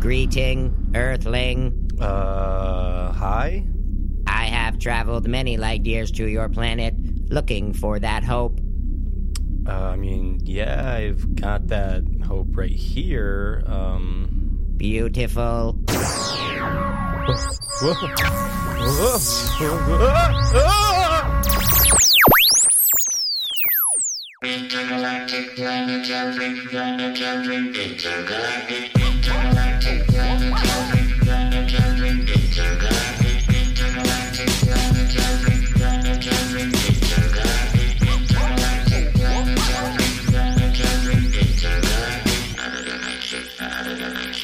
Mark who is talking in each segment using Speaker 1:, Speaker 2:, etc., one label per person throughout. Speaker 1: Greeting, Earthling.
Speaker 2: Uh, hi?
Speaker 1: I have traveled many light years to your planet looking for that hope.
Speaker 2: Uh, I mean, yeah, I've got that hope right here. Um,
Speaker 1: Beautiful.
Speaker 2: whoa. Whoa. Ah! Ah!
Speaker 3: Intergalactic planetary planetary intergalactic intergalactic planetary planetary intergalactic intergalactic planetary planetary intergalactic intergalactic planetary planetary intergalactic intergalactic intergalactic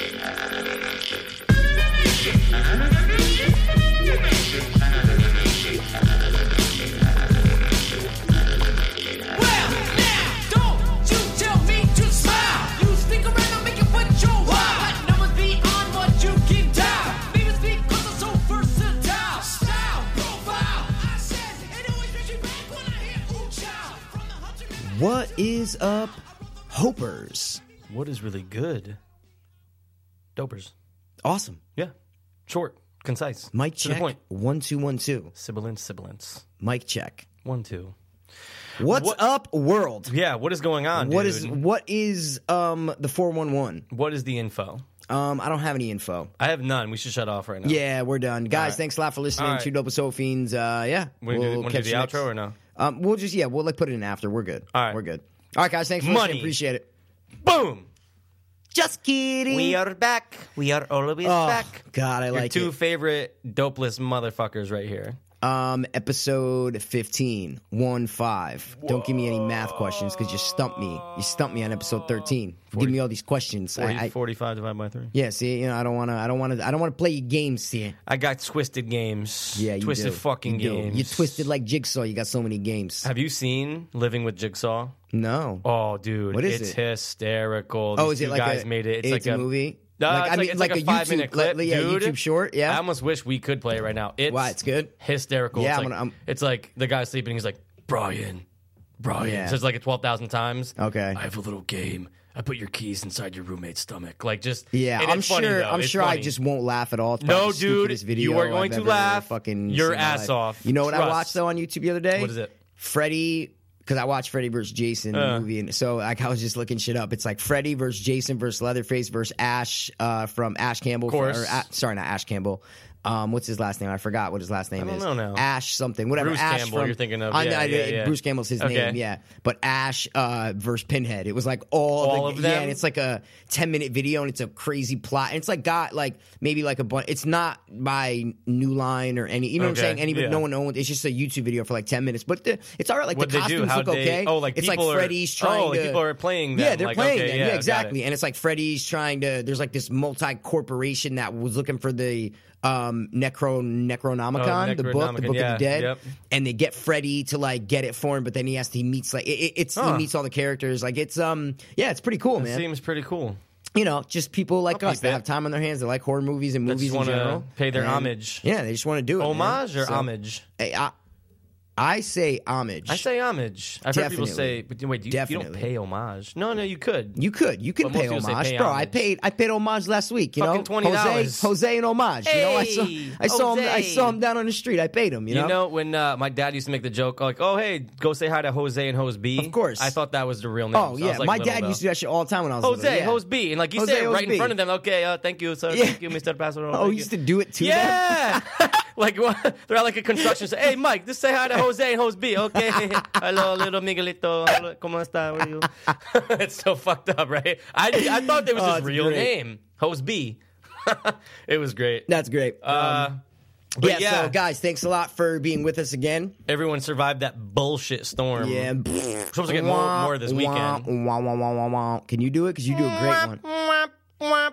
Speaker 3: intergalactic intergalactic
Speaker 4: Well, now, don't you tell me to smile. You stick around, I'll make it what you want. But numbers beyond what you can dial. Maybe it's because I'm so versatile. Style, profile, I said, it always brings me back when I hear ooh child. From the hunter man-
Speaker 5: What is up, Hopers?
Speaker 2: What is really good? Dopers.
Speaker 5: Awesome.
Speaker 2: Yeah. Short, concise.
Speaker 5: Mic
Speaker 2: To the
Speaker 5: check.
Speaker 2: point.
Speaker 5: One two one two.
Speaker 2: Sibilance, sibilance.
Speaker 5: Mic check.
Speaker 2: One, two.
Speaker 5: What's
Speaker 2: What-
Speaker 5: up, world?
Speaker 2: Yeah, what is going on,
Speaker 5: What
Speaker 2: dude?
Speaker 5: is what is um the four one one?
Speaker 2: What is the info?
Speaker 5: Um, I don't have any info.
Speaker 2: I have none. We should shut off right now.
Speaker 5: Yeah, we're done, guys.
Speaker 2: right.
Speaker 5: Thanks a lot for listening
Speaker 2: All right.
Speaker 5: to Double Soul Fiends. Uh, yeah,
Speaker 2: We do- wanna do the
Speaker 5: you
Speaker 2: outro or no?
Speaker 5: Um, we'll just yeah, we'll like put it in after. We're good.
Speaker 2: All right.
Speaker 5: we're good. All right, guys. Thanks for
Speaker 2: Money.
Speaker 5: listening. Appreciate it.
Speaker 2: Boom!
Speaker 5: Just kidding.
Speaker 2: We are back. We are always
Speaker 5: Oh,
Speaker 2: back.
Speaker 5: God, I
Speaker 2: Your
Speaker 5: like
Speaker 2: two
Speaker 5: it.
Speaker 2: favorite dopeless motherfuckers right here.
Speaker 5: Um, episode 15, 1 5. Don't give me any math questions because you stumped me. You stumped me on episode 13. give me all these questions. I,
Speaker 2: 40,
Speaker 5: I,
Speaker 2: 45 divided by three.
Speaker 5: yeah, see, you know, I don't want to, I don't want to, I don't want to play your games here.
Speaker 2: I got twisted games.
Speaker 5: Yeah, you
Speaker 2: twisted
Speaker 5: do.
Speaker 2: fucking
Speaker 5: You do.
Speaker 2: games.
Speaker 5: You twisted like Jigsaw. You got so many games.
Speaker 2: Have you seen Living with Jigsaw?
Speaker 5: No.
Speaker 2: Oh, dude,
Speaker 5: What is
Speaker 2: it's
Speaker 5: it?
Speaker 2: hysterical.
Speaker 5: Oh,
Speaker 2: These
Speaker 5: is it
Speaker 2: two
Speaker 5: like
Speaker 2: guys
Speaker 5: a,
Speaker 2: made it? It's, like
Speaker 5: a, movie.
Speaker 2: No, it's like, it's like a five
Speaker 5: YouTube,
Speaker 2: minute clip,
Speaker 5: like, yeah,
Speaker 2: dude.
Speaker 5: YouTube short. Yeah,
Speaker 2: I almost wish we could play it right now. It's
Speaker 5: Why, it's good?
Speaker 2: hysterical.
Speaker 5: Yeah,
Speaker 2: it's
Speaker 5: I'm
Speaker 2: like,
Speaker 5: gonna- I'm-
Speaker 2: it's like the guy's sleeping. He's like Brian, Brian.
Speaker 5: Yeah.
Speaker 2: Says like it twelve thousand times.
Speaker 5: Okay.
Speaker 2: I have a little game. I put your keys inside your roommate's stomach. Like just
Speaker 5: yeah.
Speaker 2: and
Speaker 5: I'm
Speaker 2: it's
Speaker 5: sure.
Speaker 2: funny, though.
Speaker 5: I'm
Speaker 2: It's
Speaker 5: sure I
Speaker 2: funny.
Speaker 5: just won't laugh at all. It's
Speaker 2: No,
Speaker 5: probably the stupidest
Speaker 2: dude,
Speaker 5: video
Speaker 2: you are going
Speaker 5: I've
Speaker 2: to
Speaker 5: ever
Speaker 2: laugh
Speaker 5: Fucking
Speaker 2: your
Speaker 5: seen in my
Speaker 2: ass
Speaker 5: life.
Speaker 2: off.
Speaker 5: You know what I
Speaker 2: Trust.
Speaker 5: watched though on YouTube the other day?
Speaker 2: What is it?
Speaker 5: Freddy. Because I watched Freddy versus Jason the
Speaker 2: Uh.
Speaker 5: movie, and so like I was just looking shit up. It's like Freddy versus Jason versus Leatherface versus Ash uh, from Ash Campbell.
Speaker 2: Course.
Speaker 5: or, uh, sorry, not Ash Campbell. Um, what's his last name? I forgot what his last name
Speaker 2: don't
Speaker 5: is.
Speaker 2: know now.
Speaker 5: Ash something. Whatever.
Speaker 2: Bruce
Speaker 5: Ash
Speaker 2: Campbell
Speaker 5: From,
Speaker 2: you're thinking of.
Speaker 5: I-
Speaker 2: Yeah,
Speaker 5: I-
Speaker 2: yeah, yeah.
Speaker 5: Bruce Campbell's his
Speaker 2: Okay.
Speaker 5: name. Yeah. But Ash uh, versus Pinhead. It was like all,
Speaker 2: All
Speaker 5: the,
Speaker 2: of
Speaker 5: Yeah,
Speaker 2: them?
Speaker 5: and it's like a ten minute video, and it's a crazy plot, and it's like got like maybe like a bunch. It's not by New Line or any. You know what
Speaker 2: Okay,
Speaker 5: I'm saying? Anybody?
Speaker 2: yeah.
Speaker 5: No one owns. It's just a YouTube video for like ten minutes, but the, it's all right. Like
Speaker 2: What'd
Speaker 5: the
Speaker 2: they do?
Speaker 5: costumes
Speaker 2: How'd
Speaker 5: look
Speaker 2: they-
Speaker 5: okay.
Speaker 2: oh, like
Speaker 5: it's like
Speaker 2: people are-
Speaker 5: Freddy's
Speaker 2: oh,
Speaker 5: trying
Speaker 2: like
Speaker 5: to.
Speaker 2: people are playing
Speaker 5: Yeah,
Speaker 2: them,
Speaker 5: they're
Speaker 2: like,
Speaker 5: playing
Speaker 2: okay,
Speaker 5: them.
Speaker 2: yeah,
Speaker 5: Yeah,
Speaker 2: got
Speaker 5: exactly.
Speaker 2: it.
Speaker 5: And it's like Freddy's trying to. There's like this multi corporation that was looking for the um necro necronomicon,
Speaker 2: Oh,
Speaker 5: the book, the
Speaker 2: Necronomicon,
Speaker 5: book
Speaker 2: yeah,
Speaker 5: of the dead,
Speaker 2: yep.
Speaker 5: and they get Freddy to like get it for him, but then he has to he meets like it, it- it's he
Speaker 2: Huh.
Speaker 5: meets all the characters. Like it's um yeah, it's pretty cool, man
Speaker 2: Seems pretty cool.
Speaker 5: you know, just people like
Speaker 2: I'll
Speaker 5: us
Speaker 2: peep
Speaker 5: that
Speaker 2: it.
Speaker 5: have time on their hands that like horror movies and
Speaker 2: That
Speaker 5: movies
Speaker 2: just
Speaker 5: in
Speaker 2: wanna
Speaker 5: general.
Speaker 2: pay their
Speaker 5: And,
Speaker 2: homage.
Speaker 5: Yeah, they just want to do it. man.
Speaker 2: Homage or
Speaker 5: So,
Speaker 2: homage?
Speaker 5: hey, I, I say homage.
Speaker 2: I say homage. I've heard people
Speaker 5: Definitely.
Speaker 2: say, but wait, you, you don't
Speaker 5: Definitely.
Speaker 2: pay homage. No, no, you could.
Speaker 5: you could, you can
Speaker 2: But most
Speaker 5: pay
Speaker 2: people
Speaker 5: homage,
Speaker 2: say pay
Speaker 5: bro. I
Speaker 2: homage.
Speaker 5: paid, I paid homage last week. You know,
Speaker 2: Fucking $20.
Speaker 5: Jose, Jose and homage. you
Speaker 2: Hey,
Speaker 5: know, I saw, I saw him, I
Speaker 2: Jose.
Speaker 5: saw him down on the street. I paid him. You know,
Speaker 2: You know when uh, my dad used to make the joke like, "Oh hey, go say hi to Jose and Hose B."
Speaker 5: Of course.
Speaker 2: I thought that was the real name.
Speaker 5: oh yeah, my dad used to do that shit all the time when I was
Speaker 2: Jose,
Speaker 5: little, yeah.
Speaker 2: Hose B, and like you
Speaker 5: Jose,
Speaker 2: said it
Speaker 5: Jose
Speaker 2: right
Speaker 5: B.
Speaker 2: in front of them. Okay, uh, thank you, sir.
Speaker 5: Yeah.
Speaker 2: Thank you, Mister Pastor.
Speaker 5: Oh, he used to do it too. though?
Speaker 2: Yeah, like what? they're at like a construction site. Hey, Mike, just say hi to Jose and Jose B. Okay, hello, little Miguelito. Hello, ¿Cómo está? How are you? it's so fucked up, right? I I thought it was
Speaker 5: Oh,
Speaker 2: his
Speaker 5: it's
Speaker 2: real
Speaker 5: great.
Speaker 2: name, Hose B. it was great.
Speaker 5: that's great. Um,
Speaker 2: Uh,
Speaker 5: yeah,
Speaker 2: but yeah,
Speaker 5: so guys, thanks a lot for being with us again.
Speaker 2: everyone survived that bullshit storm.
Speaker 5: Yeah,
Speaker 2: Supposed to Um, get more, more this weekend.
Speaker 5: Wah, wah, wah, wah, wah. Can you do it? Because you do a great one.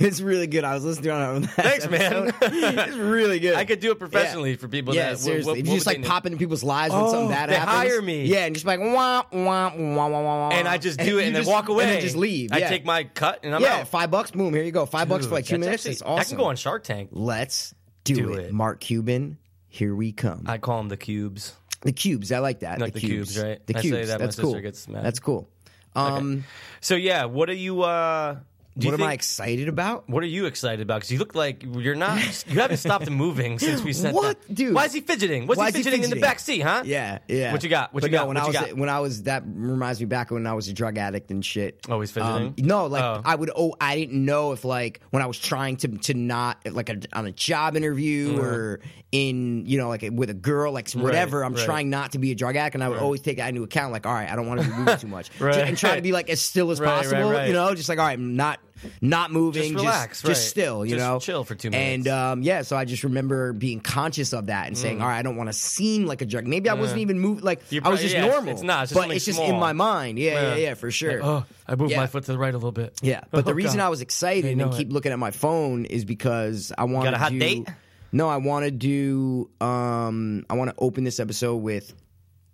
Speaker 5: It's really good. I was listening to it on that.
Speaker 2: Thanks, man.
Speaker 5: it's really good.
Speaker 2: I could do it professionally for people
Speaker 5: Yeah,
Speaker 2: that what-
Speaker 5: seriously.
Speaker 2: what-
Speaker 5: If
Speaker 2: what
Speaker 5: you just
Speaker 2: would
Speaker 5: like
Speaker 2: they
Speaker 5: pop into people's lives when something
Speaker 2: Oh,
Speaker 5: bad
Speaker 2: they
Speaker 5: happens.
Speaker 2: hire me.
Speaker 5: Yeah, and just like wah wah wah wah wah wah.
Speaker 2: know? And I just do it
Speaker 5: you
Speaker 2: and then
Speaker 5: just-
Speaker 2: walk away.
Speaker 5: And then just leave.
Speaker 2: I
Speaker 5: yeah.
Speaker 2: take my cut and I'm
Speaker 5: yeah,
Speaker 2: out.
Speaker 5: five bucks. Boom. Here you go. Five bucks for like two
Speaker 2: That's
Speaker 5: minutes.
Speaker 2: actually-
Speaker 5: It's awesome.
Speaker 2: I can go on Shark Tank.
Speaker 5: Let's do,
Speaker 2: Do
Speaker 5: it.
Speaker 2: it.
Speaker 5: Mark Cuban. Here we come.
Speaker 2: I call them the cubes.
Speaker 5: the cubes. I like that.
Speaker 2: Like the cubes, right?
Speaker 5: The
Speaker 2: I say
Speaker 5: cubes.
Speaker 2: that my
Speaker 5: That's
Speaker 2: sister
Speaker 5: cool.
Speaker 2: gets mad.
Speaker 5: That's cool. Um,
Speaker 2: So yeah, what are you? uh do you
Speaker 5: what am I
Speaker 2: think-
Speaker 5: excited about?
Speaker 2: What are you excited about? Because you look like you're not. You haven't stopped moving since we said
Speaker 5: What,
Speaker 2: that.
Speaker 5: dude?
Speaker 2: Why is he fidgeting? What's
Speaker 5: Why
Speaker 2: he
Speaker 5: is he
Speaker 2: fidgeting, in the
Speaker 5: fidgeting?
Speaker 2: back seat? Huh?
Speaker 5: Yeah, yeah.
Speaker 2: What you got? What
Speaker 5: But
Speaker 2: you got?
Speaker 5: No, when
Speaker 2: What
Speaker 5: I
Speaker 2: you
Speaker 5: was
Speaker 2: got?
Speaker 5: when I was that reminds me back when I was a drug addict and shit.
Speaker 2: Always
Speaker 5: Um,
Speaker 2: fidgeting.
Speaker 5: no, like
Speaker 2: Oh.
Speaker 5: I would. Oh, I didn't know if like when I was trying to to not like a, on a job interview or in you know like with a girl like whatever. I'm
Speaker 2: Uh-huh. right.
Speaker 5: trying not to be a drug addict, and I would always take that into account. Like, all right, I don't want to be moving too much,
Speaker 2: Right.
Speaker 5: Ju- and try to be like as still as
Speaker 2: Right, right,
Speaker 5: possible.
Speaker 2: right.
Speaker 5: You know, just like all right, I'm not not moving,
Speaker 2: Just relax,
Speaker 5: just,
Speaker 2: right.
Speaker 5: still, you
Speaker 2: Just
Speaker 5: know,
Speaker 2: chill for two
Speaker 5: And
Speaker 2: minutes.
Speaker 5: um, yeah, so I just remember being conscious of that and saying, all right, I don't want to seem like a drug. Maybe I wasn't even moving. Like
Speaker 2: You're
Speaker 5: I
Speaker 2: Mm.
Speaker 5: was
Speaker 2: probably-
Speaker 5: just
Speaker 2: yeah, it's-
Speaker 5: normal.
Speaker 2: it's not, it's just
Speaker 5: but
Speaker 2: something
Speaker 5: it's just in
Speaker 2: small.
Speaker 5: my mind. Yeah, yeah,
Speaker 2: Yeah.
Speaker 5: yeah, for sure.
Speaker 2: Oh, I moved
Speaker 5: Yeah.
Speaker 2: my foot to the right a little bit.
Speaker 5: Yeah, but the
Speaker 2: Oh,
Speaker 5: reason
Speaker 2: God.
Speaker 5: I was excited
Speaker 2: know
Speaker 5: and keep
Speaker 2: it.
Speaker 5: looking at my phone is because I want
Speaker 2: got a hot
Speaker 5: do,
Speaker 2: date?
Speaker 5: No, I want to do. Um, I want to open this episode with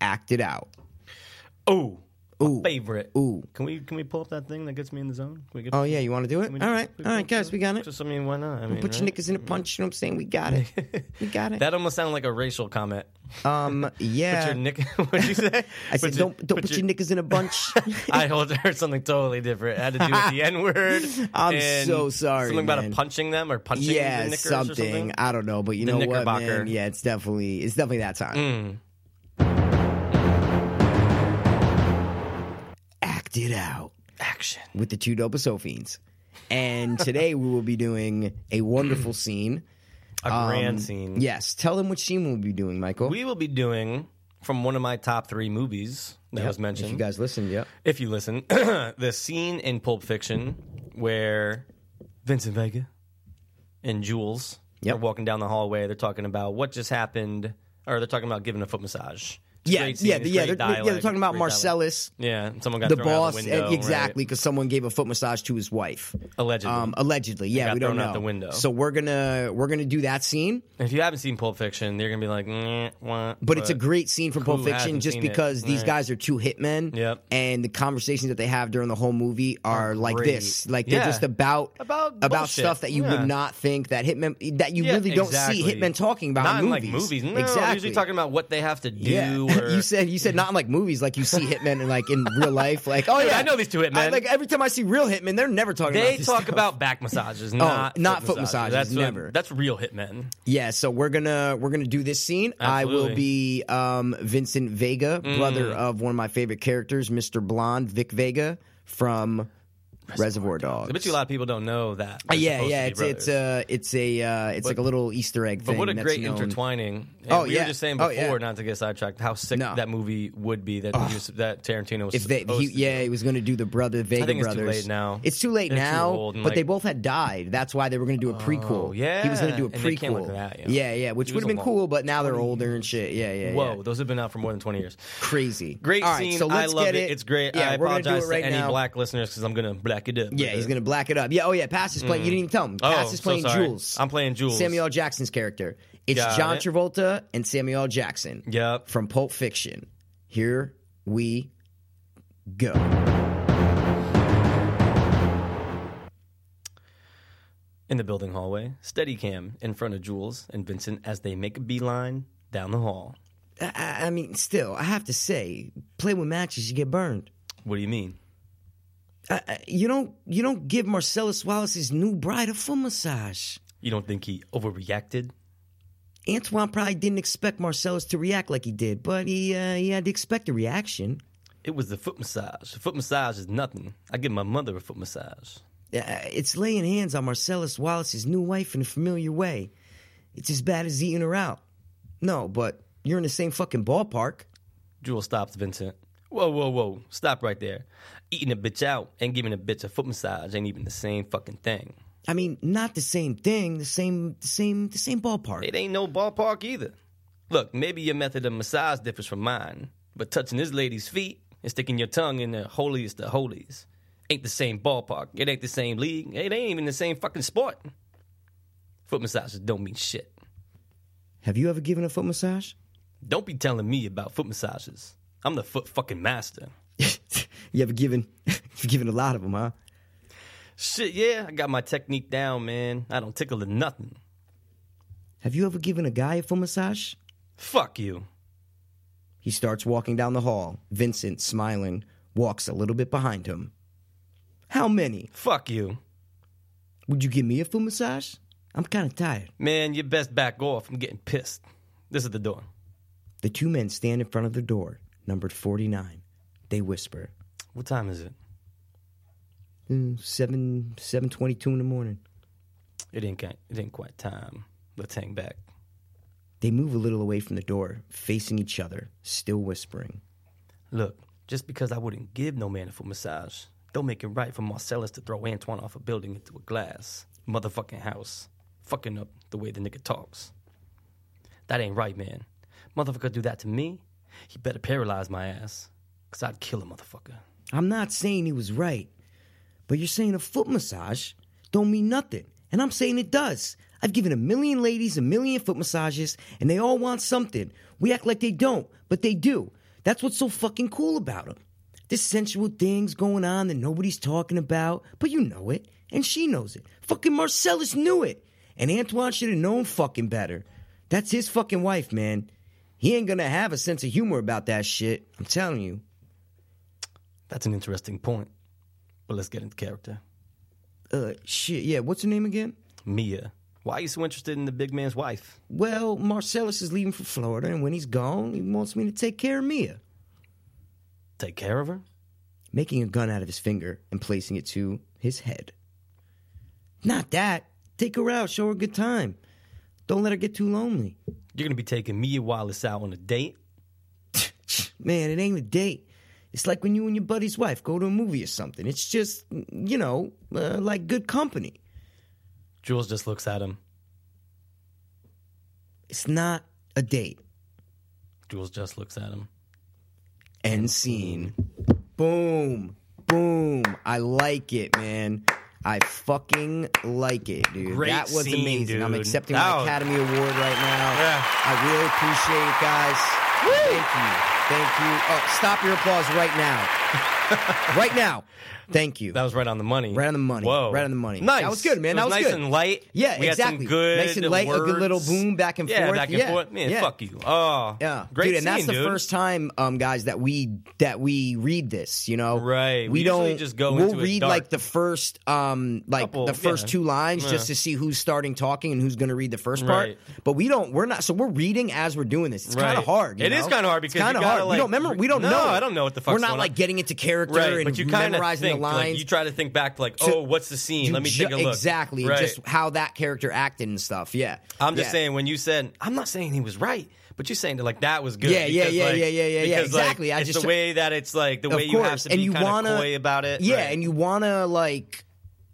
Speaker 5: "Act It Out."
Speaker 2: Ooh. my
Speaker 5: Ooh.
Speaker 2: Favorite.
Speaker 5: Ooh.
Speaker 2: Can we can we pull up that thing that gets me in the zone? Can we get,
Speaker 5: Oh yeah, you want to do it?
Speaker 2: can we-
Speaker 5: All right,
Speaker 2: can we
Speaker 5: all
Speaker 2: pull
Speaker 5: right,
Speaker 2: up
Speaker 5: guys,
Speaker 2: that?
Speaker 5: we got it.
Speaker 2: Just I mean, why not? I mean,
Speaker 5: Put your
Speaker 2: right?
Speaker 5: knickers in a punch. You know what I'm saying? We got it. We got it.
Speaker 2: That almost sounded like a racial comment.
Speaker 5: um,
Speaker 2: Put
Speaker 5: yeah.
Speaker 2: your nick. What'd you say?
Speaker 5: I said, don't don't put your knickers in a bunch.
Speaker 2: I hold- heard something totally different. It had to do with the N word.
Speaker 5: I'm so sorry,
Speaker 2: Something about
Speaker 5: man.
Speaker 2: a punching them or punching the
Speaker 5: yeah,
Speaker 2: knickers Or
Speaker 5: something.
Speaker 2: something.
Speaker 5: I don't know, but you
Speaker 2: The
Speaker 5: know what,
Speaker 2: knickerbocker. Mm.
Speaker 5: man? Yeah, it's definitely it's definitely that time. Act it out.
Speaker 2: Action.
Speaker 5: with the two dopest Sophians. And today we will be doing a wonderful scene.
Speaker 2: A
Speaker 5: Um,
Speaker 2: grand scene.
Speaker 5: Yes. Tell them which scene we'll be doing, Michael.
Speaker 2: We will be doing from one of my top three movies that
Speaker 5: Yep,
Speaker 2: was mentioned.
Speaker 5: If you guys listened, yep.
Speaker 2: if you listen, the scene in Pulp Fiction where Vincent Vega and Jules
Speaker 5: Yep.
Speaker 2: are walking down the hallway. They're talking about what just happened, or they're talking about giving a foot massage. It's a
Speaker 5: Yeah,
Speaker 2: great scene,
Speaker 5: yeah,
Speaker 2: it's great
Speaker 5: yeah, they're, yeah. They're
Speaker 2: dialogue,
Speaker 5: talking about
Speaker 2: great dialogue.
Speaker 5: Marcellus,
Speaker 2: Yeah, and someone got
Speaker 5: the
Speaker 2: thrown out
Speaker 5: boss,
Speaker 2: the
Speaker 5: and-
Speaker 2: window, right?
Speaker 5: exactly because someone gave a foot massage to his wife.
Speaker 2: Allegedly.
Speaker 5: Um, allegedly, yeah,
Speaker 2: got
Speaker 5: we don't
Speaker 2: thrown
Speaker 5: know.
Speaker 2: out the window.
Speaker 5: So we're gonna we're gonna do that scene.
Speaker 2: if you haven't seen Pulp Fiction, you're gonna be like, "Nyeh, wah,"
Speaker 5: But, it's a great scene from Pulp
Speaker 2: who
Speaker 5: Fiction
Speaker 2: hasn't
Speaker 5: just
Speaker 2: seen it?
Speaker 5: because these
Speaker 2: Right.
Speaker 5: guys are two hitmen.
Speaker 2: Yep.
Speaker 5: And the conversations that they have during the whole movie are like
Speaker 2: great.
Speaker 5: this. Like they're
Speaker 2: Yeah.
Speaker 5: just about
Speaker 2: About bullshit.
Speaker 5: stuff that you
Speaker 2: Yeah.
Speaker 5: would not think that hitmen that you
Speaker 2: Yeah,
Speaker 5: really don't
Speaker 2: exactly.
Speaker 5: see hitmen talking about
Speaker 2: not
Speaker 5: in
Speaker 2: in like
Speaker 5: movies.
Speaker 2: movies. No,
Speaker 5: exactly.
Speaker 2: They're usually talking about what they have to do.
Speaker 5: yeah,
Speaker 2: Or,
Speaker 5: you said you said not in like movies, like you see hitmen in like in real life. Like, oh
Speaker 2: Dude,
Speaker 5: yeah,
Speaker 2: I know these two hitmen.
Speaker 5: I- like every time I see real hitmen, they're never talking.
Speaker 2: they
Speaker 5: about this
Speaker 2: talk
Speaker 5: stuff. Oh,
Speaker 2: about back massages, not
Speaker 5: not foot massages,
Speaker 2: That's what-
Speaker 5: never.
Speaker 2: that's real hitmen.
Speaker 5: Yeah, so we're gonna we're gonna do this scene. I will
Speaker 2: Absolutely. Mm.
Speaker 5: be um, Vincent Vega, brother of one of my favorite characters, Mr. Blonde, Vic Vega from Reservoir Dogs.
Speaker 2: I bet you a lot of people don't know that.
Speaker 5: Uh,
Speaker 2: they're
Speaker 5: yeah,
Speaker 2: supposed to
Speaker 5: yeah,
Speaker 2: be
Speaker 5: it's it's
Speaker 2: brothers.
Speaker 5: a it's a uh, it's like a little Easter egg
Speaker 2: But
Speaker 5: thing.
Speaker 2: what a
Speaker 5: that's
Speaker 2: great
Speaker 5: known.
Speaker 2: intertwining! And
Speaker 5: Oh,
Speaker 2: we
Speaker 5: yeah.
Speaker 2: were just saying
Speaker 5: Oh,
Speaker 2: before,
Speaker 5: yeah.
Speaker 2: not to get sidetracked, how sick
Speaker 5: No.
Speaker 2: that movie would be that you, that Tarantino was.
Speaker 5: If they,
Speaker 2: supposed
Speaker 5: he,
Speaker 2: to do.
Speaker 5: yeah, he was going to do the brother Vega
Speaker 2: think it's too
Speaker 5: brothers.
Speaker 2: late now.
Speaker 5: It's too late
Speaker 2: They're too
Speaker 5: now.
Speaker 2: old and,
Speaker 5: but they
Speaker 2: like- Oh,
Speaker 5: both had died. That's why they were going to do a prequel. he was going
Speaker 2: yeah,
Speaker 5: to do a
Speaker 2: and they can't look
Speaker 5: prequel.
Speaker 2: that, you know.
Speaker 5: yeah, yeah, which
Speaker 2: He was
Speaker 5: would have
Speaker 2: a
Speaker 5: been
Speaker 2: long-
Speaker 5: cool. But now they're older and shit. Yeah, yeah.
Speaker 2: Whoa,
Speaker 5: yeah.
Speaker 2: those have been out for more than twenty years.
Speaker 5: crazy.
Speaker 2: Great
Speaker 5: All right,
Speaker 2: scene.
Speaker 5: So let's
Speaker 2: I love
Speaker 5: get it.
Speaker 2: It's great.
Speaker 5: Yeah,
Speaker 2: I
Speaker 5: we're gonna
Speaker 2: apologize
Speaker 5: do it right
Speaker 2: to any
Speaker 5: now.
Speaker 2: black listeners because I'm gonna black it up.
Speaker 5: Yeah, he's gonna black it up. Yeah, oh yeah, Pass is playing. You didn't even tell him.
Speaker 2: Oh,
Speaker 5: Pass is
Speaker 2: so
Speaker 5: playing
Speaker 2: sorry.
Speaker 5: Jules.
Speaker 2: I'm playing Jules.
Speaker 5: Samuel L. Jackson's character. It's
Speaker 2: Got
Speaker 5: John
Speaker 2: it.
Speaker 5: Travolta and Samuel L. Jackson
Speaker 2: Yep.
Speaker 5: from Pulp Fiction. Here we go.
Speaker 2: In the building hallway, Steadicam in front of Jules and Vincent as they make a beeline down the hall.
Speaker 5: I- I, I mean, still, I have to say, play with matches, you get burned.
Speaker 2: What do you mean?
Speaker 5: I, I, you don't, you don't give Marcellus Wallace's new bride a full massage.
Speaker 2: You don't think he overreacted?
Speaker 5: Antoine probably didn't expect Marcellus to react like he did, but he, uh, he had to expect a reaction.
Speaker 2: It was the foot massage. A foot massage is nothing. I give my mother a foot massage.
Speaker 5: Uh, it's laying hands on Marcellus Wallace's new wife in a familiar way. It's as bad as eating her out. No, but you're in the same fucking ballpark.
Speaker 2: Jules stops Vincent. Whoa, whoa, whoa. Stop right there. Eating a bitch out and giving a bitch a foot massage ain't even the same fucking thing.
Speaker 5: I mean, not the same thing, the same, the same, the same ballpark.
Speaker 2: It ain't no ballpark either. Look, maybe your method of massage differs from mine, but touching this lady's feet and sticking your tongue in the holiest of holies ain't the same ballpark. It ain't the same league. It ain't even the same fucking sport. Foot massages don't mean shit.
Speaker 5: Have you ever given a foot massage?
Speaker 2: Don't be telling me about foot massages. I'm the foot fucking master.
Speaker 5: you ever given? You've given a lot of them, huh?
Speaker 2: Shit, yeah, I got my technique down, man. I don't tickle to nothing.
Speaker 5: Have you ever given a guy a foot massage?
Speaker 2: Fuck you.
Speaker 5: He starts walking down the hall. Vincent, smiling, walks a little bit behind him. How many?
Speaker 2: Fuck you.
Speaker 5: Would you give me a full massage? I'm kind of tired.
Speaker 2: Man, you best back off. I'm getting pissed. This is the door.
Speaker 5: The two men stand in front of the door, numbered 49. They whisper,
Speaker 2: What time is it?
Speaker 5: "Mm, 7 7:22 in the morning.
Speaker 2: It ain't quite, it ain't quite time. Let's hang back.
Speaker 5: They move a little away from the door, facing each other, still whispering.
Speaker 2: Look, just because I wouldn't give no man a full massage, don't make it right for Marcellus to throw Antoine off a building into a glass motherfucking house, fucking up the way the nigga talks. That ain't right, man. Motherfucker do that to me, he better paralyze my ass, cause I'd kill a motherfucker.
Speaker 5: I'm not saying he was right, but you're saying a foot massage don't mean nothing, and I'm saying it does. I've given a million ladies a million foot massages, and they all want something. We act like they don't, but they do. That's what's so fucking cool about them. This sensual thing's going on that nobody's talking about, but you know it, and she knows it. Fucking Marcellus knew it, and Antoine should have known fucking better. That's his fucking wife, man. He ain't gonna have a sense of humor about that shit. I'm telling you.
Speaker 2: That's an interesting point, but let's get into character.
Speaker 5: Uh, shit, yeah, what's her name again?
Speaker 2: Mia, why are you so interested in the big man's wife?
Speaker 5: Well, Marcellus is leaving for Florida, and when he's gone, he wants me to take care of Mia.
Speaker 2: Take care of her?
Speaker 5: Making a gun out of his finger and placing it to his head. Not that. Take her out, show her a good time. Don't let her get too lonely.
Speaker 2: You're gonna be taking Mia Wallace out on a date?
Speaker 5: Man, it ain't a date. It's like when you and your buddy's wife go to a movie or something. It's just, you know, uh, like good company.
Speaker 2: Jules just looks at him.
Speaker 5: It's not a date.
Speaker 2: Jules just looks at him.
Speaker 5: End scene. Boom. Boom. I like it, man. I fucking like it, dude.
Speaker 2: Great
Speaker 5: that was
Speaker 2: scene,
Speaker 5: amazing. I'm
Speaker 2: dude.
Speaker 5: accepting
Speaker 2: That
Speaker 5: my
Speaker 2: was-
Speaker 5: Academy Award right now.
Speaker 2: Yeah.
Speaker 5: I really appreciate it, guys. Thank you. Thank you. Oh, stop your applause right now. right now. Thank you.
Speaker 2: That was right on the money.
Speaker 5: Right on the money.
Speaker 2: Whoa.
Speaker 5: Right on the money.
Speaker 2: Nice.
Speaker 5: That was good, man.
Speaker 2: It
Speaker 5: That was
Speaker 2: nice
Speaker 5: good.
Speaker 2: and light.
Speaker 5: Yeah,
Speaker 2: we Had some
Speaker 5: exactly.
Speaker 2: good
Speaker 5: Nice and light, a good
Speaker 2: words.
Speaker 5: little boom back and
Speaker 2: yeah,
Speaker 5: forth.
Speaker 2: Back and
Speaker 5: Yeah.
Speaker 2: forth. Man,
Speaker 5: Yeah.
Speaker 2: fuck you. Oh,
Speaker 5: Yeah,
Speaker 2: Great
Speaker 5: dude, and that's
Speaker 2: scene,
Speaker 5: the
Speaker 2: dude.
Speaker 5: first time, um, guys, that we that we read this. You know,
Speaker 2: Right.
Speaker 5: We,
Speaker 2: We usually
Speaker 5: don't
Speaker 2: just go
Speaker 5: We'll
Speaker 2: into it
Speaker 5: read
Speaker 2: dark.
Speaker 5: like the first, um, like
Speaker 2: Couple,
Speaker 5: the first
Speaker 2: yeah.
Speaker 5: two lines just
Speaker 2: Yeah.
Speaker 5: to see who's starting talking and who's going to read the first part.
Speaker 2: Right.
Speaker 5: But we don't. We're not. So we're reading as we're doing this. It's kind
Speaker 2: Right.
Speaker 5: of hard. you
Speaker 2: It is
Speaker 5: know?
Speaker 2: kinda hard
Speaker 5: It's
Speaker 2: because you
Speaker 5: kinda
Speaker 2: gotta,
Speaker 5: hard. we
Speaker 2: like,
Speaker 5: don't remember. We don't
Speaker 2: no,
Speaker 5: know.
Speaker 2: I don't know what the fuck's
Speaker 5: We're not
Speaker 2: going
Speaker 5: like
Speaker 2: on.
Speaker 5: getting into character
Speaker 2: Right,
Speaker 5: and
Speaker 2: but you kind of
Speaker 5: memorizing
Speaker 2: think,
Speaker 5: the lines.
Speaker 2: Like, you try to think back, like,
Speaker 5: To-
Speaker 2: oh, what's the scene?
Speaker 5: You
Speaker 2: Let me
Speaker 5: ju-
Speaker 2: take a look.
Speaker 5: Exactly,
Speaker 2: Right.
Speaker 5: just how that character acted and stuff. Yeah,
Speaker 2: I'm just
Speaker 5: Yeah.
Speaker 2: saying when you said I'm not saying he was right, but you're saying that like that was good.
Speaker 5: Yeah, yeah,
Speaker 2: because,
Speaker 5: yeah,
Speaker 2: like-
Speaker 5: yeah, yeah, yeah, yeah,
Speaker 2: because, like,
Speaker 5: exactly. I
Speaker 2: it's
Speaker 5: just-
Speaker 2: the way that it's like the
Speaker 5: Of
Speaker 2: way you have
Speaker 5: course,
Speaker 2: to
Speaker 5: and
Speaker 2: be
Speaker 5: you
Speaker 2: kind
Speaker 5: wanna-
Speaker 2: of coy about it.
Speaker 5: Yeah,
Speaker 2: Right.
Speaker 5: and you wanna like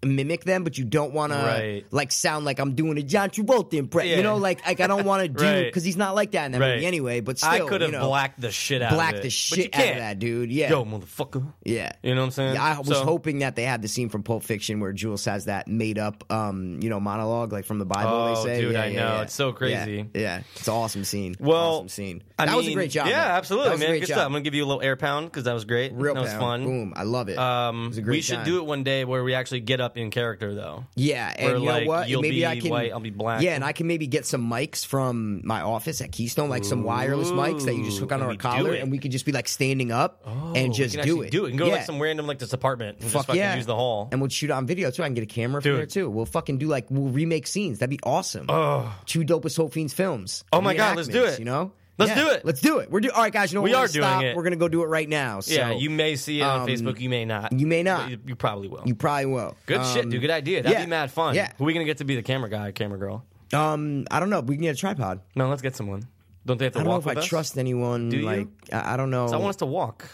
Speaker 5: mimic them, but you don't wanna
Speaker 2: Right.
Speaker 5: like sound like I'm doing a John Travolta impression.
Speaker 2: Yeah.
Speaker 5: You know, like like I don't wanna do
Speaker 2: Right.
Speaker 5: because he's not like that in that
Speaker 2: Right.
Speaker 5: movie anyway. But still,
Speaker 2: I could have
Speaker 5: you know,
Speaker 2: blacked the shit out.
Speaker 5: black
Speaker 2: of it, but
Speaker 5: the
Speaker 2: you
Speaker 5: shit out of
Speaker 2: can't.
Speaker 5: that dude. Yeah,
Speaker 2: Yo, motherfucker.
Speaker 5: yeah.
Speaker 2: You know what I'm saying?
Speaker 5: Yeah, I was
Speaker 2: So-
Speaker 5: hoping that they had the scene from Pulp Fiction where Jules has that made up, um, you know, monologue like from the Bible.
Speaker 2: Oh,
Speaker 5: they say,
Speaker 2: dude,
Speaker 5: yeah,
Speaker 2: I
Speaker 5: yeah,
Speaker 2: know.
Speaker 5: yeah.
Speaker 2: It's so
Speaker 5: Yeah,
Speaker 2: crazy.
Speaker 5: Yeah, it's an awesome scene.
Speaker 2: Well,
Speaker 5: awesome scene.
Speaker 2: I
Speaker 5: That was a
Speaker 2: mean,
Speaker 5: great job.
Speaker 2: Yeah,
Speaker 5: though. That
Speaker 2: absolutely,
Speaker 5: was a
Speaker 2: man.
Speaker 5: great
Speaker 2: Good
Speaker 5: job.
Speaker 2: stuff. I'm gonna give you a little air pound because that was great.
Speaker 5: Real
Speaker 2: that was
Speaker 5: pound.
Speaker 2: fun.
Speaker 5: Boom, I love it. it
Speaker 2: Um,
Speaker 5: was a great
Speaker 2: we should
Speaker 5: time.
Speaker 2: do it one day where we actually get up in character though.
Speaker 5: Yeah, and
Speaker 2: Where,
Speaker 5: you
Speaker 2: like,
Speaker 5: know what?
Speaker 2: you'll
Speaker 5: maybe
Speaker 2: be
Speaker 5: I can.
Speaker 2: white, I'll be black.
Speaker 5: Yeah, and I can maybe get some mics from my office at Keystone, like some wireless mics that you just hook
Speaker 2: Ooh,
Speaker 5: on
Speaker 2: and
Speaker 5: our
Speaker 2: we do
Speaker 5: collar,
Speaker 2: it.
Speaker 5: and we could just be like standing up
Speaker 2: Oh,
Speaker 5: and just
Speaker 2: we can
Speaker 5: do
Speaker 2: actually
Speaker 5: it.
Speaker 2: Do it and go
Speaker 5: yeah.
Speaker 2: like some random like this apartment. And just
Speaker 5: Fuck
Speaker 2: fucking
Speaker 5: yeah!
Speaker 2: Use the hall.
Speaker 5: and we'll shoot on video too. I can get a camera from
Speaker 2: Dude.
Speaker 5: there too. We'll fucking do like we'll remake scenes. That'd be awesome. Oh. Two dopest whole fiends films.
Speaker 2: Oh my God, let's do
Speaker 5: Reenactments,
Speaker 2: it.
Speaker 5: You know,
Speaker 2: Let's
Speaker 5: Yeah,
Speaker 2: do it.
Speaker 5: Let's do it. We're do- all right, guys. You know
Speaker 2: We
Speaker 5: what?
Speaker 2: are
Speaker 5: We're gonna
Speaker 2: doing
Speaker 5: stop.
Speaker 2: it.
Speaker 5: We're gonna go do it right now. So
Speaker 2: yeah, you may see it on
Speaker 5: um,
Speaker 2: Facebook. You may not.
Speaker 5: you may
Speaker 2: But
Speaker 5: not.
Speaker 2: You, you probably will.
Speaker 5: you probably will.
Speaker 2: Good shit,
Speaker 5: Um,
Speaker 2: dude. Good idea. That'd
Speaker 5: yeah.
Speaker 2: be mad fun.
Speaker 5: Yeah.
Speaker 2: Who are we gonna get to be the camera guy, camera girl?
Speaker 5: Um, I don't know. We can get a tripod.
Speaker 2: No, let's get someone. Don't they have to
Speaker 5: I don't know
Speaker 2: walk
Speaker 5: if I
Speaker 2: with us?
Speaker 5: trust anyone.
Speaker 2: Do you?
Speaker 5: like I, I don't know.
Speaker 2: So I want us to walk.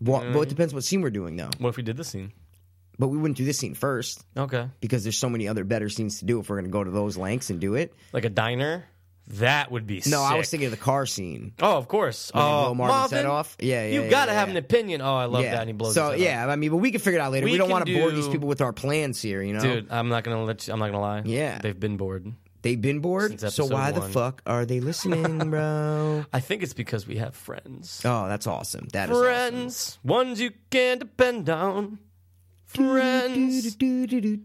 Speaker 5: Well, well, it depends what scene we're doing though.
Speaker 2: What if we did this scene?
Speaker 5: But we wouldn't do this scene first
Speaker 2: Okay.
Speaker 5: because there's so many other better scenes to do if we're going to go to those lengths and do it.
Speaker 2: Like a diner? That would be
Speaker 5: No, I was
Speaker 2: sick.
Speaker 5: thinking of the car scene.
Speaker 2: Oh, of course.
Speaker 5: When they
Speaker 2: Oh,
Speaker 5: blow Marvin's head off? Yeah, yeah,
Speaker 2: You
Speaker 5: yeah,
Speaker 2: gotta
Speaker 5: yeah,
Speaker 2: have
Speaker 5: yeah.
Speaker 2: an opinion. Oh, I love
Speaker 5: yeah.
Speaker 2: that. And he blows.
Speaker 5: so
Speaker 2: his head
Speaker 5: yeah, I mean, but we can figure it out later. We,
Speaker 2: We
Speaker 5: don't
Speaker 2: can
Speaker 5: want to bore
Speaker 2: do-
Speaker 5: these people with our plans here. You know,
Speaker 2: off. dude. I'm not gonna let you. I'm not gonna lie.
Speaker 5: Yeah.
Speaker 2: they've been bored.
Speaker 5: they've been bored.
Speaker 2: Since
Speaker 5: So
Speaker 2: episode
Speaker 5: why the
Speaker 2: one.
Speaker 5: fuck are they listening, bro?
Speaker 2: I think it's because we have friends.
Speaker 5: oh, that's awesome. That is
Speaker 2: friends, ones you can depend on. Friends,
Speaker 5: awesome.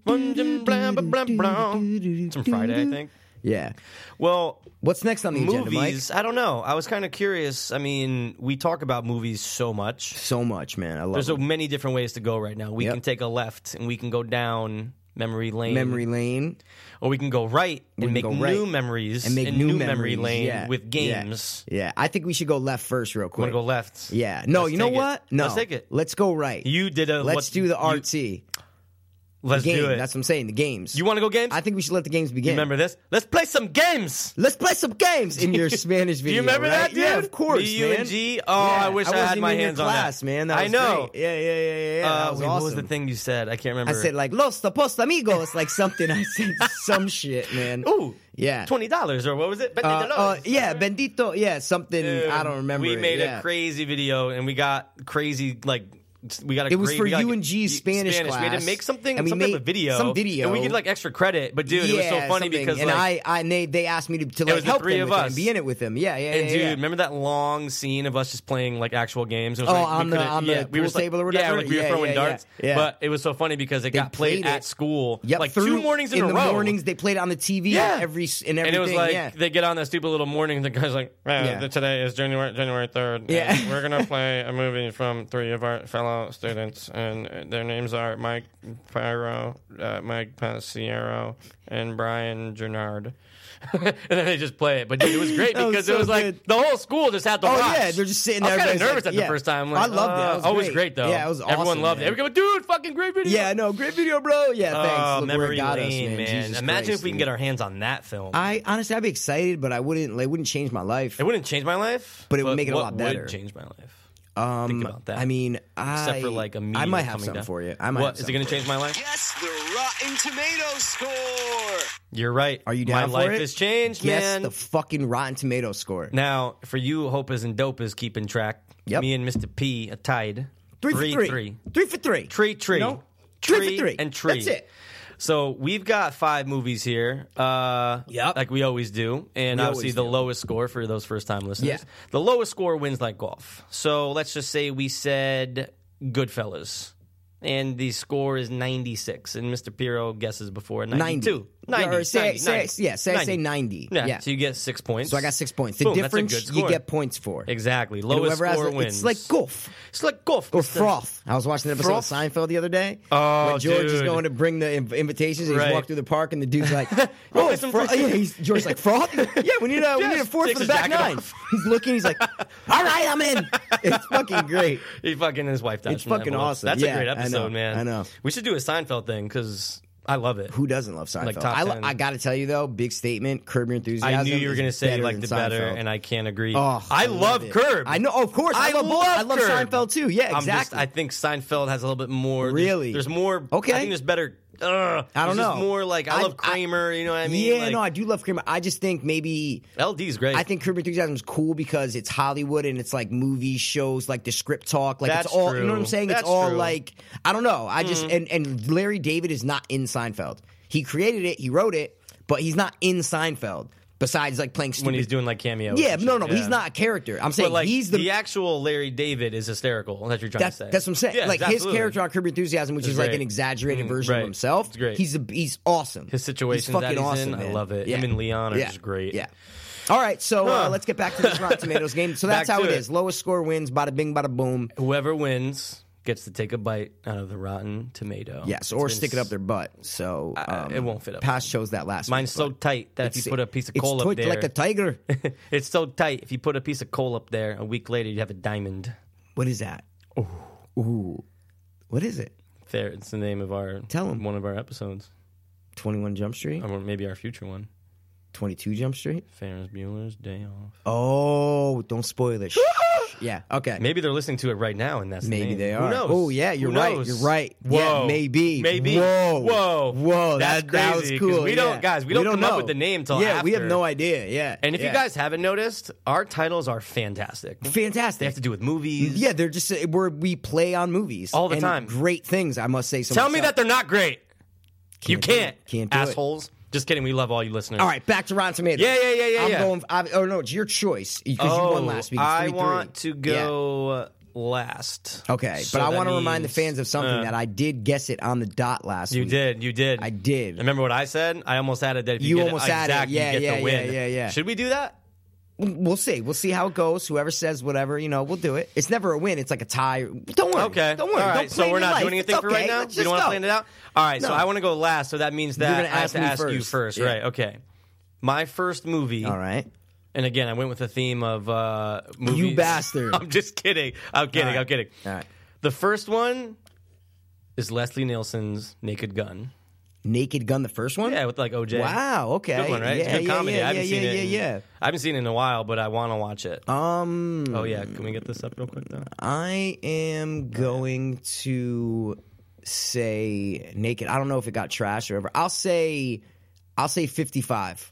Speaker 2: ones you blah blah blah blah. It's from Friday, I think.
Speaker 5: Yeah.
Speaker 2: Well,
Speaker 5: What's next on the agenda, Mike?
Speaker 2: movies. I don't know. I was kind of curious. I mean, we talk about movies so much.
Speaker 5: So much, man. I love
Speaker 2: There's
Speaker 5: it.
Speaker 2: so many different ways to go right now. We
Speaker 5: Yep.
Speaker 2: can take a left and we can go down memory lane,
Speaker 5: Memory lane.
Speaker 2: or we can go right and
Speaker 5: can
Speaker 2: make
Speaker 5: go
Speaker 2: new
Speaker 5: right
Speaker 2: memories
Speaker 5: and make
Speaker 2: in
Speaker 5: new,
Speaker 2: new, memory
Speaker 5: memories.
Speaker 2: lane
Speaker 5: yeah.
Speaker 2: with
Speaker 5: yeah,
Speaker 2: games.
Speaker 5: Yeah. I think we should go left first, real quick.
Speaker 2: Want to go left?
Speaker 5: Yeah. No,
Speaker 2: Let's
Speaker 5: you know
Speaker 2: take it.
Speaker 5: what? No,
Speaker 2: let's take it.
Speaker 5: Let's go right.
Speaker 2: You did a
Speaker 5: let's
Speaker 2: what-
Speaker 5: do the
Speaker 2: you-
Speaker 5: RT
Speaker 2: Let's
Speaker 5: game.
Speaker 2: do it.
Speaker 5: That's what I'm saying. The games.
Speaker 2: you want to go games?
Speaker 5: I think we should let the games begin.
Speaker 2: Remember this? Let's play some games.
Speaker 5: Let's play some games in your Spanish
Speaker 2: Do you
Speaker 5: video.
Speaker 2: remember
Speaker 5: right?
Speaker 2: that, dude?
Speaker 5: Yeah, of course,
Speaker 2: Me, you,
Speaker 5: man.
Speaker 2: and G. Oh,
Speaker 5: Yeah,
Speaker 2: I wish I,
Speaker 5: wasn't
Speaker 2: had
Speaker 5: even
Speaker 2: my
Speaker 5: in your
Speaker 2: hands
Speaker 5: class,
Speaker 2: on that,
Speaker 5: man. That
Speaker 2: I
Speaker 5: was
Speaker 2: know.
Speaker 5: great. Yeah, yeah, yeah, yeah. yeah.
Speaker 2: Uh,
Speaker 5: that was
Speaker 2: wait,
Speaker 5: awesome.
Speaker 2: What was the thing you said? I can't remember.
Speaker 5: I said like Los Tapos Amigos, like something. I said some shit, man.
Speaker 2: ooh,
Speaker 5: yeah.
Speaker 2: twenty dollars or what was it?
Speaker 5: Uh, uh,
Speaker 2: $20.
Speaker 5: yeah, Bendito. Yeah, something.
Speaker 2: Dude,
Speaker 5: I don't remember.
Speaker 2: We
Speaker 5: it,
Speaker 2: made
Speaker 5: yeah.
Speaker 2: a crazy video and we got crazy like. s- We got a
Speaker 5: It was
Speaker 2: great-
Speaker 5: for
Speaker 2: we got
Speaker 5: you
Speaker 2: a-
Speaker 5: and G's Spanish
Speaker 2: We had
Speaker 5: class,
Speaker 2: to make something,
Speaker 5: and we
Speaker 2: some type
Speaker 5: made
Speaker 2: of video,
Speaker 5: some video.
Speaker 2: and we get like extra credit. But dude, it was so
Speaker 5: Yeah,
Speaker 2: funny
Speaker 5: something.
Speaker 2: because
Speaker 5: and
Speaker 2: like,
Speaker 5: I, I, and they, they asked me to, to
Speaker 2: It
Speaker 5: like
Speaker 2: was the
Speaker 5: help
Speaker 2: three
Speaker 5: them
Speaker 2: of
Speaker 5: with it
Speaker 2: us.
Speaker 5: and be in it with them. Yeah, yeah,
Speaker 2: And
Speaker 5: yeah,
Speaker 2: dude,
Speaker 5: yeah.
Speaker 2: remember that long scene of us just playing like actual games? It was
Speaker 5: Oh,
Speaker 2: like, we
Speaker 5: on the-
Speaker 2: couldn't-
Speaker 5: on the
Speaker 2: yeah, we
Speaker 5: pool
Speaker 2: were just, like-
Speaker 5: table or
Speaker 2: Yeah,
Speaker 5: whatever?
Speaker 2: like, we
Speaker 5: Yeah,
Speaker 2: were throwing
Speaker 5: yeah, yeah,
Speaker 2: darts.
Speaker 5: yeah.
Speaker 2: But it was so funny because it
Speaker 5: They
Speaker 2: got played,
Speaker 5: played
Speaker 2: at
Speaker 5: it.
Speaker 2: school,
Speaker 5: Yep,
Speaker 2: like
Speaker 5: through-
Speaker 2: two mornings in,
Speaker 5: in
Speaker 2: a
Speaker 5: the
Speaker 2: row.
Speaker 5: mornings they played it on the TV.
Speaker 2: Yeah.
Speaker 5: and every s- and
Speaker 2: and
Speaker 5: everything.
Speaker 2: it was like
Speaker 5: yeah.
Speaker 2: they get on that stupid little morning, and the guy's like, "Yeah,
Speaker 5: Yeah.
Speaker 2: th- today is January January third.
Speaker 5: Yeah.
Speaker 2: we're gonna play a movie from three of our fellow students, and uh, their names are Mike Pyro, uh, Mike Paciero, and Brian Gennard." and then they just play it, but dude, it was great
Speaker 5: That was
Speaker 2: because
Speaker 5: so
Speaker 2: it was like
Speaker 5: good.
Speaker 2: the whole school just had to
Speaker 5: Oh,
Speaker 2: watch.
Speaker 5: yeah, they're just sitting
Speaker 2: I was
Speaker 5: there,
Speaker 2: kind of
Speaker 5: everybody's
Speaker 2: nervous
Speaker 5: like,
Speaker 2: at the
Speaker 5: yeah.
Speaker 2: first time.
Speaker 5: I loved it. That
Speaker 2: uh,
Speaker 5: was
Speaker 2: oh, it was
Speaker 5: great.
Speaker 2: great though.
Speaker 5: Yeah, it was
Speaker 2: Everyone
Speaker 5: awesome,
Speaker 2: loved
Speaker 5: man.
Speaker 2: it. Everyone, dude, fucking great video.
Speaker 5: yeah, no, great video, bro. Yeah, thanks.
Speaker 2: Oh,
Speaker 5: Look where
Speaker 2: memory
Speaker 5: it got us,
Speaker 2: lane,
Speaker 5: man. Jesus
Speaker 2: Imagine
Speaker 5: Christ,
Speaker 2: if we can
Speaker 5: dude.
Speaker 2: get our hands on that film.
Speaker 5: I honestly, I'd be excited, but I wouldn't. Like, it wouldn't change my life.
Speaker 2: It wouldn't change my life,
Speaker 5: But it would make it a
Speaker 2: what
Speaker 5: lot better.
Speaker 2: Would change my life,
Speaker 5: um,
Speaker 2: think about that.
Speaker 5: I mean, I,
Speaker 2: except for like a meteor
Speaker 5: I might have
Speaker 2: coming
Speaker 5: something
Speaker 2: down.
Speaker 5: for you. I might.
Speaker 2: What,
Speaker 5: have
Speaker 2: is it going to
Speaker 5: something.
Speaker 2: change my life?
Speaker 6: Guess the Rotten Tomatoes score.
Speaker 2: You're right.
Speaker 5: Are you down
Speaker 2: My
Speaker 5: for
Speaker 2: life
Speaker 5: it?
Speaker 2: has changed,
Speaker 5: Guess
Speaker 2: man.
Speaker 5: the fucking Rotten Tomato score.
Speaker 2: now, for you, hope is and dope is keeping track.
Speaker 5: Yep.
Speaker 2: Me and Mister P are tied.
Speaker 5: Three for three. Three for three.
Speaker 2: Tree, tree.
Speaker 5: No.
Speaker 2: Tree,
Speaker 5: Three for three.
Speaker 2: and tree.
Speaker 5: That's it.
Speaker 2: So we've got five movies here, uh,
Speaker 5: Yep.
Speaker 2: like we always do, and
Speaker 5: We
Speaker 2: obviously
Speaker 5: always
Speaker 2: the
Speaker 5: do.
Speaker 2: lowest score for those first-time listeners.
Speaker 5: Yeah.
Speaker 2: The lowest score wins like golf. So let's just say we said Goodfellas, and the score is 96, and Mr. Piro guesses before 92. 90,
Speaker 5: Or say,
Speaker 2: 90,
Speaker 5: say,
Speaker 2: 90.
Speaker 5: yeah, say, say 90.
Speaker 2: Yeah,
Speaker 5: Yeah.
Speaker 2: so you get six points.
Speaker 5: So I got six points. The
Speaker 2: Boom, that's a
Speaker 5: difference
Speaker 2: good
Speaker 5: you
Speaker 2: score.
Speaker 5: get points for.
Speaker 2: Exactly.
Speaker 5: And
Speaker 2: Lowest
Speaker 5: whoever has
Speaker 2: score
Speaker 5: the-
Speaker 2: wins.
Speaker 5: It's like golf
Speaker 2: It's like golf.
Speaker 5: or
Speaker 2: It's the-
Speaker 5: froth. I was watching an episode
Speaker 2: Froth?
Speaker 5: of Seinfeld the other day.
Speaker 2: Oh,
Speaker 5: when George is
Speaker 2: dude.
Speaker 5: going to bring the inv- invitations. And
Speaker 2: Right.
Speaker 5: He's walked through the park, and the dude's like,
Speaker 2: Roll
Speaker 5: "Oh,
Speaker 2: me some
Speaker 5: froth."
Speaker 2: free-
Speaker 5: yeah." He's, George's like, "Froth? Yeah, we need a we
Speaker 2: Yes.
Speaker 5: need a fourth
Speaker 2: Takes
Speaker 5: for the
Speaker 2: his
Speaker 5: back
Speaker 2: jacket
Speaker 5: nine.
Speaker 2: off.
Speaker 5: He's looking. He's like, "All right, I'm in." It's fucking great.
Speaker 2: He fucking his wife dies.
Speaker 5: It's
Speaker 2: from that
Speaker 5: fucking
Speaker 2: bullet.
Speaker 5: awesome.
Speaker 2: That's
Speaker 5: Yeah,
Speaker 2: a great
Speaker 5: I know,
Speaker 2: episode, man.
Speaker 5: I know.
Speaker 2: We should do a Seinfeld thing because I love it.
Speaker 5: Who doesn't love Seinfeld?
Speaker 2: top
Speaker 5: I,
Speaker 2: 10.
Speaker 5: I got to tell you though, big statement. Curb your enthusiasm.
Speaker 2: I knew you were gonna
Speaker 5: going to
Speaker 2: say like the better, and I can't agree.
Speaker 5: Oh,
Speaker 2: I,
Speaker 5: I
Speaker 2: love
Speaker 5: love it.
Speaker 2: Curb.
Speaker 5: I know- of course, I love both. I love Seinfeld, too. Yeah,
Speaker 2: I'm just-
Speaker 5: exactly.
Speaker 2: I think Seinfeld has a little bit more. there's-
Speaker 5: Really?
Speaker 2: There's, more.
Speaker 5: Okay.
Speaker 2: I think there's better. Ugh,
Speaker 5: I don't
Speaker 2: There's just
Speaker 5: know.
Speaker 2: more like I,
Speaker 5: I-
Speaker 2: love
Speaker 5: I-
Speaker 2: Kramer. you know what I mean?
Speaker 5: yeah,
Speaker 2: like,
Speaker 5: no, I do love Kramer. I just think maybe
Speaker 2: LD's great.
Speaker 5: I think Curb Your Enthusiasm is cool because it's Hollywood and it's like movie shows, like the script talk, like
Speaker 2: That's
Speaker 5: it's all you
Speaker 2: true.
Speaker 5: know what I'm saying.
Speaker 2: That's
Speaker 5: it's all
Speaker 2: true. Mm.
Speaker 5: like I don't know. I just and and Larry David is not in Seinfeld. He created it, he wrote it, but he's not in Seinfeld. Besides, like playing stupid.
Speaker 2: when he's doing like cameos.
Speaker 5: yeah,
Speaker 2: and
Speaker 5: no,
Speaker 2: shit,
Speaker 5: no, but he's
Speaker 2: yeah.
Speaker 5: not a character. I'm saying
Speaker 2: But like
Speaker 5: he's the.
Speaker 2: actual Larry David is hysterical. That's what you're trying
Speaker 5: that's,
Speaker 2: to say.
Speaker 5: that's what I'm saying.
Speaker 2: Yeah,
Speaker 5: like his
Speaker 2: absolutely.
Speaker 5: character on Curb Your Enthusiasm, which
Speaker 2: It's
Speaker 5: is like
Speaker 2: great.
Speaker 5: an exaggerated
Speaker 2: Mm,
Speaker 5: version
Speaker 2: right.
Speaker 5: of himself.
Speaker 2: It's great.
Speaker 5: He's a, he's awesome.
Speaker 2: His situation
Speaker 5: he's
Speaker 2: that
Speaker 5: fucking
Speaker 2: he's
Speaker 5: awesome.
Speaker 2: in, I
Speaker 5: man.
Speaker 2: love it.
Speaker 5: Yeah.
Speaker 2: Him and Leon are
Speaker 5: yeah.
Speaker 2: just great.
Speaker 5: Yeah. All right, so
Speaker 2: Huh.
Speaker 5: uh, let's get back to this Rotten Tomatoes game. So that's
Speaker 2: Back
Speaker 5: how
Speaker 2: to
Speaker 5: it
Speaker 2: it. Oh,
Speaker 5: is. Lowest score wins. Bada bing, bada boom.
Speaker 2: Whoever wins gets to take a bite out of the rotten tomato.
Speaker 5: Yes, or
Speaker 2: It's been
Speaker 5: stick it up
Speaker 2: s-
Speaker 5: their butt. So
Speaker 2: Uh,
Speaker 5: um,
Speaker 2: it won't fit up.
Speaker 5: Pass chose that last.
Speaker 2: Mine's
Speaker 5: week,
Speaker 2: so
Speaker 5: but
Speaker 2: tight that if you
Speaker 5: it's-
Speaker 2: put a piece of
Speaker 5: it's
Speaker 2: coal up
Speaker 5: tight
Speaker 2: there,
Speaker 5: like a tiger.
Speaker 2: it's so tight. If you put a piece of coal up there, a week later you have a diamond.
Speaker 5: what is that? Oh, ooh, what is it?
Speaker 2: There, it's the name of our
Speaker 5: Tell 'em.
Speaker 2: one of our episodes,
Speaker 5: Twenty-one Jump Street,
Speaker 2: or maybe our future one.
Speaker 5: twenty-two Jump Street.
Speaker 2: Ferris Bueller's Day Off.
Speaker 5: Oh, don't spoil it. Shh. yeah, okay.
Speaker 2: Maybe they're listening to it right now, and that's the
Speaker 5: Maybe
Speaker 2: name.
Speaker 5: they
Speaker 2: Who
Speaker 5: are.
Speaker 2: knows?
Speaker 5: Oh yeah, you're
Speaker 2: Who
Speaker 5: right.
Speaker 2: knows?
Speaker 5: You're right.
Speaker 2: Whoa.
Speaker 5: Yeah, maybe.
Speaker 2: Maybe.
Speaker 5: Whoa.
Speaker 2: Whoa.
Speaker 5: Whoa.
Speaker 2: That's
Speaker 5: that, that was
Speaker 2: crazy, 'cause
Speaker 5: cool.
Speaker 2: we
Speaker 5: yeah.
Speaker 2: don't- guys, we don't come up
Speaker 5: know.
Speaker 2: with the name till
Speaker 5: Yeah, we have
Speaker 2: after.
Speaker 5: no idea. Yeah.
Speaker 2: And if you
Speaker 5: yeah.
Speaker 2: guys haven't noticed, our titles are fantastic.
Speaker 5: fantastic.
Speaker 2: They have to do with movies.
Speaker 5: Yeah, they're just uh, we're, we play on movies
Speaker 2: All the
Speaker 5: and
Speaker 2: time.
Speaker 5: Great things, I must say. so
Speaker 2: Tell me
Speaker 5: myself.
Speaker 2: that they're not great. you
Speaker 5: Can't do
Speaker 2: can't.
Speaker 5: it. Can't do it.
Speaker 2: assholes. Just kidding. We love all you listeners.
Speaker 5: All right, back to Rotten Tomatoes.
Speaker 2: Yeah, yeah, yeah, yeah,
Speaker 5: I'm
Speaker 2: yeah.
Speaker 5: going. I, oh no, it's your choice because you won last week. It's
Speaker 2: Oh, I
Speaker 5: 3-3.
Speaker 2: want to
Speaker 5: Yeah.
Speaker 2: go last.
Speaker 5: Okay,
Speaker 2: So
Speaker 5: but I
Speaker 2: that
Speaker 5: want to remind the
Speaker 2: means-
Speaker 5: fans of something
Speaker 2: Uh,
Speaker 5: that I did guess it on the dot last
Speaker 2: You
Speaker 5: week.
Speaker 2: did, you did.
Speaker 5: I did.
Speaker 2: Remember what I said? I almost added that if you,
Speaker 5: You
Speaker 2: get
Speaker 5: almost
Speaker 2: it,
Speaker 5: added,
Speaker 2: exact,
Speaker 5: yeah,
Speaker 2: you get
Speaker 5: yeah,
Speaker 2: the win.
Speaker 5: yeah, yeah, yeah.
Speaker 2: Should we do that?
Speaker 5: We'll see. We'll see how it goes. Whoever says whatever, you know, we'll do it. It's never a win. It's like a tie. Don't worry.
Speaker 2: Okay.
Speaker 5: Don't worry.
Speaker 2: All
Speaker 5: Don't
Speaker 2: right. so
Speaker 5: plan
Speaker 2: we're
Speaker 5: your
Speaker 2: not
Speaker 5: life.
Speaker 2: doing anything
Speaker 5: It's
Speaker 2: for
Speaker 5: okay.
Speaker 2: right now.
Speaker 5: Let's
Speaker 2: we
Speaker 5: just
Speaker 2: don't want
Speaker 5: go.
Speaker 2: to plan it out. All right. So
Speaker 5: No.
Speaker 2: I want to go last. So that means that
Speaker 5: gonna
Speaker 2: I have
Speaker 5: ask
Speaker 2: to
Speaker 5: me
Speaker 2: ask you
Speaker 5: first.
Speaker 2: first,
Speaker 5: Yeah.
Speaker 2: right? Okay. My first movie.
Speaker 5: All right.
Speaker 2: And again, I went with the theme of uh, movies.
Speaker 5: bastard.
Speaker 2: I'm just kidding. I'm kidding.
Speaker 5: right.
Speaker 2: I'm kidding.
Speaker 5: All right.
Speaker 2: The first one is Leslie Nielsen's Naked Gun.
Speaker 5: Naked Gun, the first one.
Speaker 2: Yeah, with like OJ.
Speaker 5: Wow. Okay.
Speaker 2: Good one, right?
Speaker 5: Yeah,
Speaker 2: it's a good
Speaker 5: yeah,
Speaker 2: comedy.
Speaker 5: Yeah,
Speaker 2: I
Speaker 5: yeah,
Speaker 2: haven't
Speaker 5: yeah,
Speaker 2: seen it. in-
Speaker 5: yeah, yeah.
Speaker 2: I haven't seen it in a while, but I want to watch it.
Speaker 5: Um,
Speaker 2: oh yeah, can we get this up real quick though?
Speaker 5: I am going to say naked. I don't know if it got trash or whatever. I'll say, I'll say fifty-five.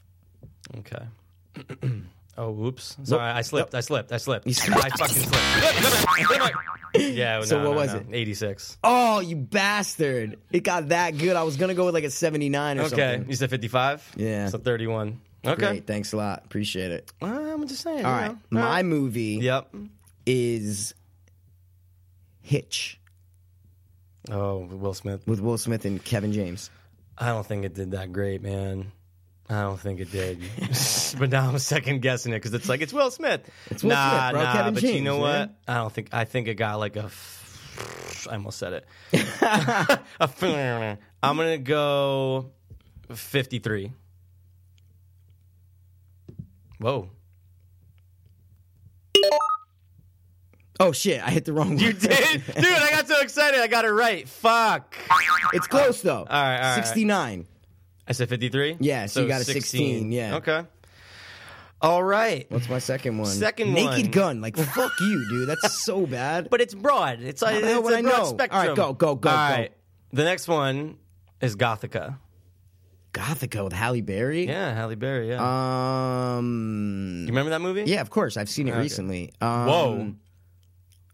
Speaker 2: Okay. oh, whoops. Sorry, I slipped. I slipped. I slipped. I fucking slipped. yeah.
Speaker 5: So
Speaker 2: no,
Speaker 5: what
Speaker 2: no,
Speaker 5: was
Speaker 2: no.
Speaker 5: it?
Speaker 2: Eighty-six.
Speaker 5: Oh, you bastard! It got that good. I was gonna go with like a seventy-nine or
Speaker 2: Okay.
Speaker 5: something.
Speaker 2: You said fifty-five.
Speaker 5: Yeah.
Speaker 2: So thirty-one. Okay.
Speaker 5: Great. Thanks a lot. Appreciate it.
Speaker 2: Uh, I'm just saying.
Speaker 5: All
Speaker 2: you
Speaker 5: right.
Speaker 2: know.
Speaker 5: My
Speaker 2: All right.
Speaker 5: movie
Speaker 2: Yep.
Speaker 5: is Hitch
Speaker 2: Oh, Will Smith.
Speaker 5: with Will Smith and Kevin James.
Speaker 2: I don't think it did that great, man. I don't think it did. but now I'm second guessing it because it's like it's Will Smith. It's
Speaker 5: Will
Speaker 2: nah,
Speaker 5: Smith, bro.
Speaker 2: nah.
Speaker 5: Kevin
Speaker 2: but you
Speaker 5: James,
Speaker 2: know
Speaker 5: man.
Speaker 2: what? I don't think. I think it got like a. F- I almost said it. A f- I'm gonna go 53. Whoa.
Speaker 5: Oh shit! I hit the wrong one.
Speaker 2: You did? Dude, I got so excited. I got it right. Fuck.
Speaker 5: It's close though. All
Speaker 2: right, all right.
Speaker 5: Sixty-nine.
Speaker 2: I said 53?
Speaker 5: Yeah, so you got a 16, yeah.
Speaker 2: Okay. All right.
Speaker 5: What's my second one?
Speaker 2: Second
Speaker 5: Naked
Speaker 2: one.
Speaker 5: Gun. Like fuck you, dude. That's so bad.
Speaker 2: but it's broad. It's like
Speaker 5: know
Speaker 2: it's
Speaker 5: what
Speaker 2: a
Speaker 5: I
Speaker 2: broad
Speaker 5: know.
Speaker 2: spectrum.
Speaker 5: All right, go, go, go,
Speaker 2: All
Speaker 5: go.
Speaker 2: right. The next one is Gothica.
Speaker 5: Gothica with Halle Berry.
Speaker 2: Yeah, Halle Berry. Yeah,
Speaker 5: Um.
Speaker 2: you remember that movie?
Speaker 5: Yeah, of course. I've seen it
Speaker 2: Okay.
Speaker 5: recently. Um,
Speaker 2: Whoa.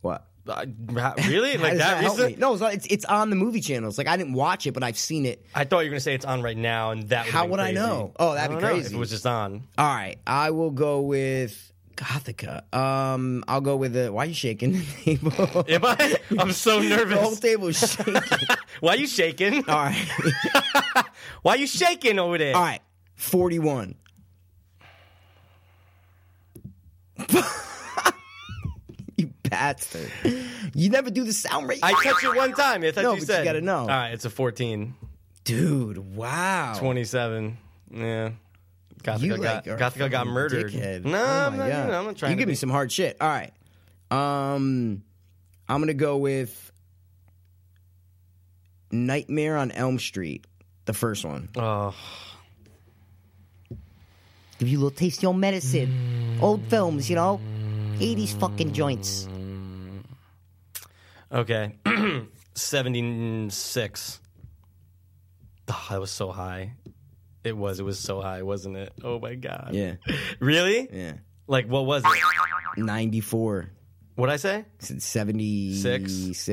Speaker 5: What?
Speaker 2: Uh, ra- really?
Speaker 5: How
Speaker 2: Like
Speaker 5: does
Speaker 2: that?
Speaker 5: help
Speaker 2: recent?
Speaker 5: me? No, it's, not- it's it's on the movie channel. It's like I didn't watch it, but I've seen it.
Speaker 2: I thought you were gonna say it's on right now, and that. would've
Speaker 5: How
Speaker 2: been
Speaker 5: would I
Speaker 2: crazy.
Speaker 5: know? Oh, that'd
Speaker 2: I
Speaker 5: be
Speaker 2: don't know,
Speaker 5: crazy.
Speaker 2: If it was just on.
Speaker 5: All right, I will go with Gothica. Um, I'll go with the. Why are you shaking the table?
Speaker 2: Am I? I'm so
Speaker 5: the whole
Speaker 2: nervous.
Speaker 5: table's shaking.
Speaker 2: Why you shaking?
Speaker 5: All right,
Speaker 2: Why you shaking over there?
Speaker 5: all right. Forty-one. you bastard! You never do the sound right,
Speaker 2: I touched it one time. I thought
Speaker 5: No,
Speaker 2: you
Speaker 5: but you
Speaker 2: said.
Speaker 5: gotta know.
Speaker 2: All right, it's a 14,
Speaker 5: dude. Wow.
Speaker 2: 27. Yeah. Gothica
Speaker 5: You
Speaker 2: got
Speaker 5: like are
Speaker 2: Gothica got
Speaker 5: fucking
Speaker 2: murdered.
Speaker 5: dickhead.
Speaker 2: No,
Speaker 5: Oh
Speaker 2: I'm not.
Speaker 5: my God.
Speaker 2: You know, I'm not trying.
Speaker 5: You
Speaker 2: to
Speaker 5: give
Speaker 2: be-
Speaker 5: me some hard shit. All right. Um, I'm gonna go with Nightmare on Elm Street, the first one.
Speaker 2: Oh.
Speaker 1: Give you a little taste of your medicine. Old films, you know? 80s fucking joints.
Speaker 2: Okay. 76. Oh, that was so high. It was. It was so high, wasn't it? Oh my god.
Speaker 5: Yeah,
Speaker 2: Really?
Speaker 5: yeah.
Speaker 2: Like what was it?
Speaker 5: Ninety-four.
Speaker 2: What'd I say?
Speaker 5: Seventy-six.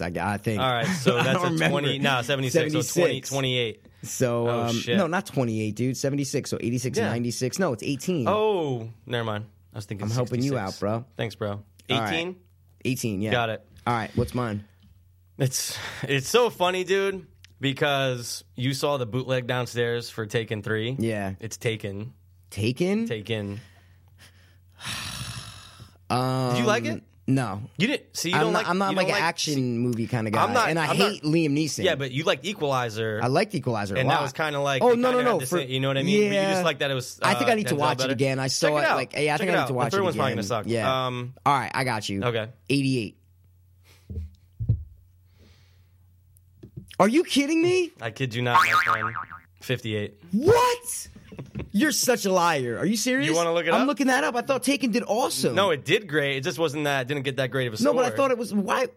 Speaker 5: I, I think.
Speaker 2: All right, so
Speaker 5: I
Speaker 2: that's
Speaker 5: don't
Speaker 2: a
Speaker 5: remember.
Speaker 2: 20. No, 76. So 20,
Speaker 5: 76.
Speaker 2: 28.
Speaker 5: So,
Speaker 2: Oh,
Speaker 5: um,
Speaker 2: shit.
Speaker 5: no, not twenty-eight, dude. Seventy-six. So eighty-six,
Speaker 2: Yeah.
Speaker 5: ninety-six. No, it's eighteen.
Speaker 2: Oh, never mind. I was thinking
Speaker 5: I'm helping you
Speaker 2: 66.
Speaker 5: out, bro.
Speaker 2: Thanks, bro.
Speaker 5: All
Speaker 2: 18?
Speaker 5: right. 18, Yeah.
Speaker 2: Got it.
Speaker 5: All right. What's mine?
Speaker 2: It's it's so funny, dude, because you saw the bootleg downstairs for Taken 3.
Speaker 5: Yeah.
Speaker 2: It's Taken.
Speaker 5: Taken.
Speaker 2: Taken.
Speaker 5: um,
Speaker 2: Did you like it?
Speaker 5: No.
Speaker 2: You didn't. See, you
Speaker 5: I'm
Speaker 2: don't
Speaker 5: not,
Speaker 2: like
Speaker 5: I'm not
Speaker 2: you
Speaker 5: like
Speaker 2: don't
Speaker 5: an action movie kind of guy,
Speaker 2: I'm not-
Speaker 5: and I
Speaker 2: I'm
Speaker 5: hate
Speaker 2: not-
Speaker 5: Liam Neeson.
Speaker 2: Yeah, but you liked Equalizer.
Speaker 5: I liked Equalizer, a
Speaker 2: and that
Speaker 5: lot.
Speaker 2: was kind of like
Speaker 5: oh
Speaker 2: they
Speaker 5: no no
Speaker 2: kinda had
Speaker 5: no,
Speaker 2: the
Speaker 5: for-
Speaker 2: same- you know what I mean? But
Speaker 5: Yeah.
Speaker 2: you just like that it was.
Speaker 5: I think
Speaker 2: uh,
Speaker 5: I need to
Speaker 2: Denzel
Speaker 5: watch
Speaker 2: better.
Speaker 5: it again. I saw
Speaker 2: Check
Speaker 5: it,
Speaker 2: out.
Speaker 5: like yeah, I
Speaker 2: Check
Speaker 5: think I
Speaker 2: it
Speaker 5: need
Speaker 2: out.
Speaker 5: to watch
Speaker 2: the third
Speaker 5: it
Speaker 2: one's
Speaker 5: again.
Speaker 2: probably gonna suck.
Speaker 5: Yeah.
Speaker 2: Um,
Speaker 5: All right, I got you.
Speaker 2: Okay.
Speaker 5: eighty-eight. Are you kidding me?
Speaker 2: I kid you not, my friend. Fifty-eight.
Speaker 5: Hmm. What? You're such a liar. Are you serious?
Speaker 2: You wanna look it
Speaker 5: I'm
Speaker 2: up?
Speaker 5: looking that up. I thought Taken did awesome.
Speaker 2: No, it did great. It just wasn't that. It didn't get that great of a
Speaker 5: no,
Speaker 2: score.
Speaker 5: but I thought it was why.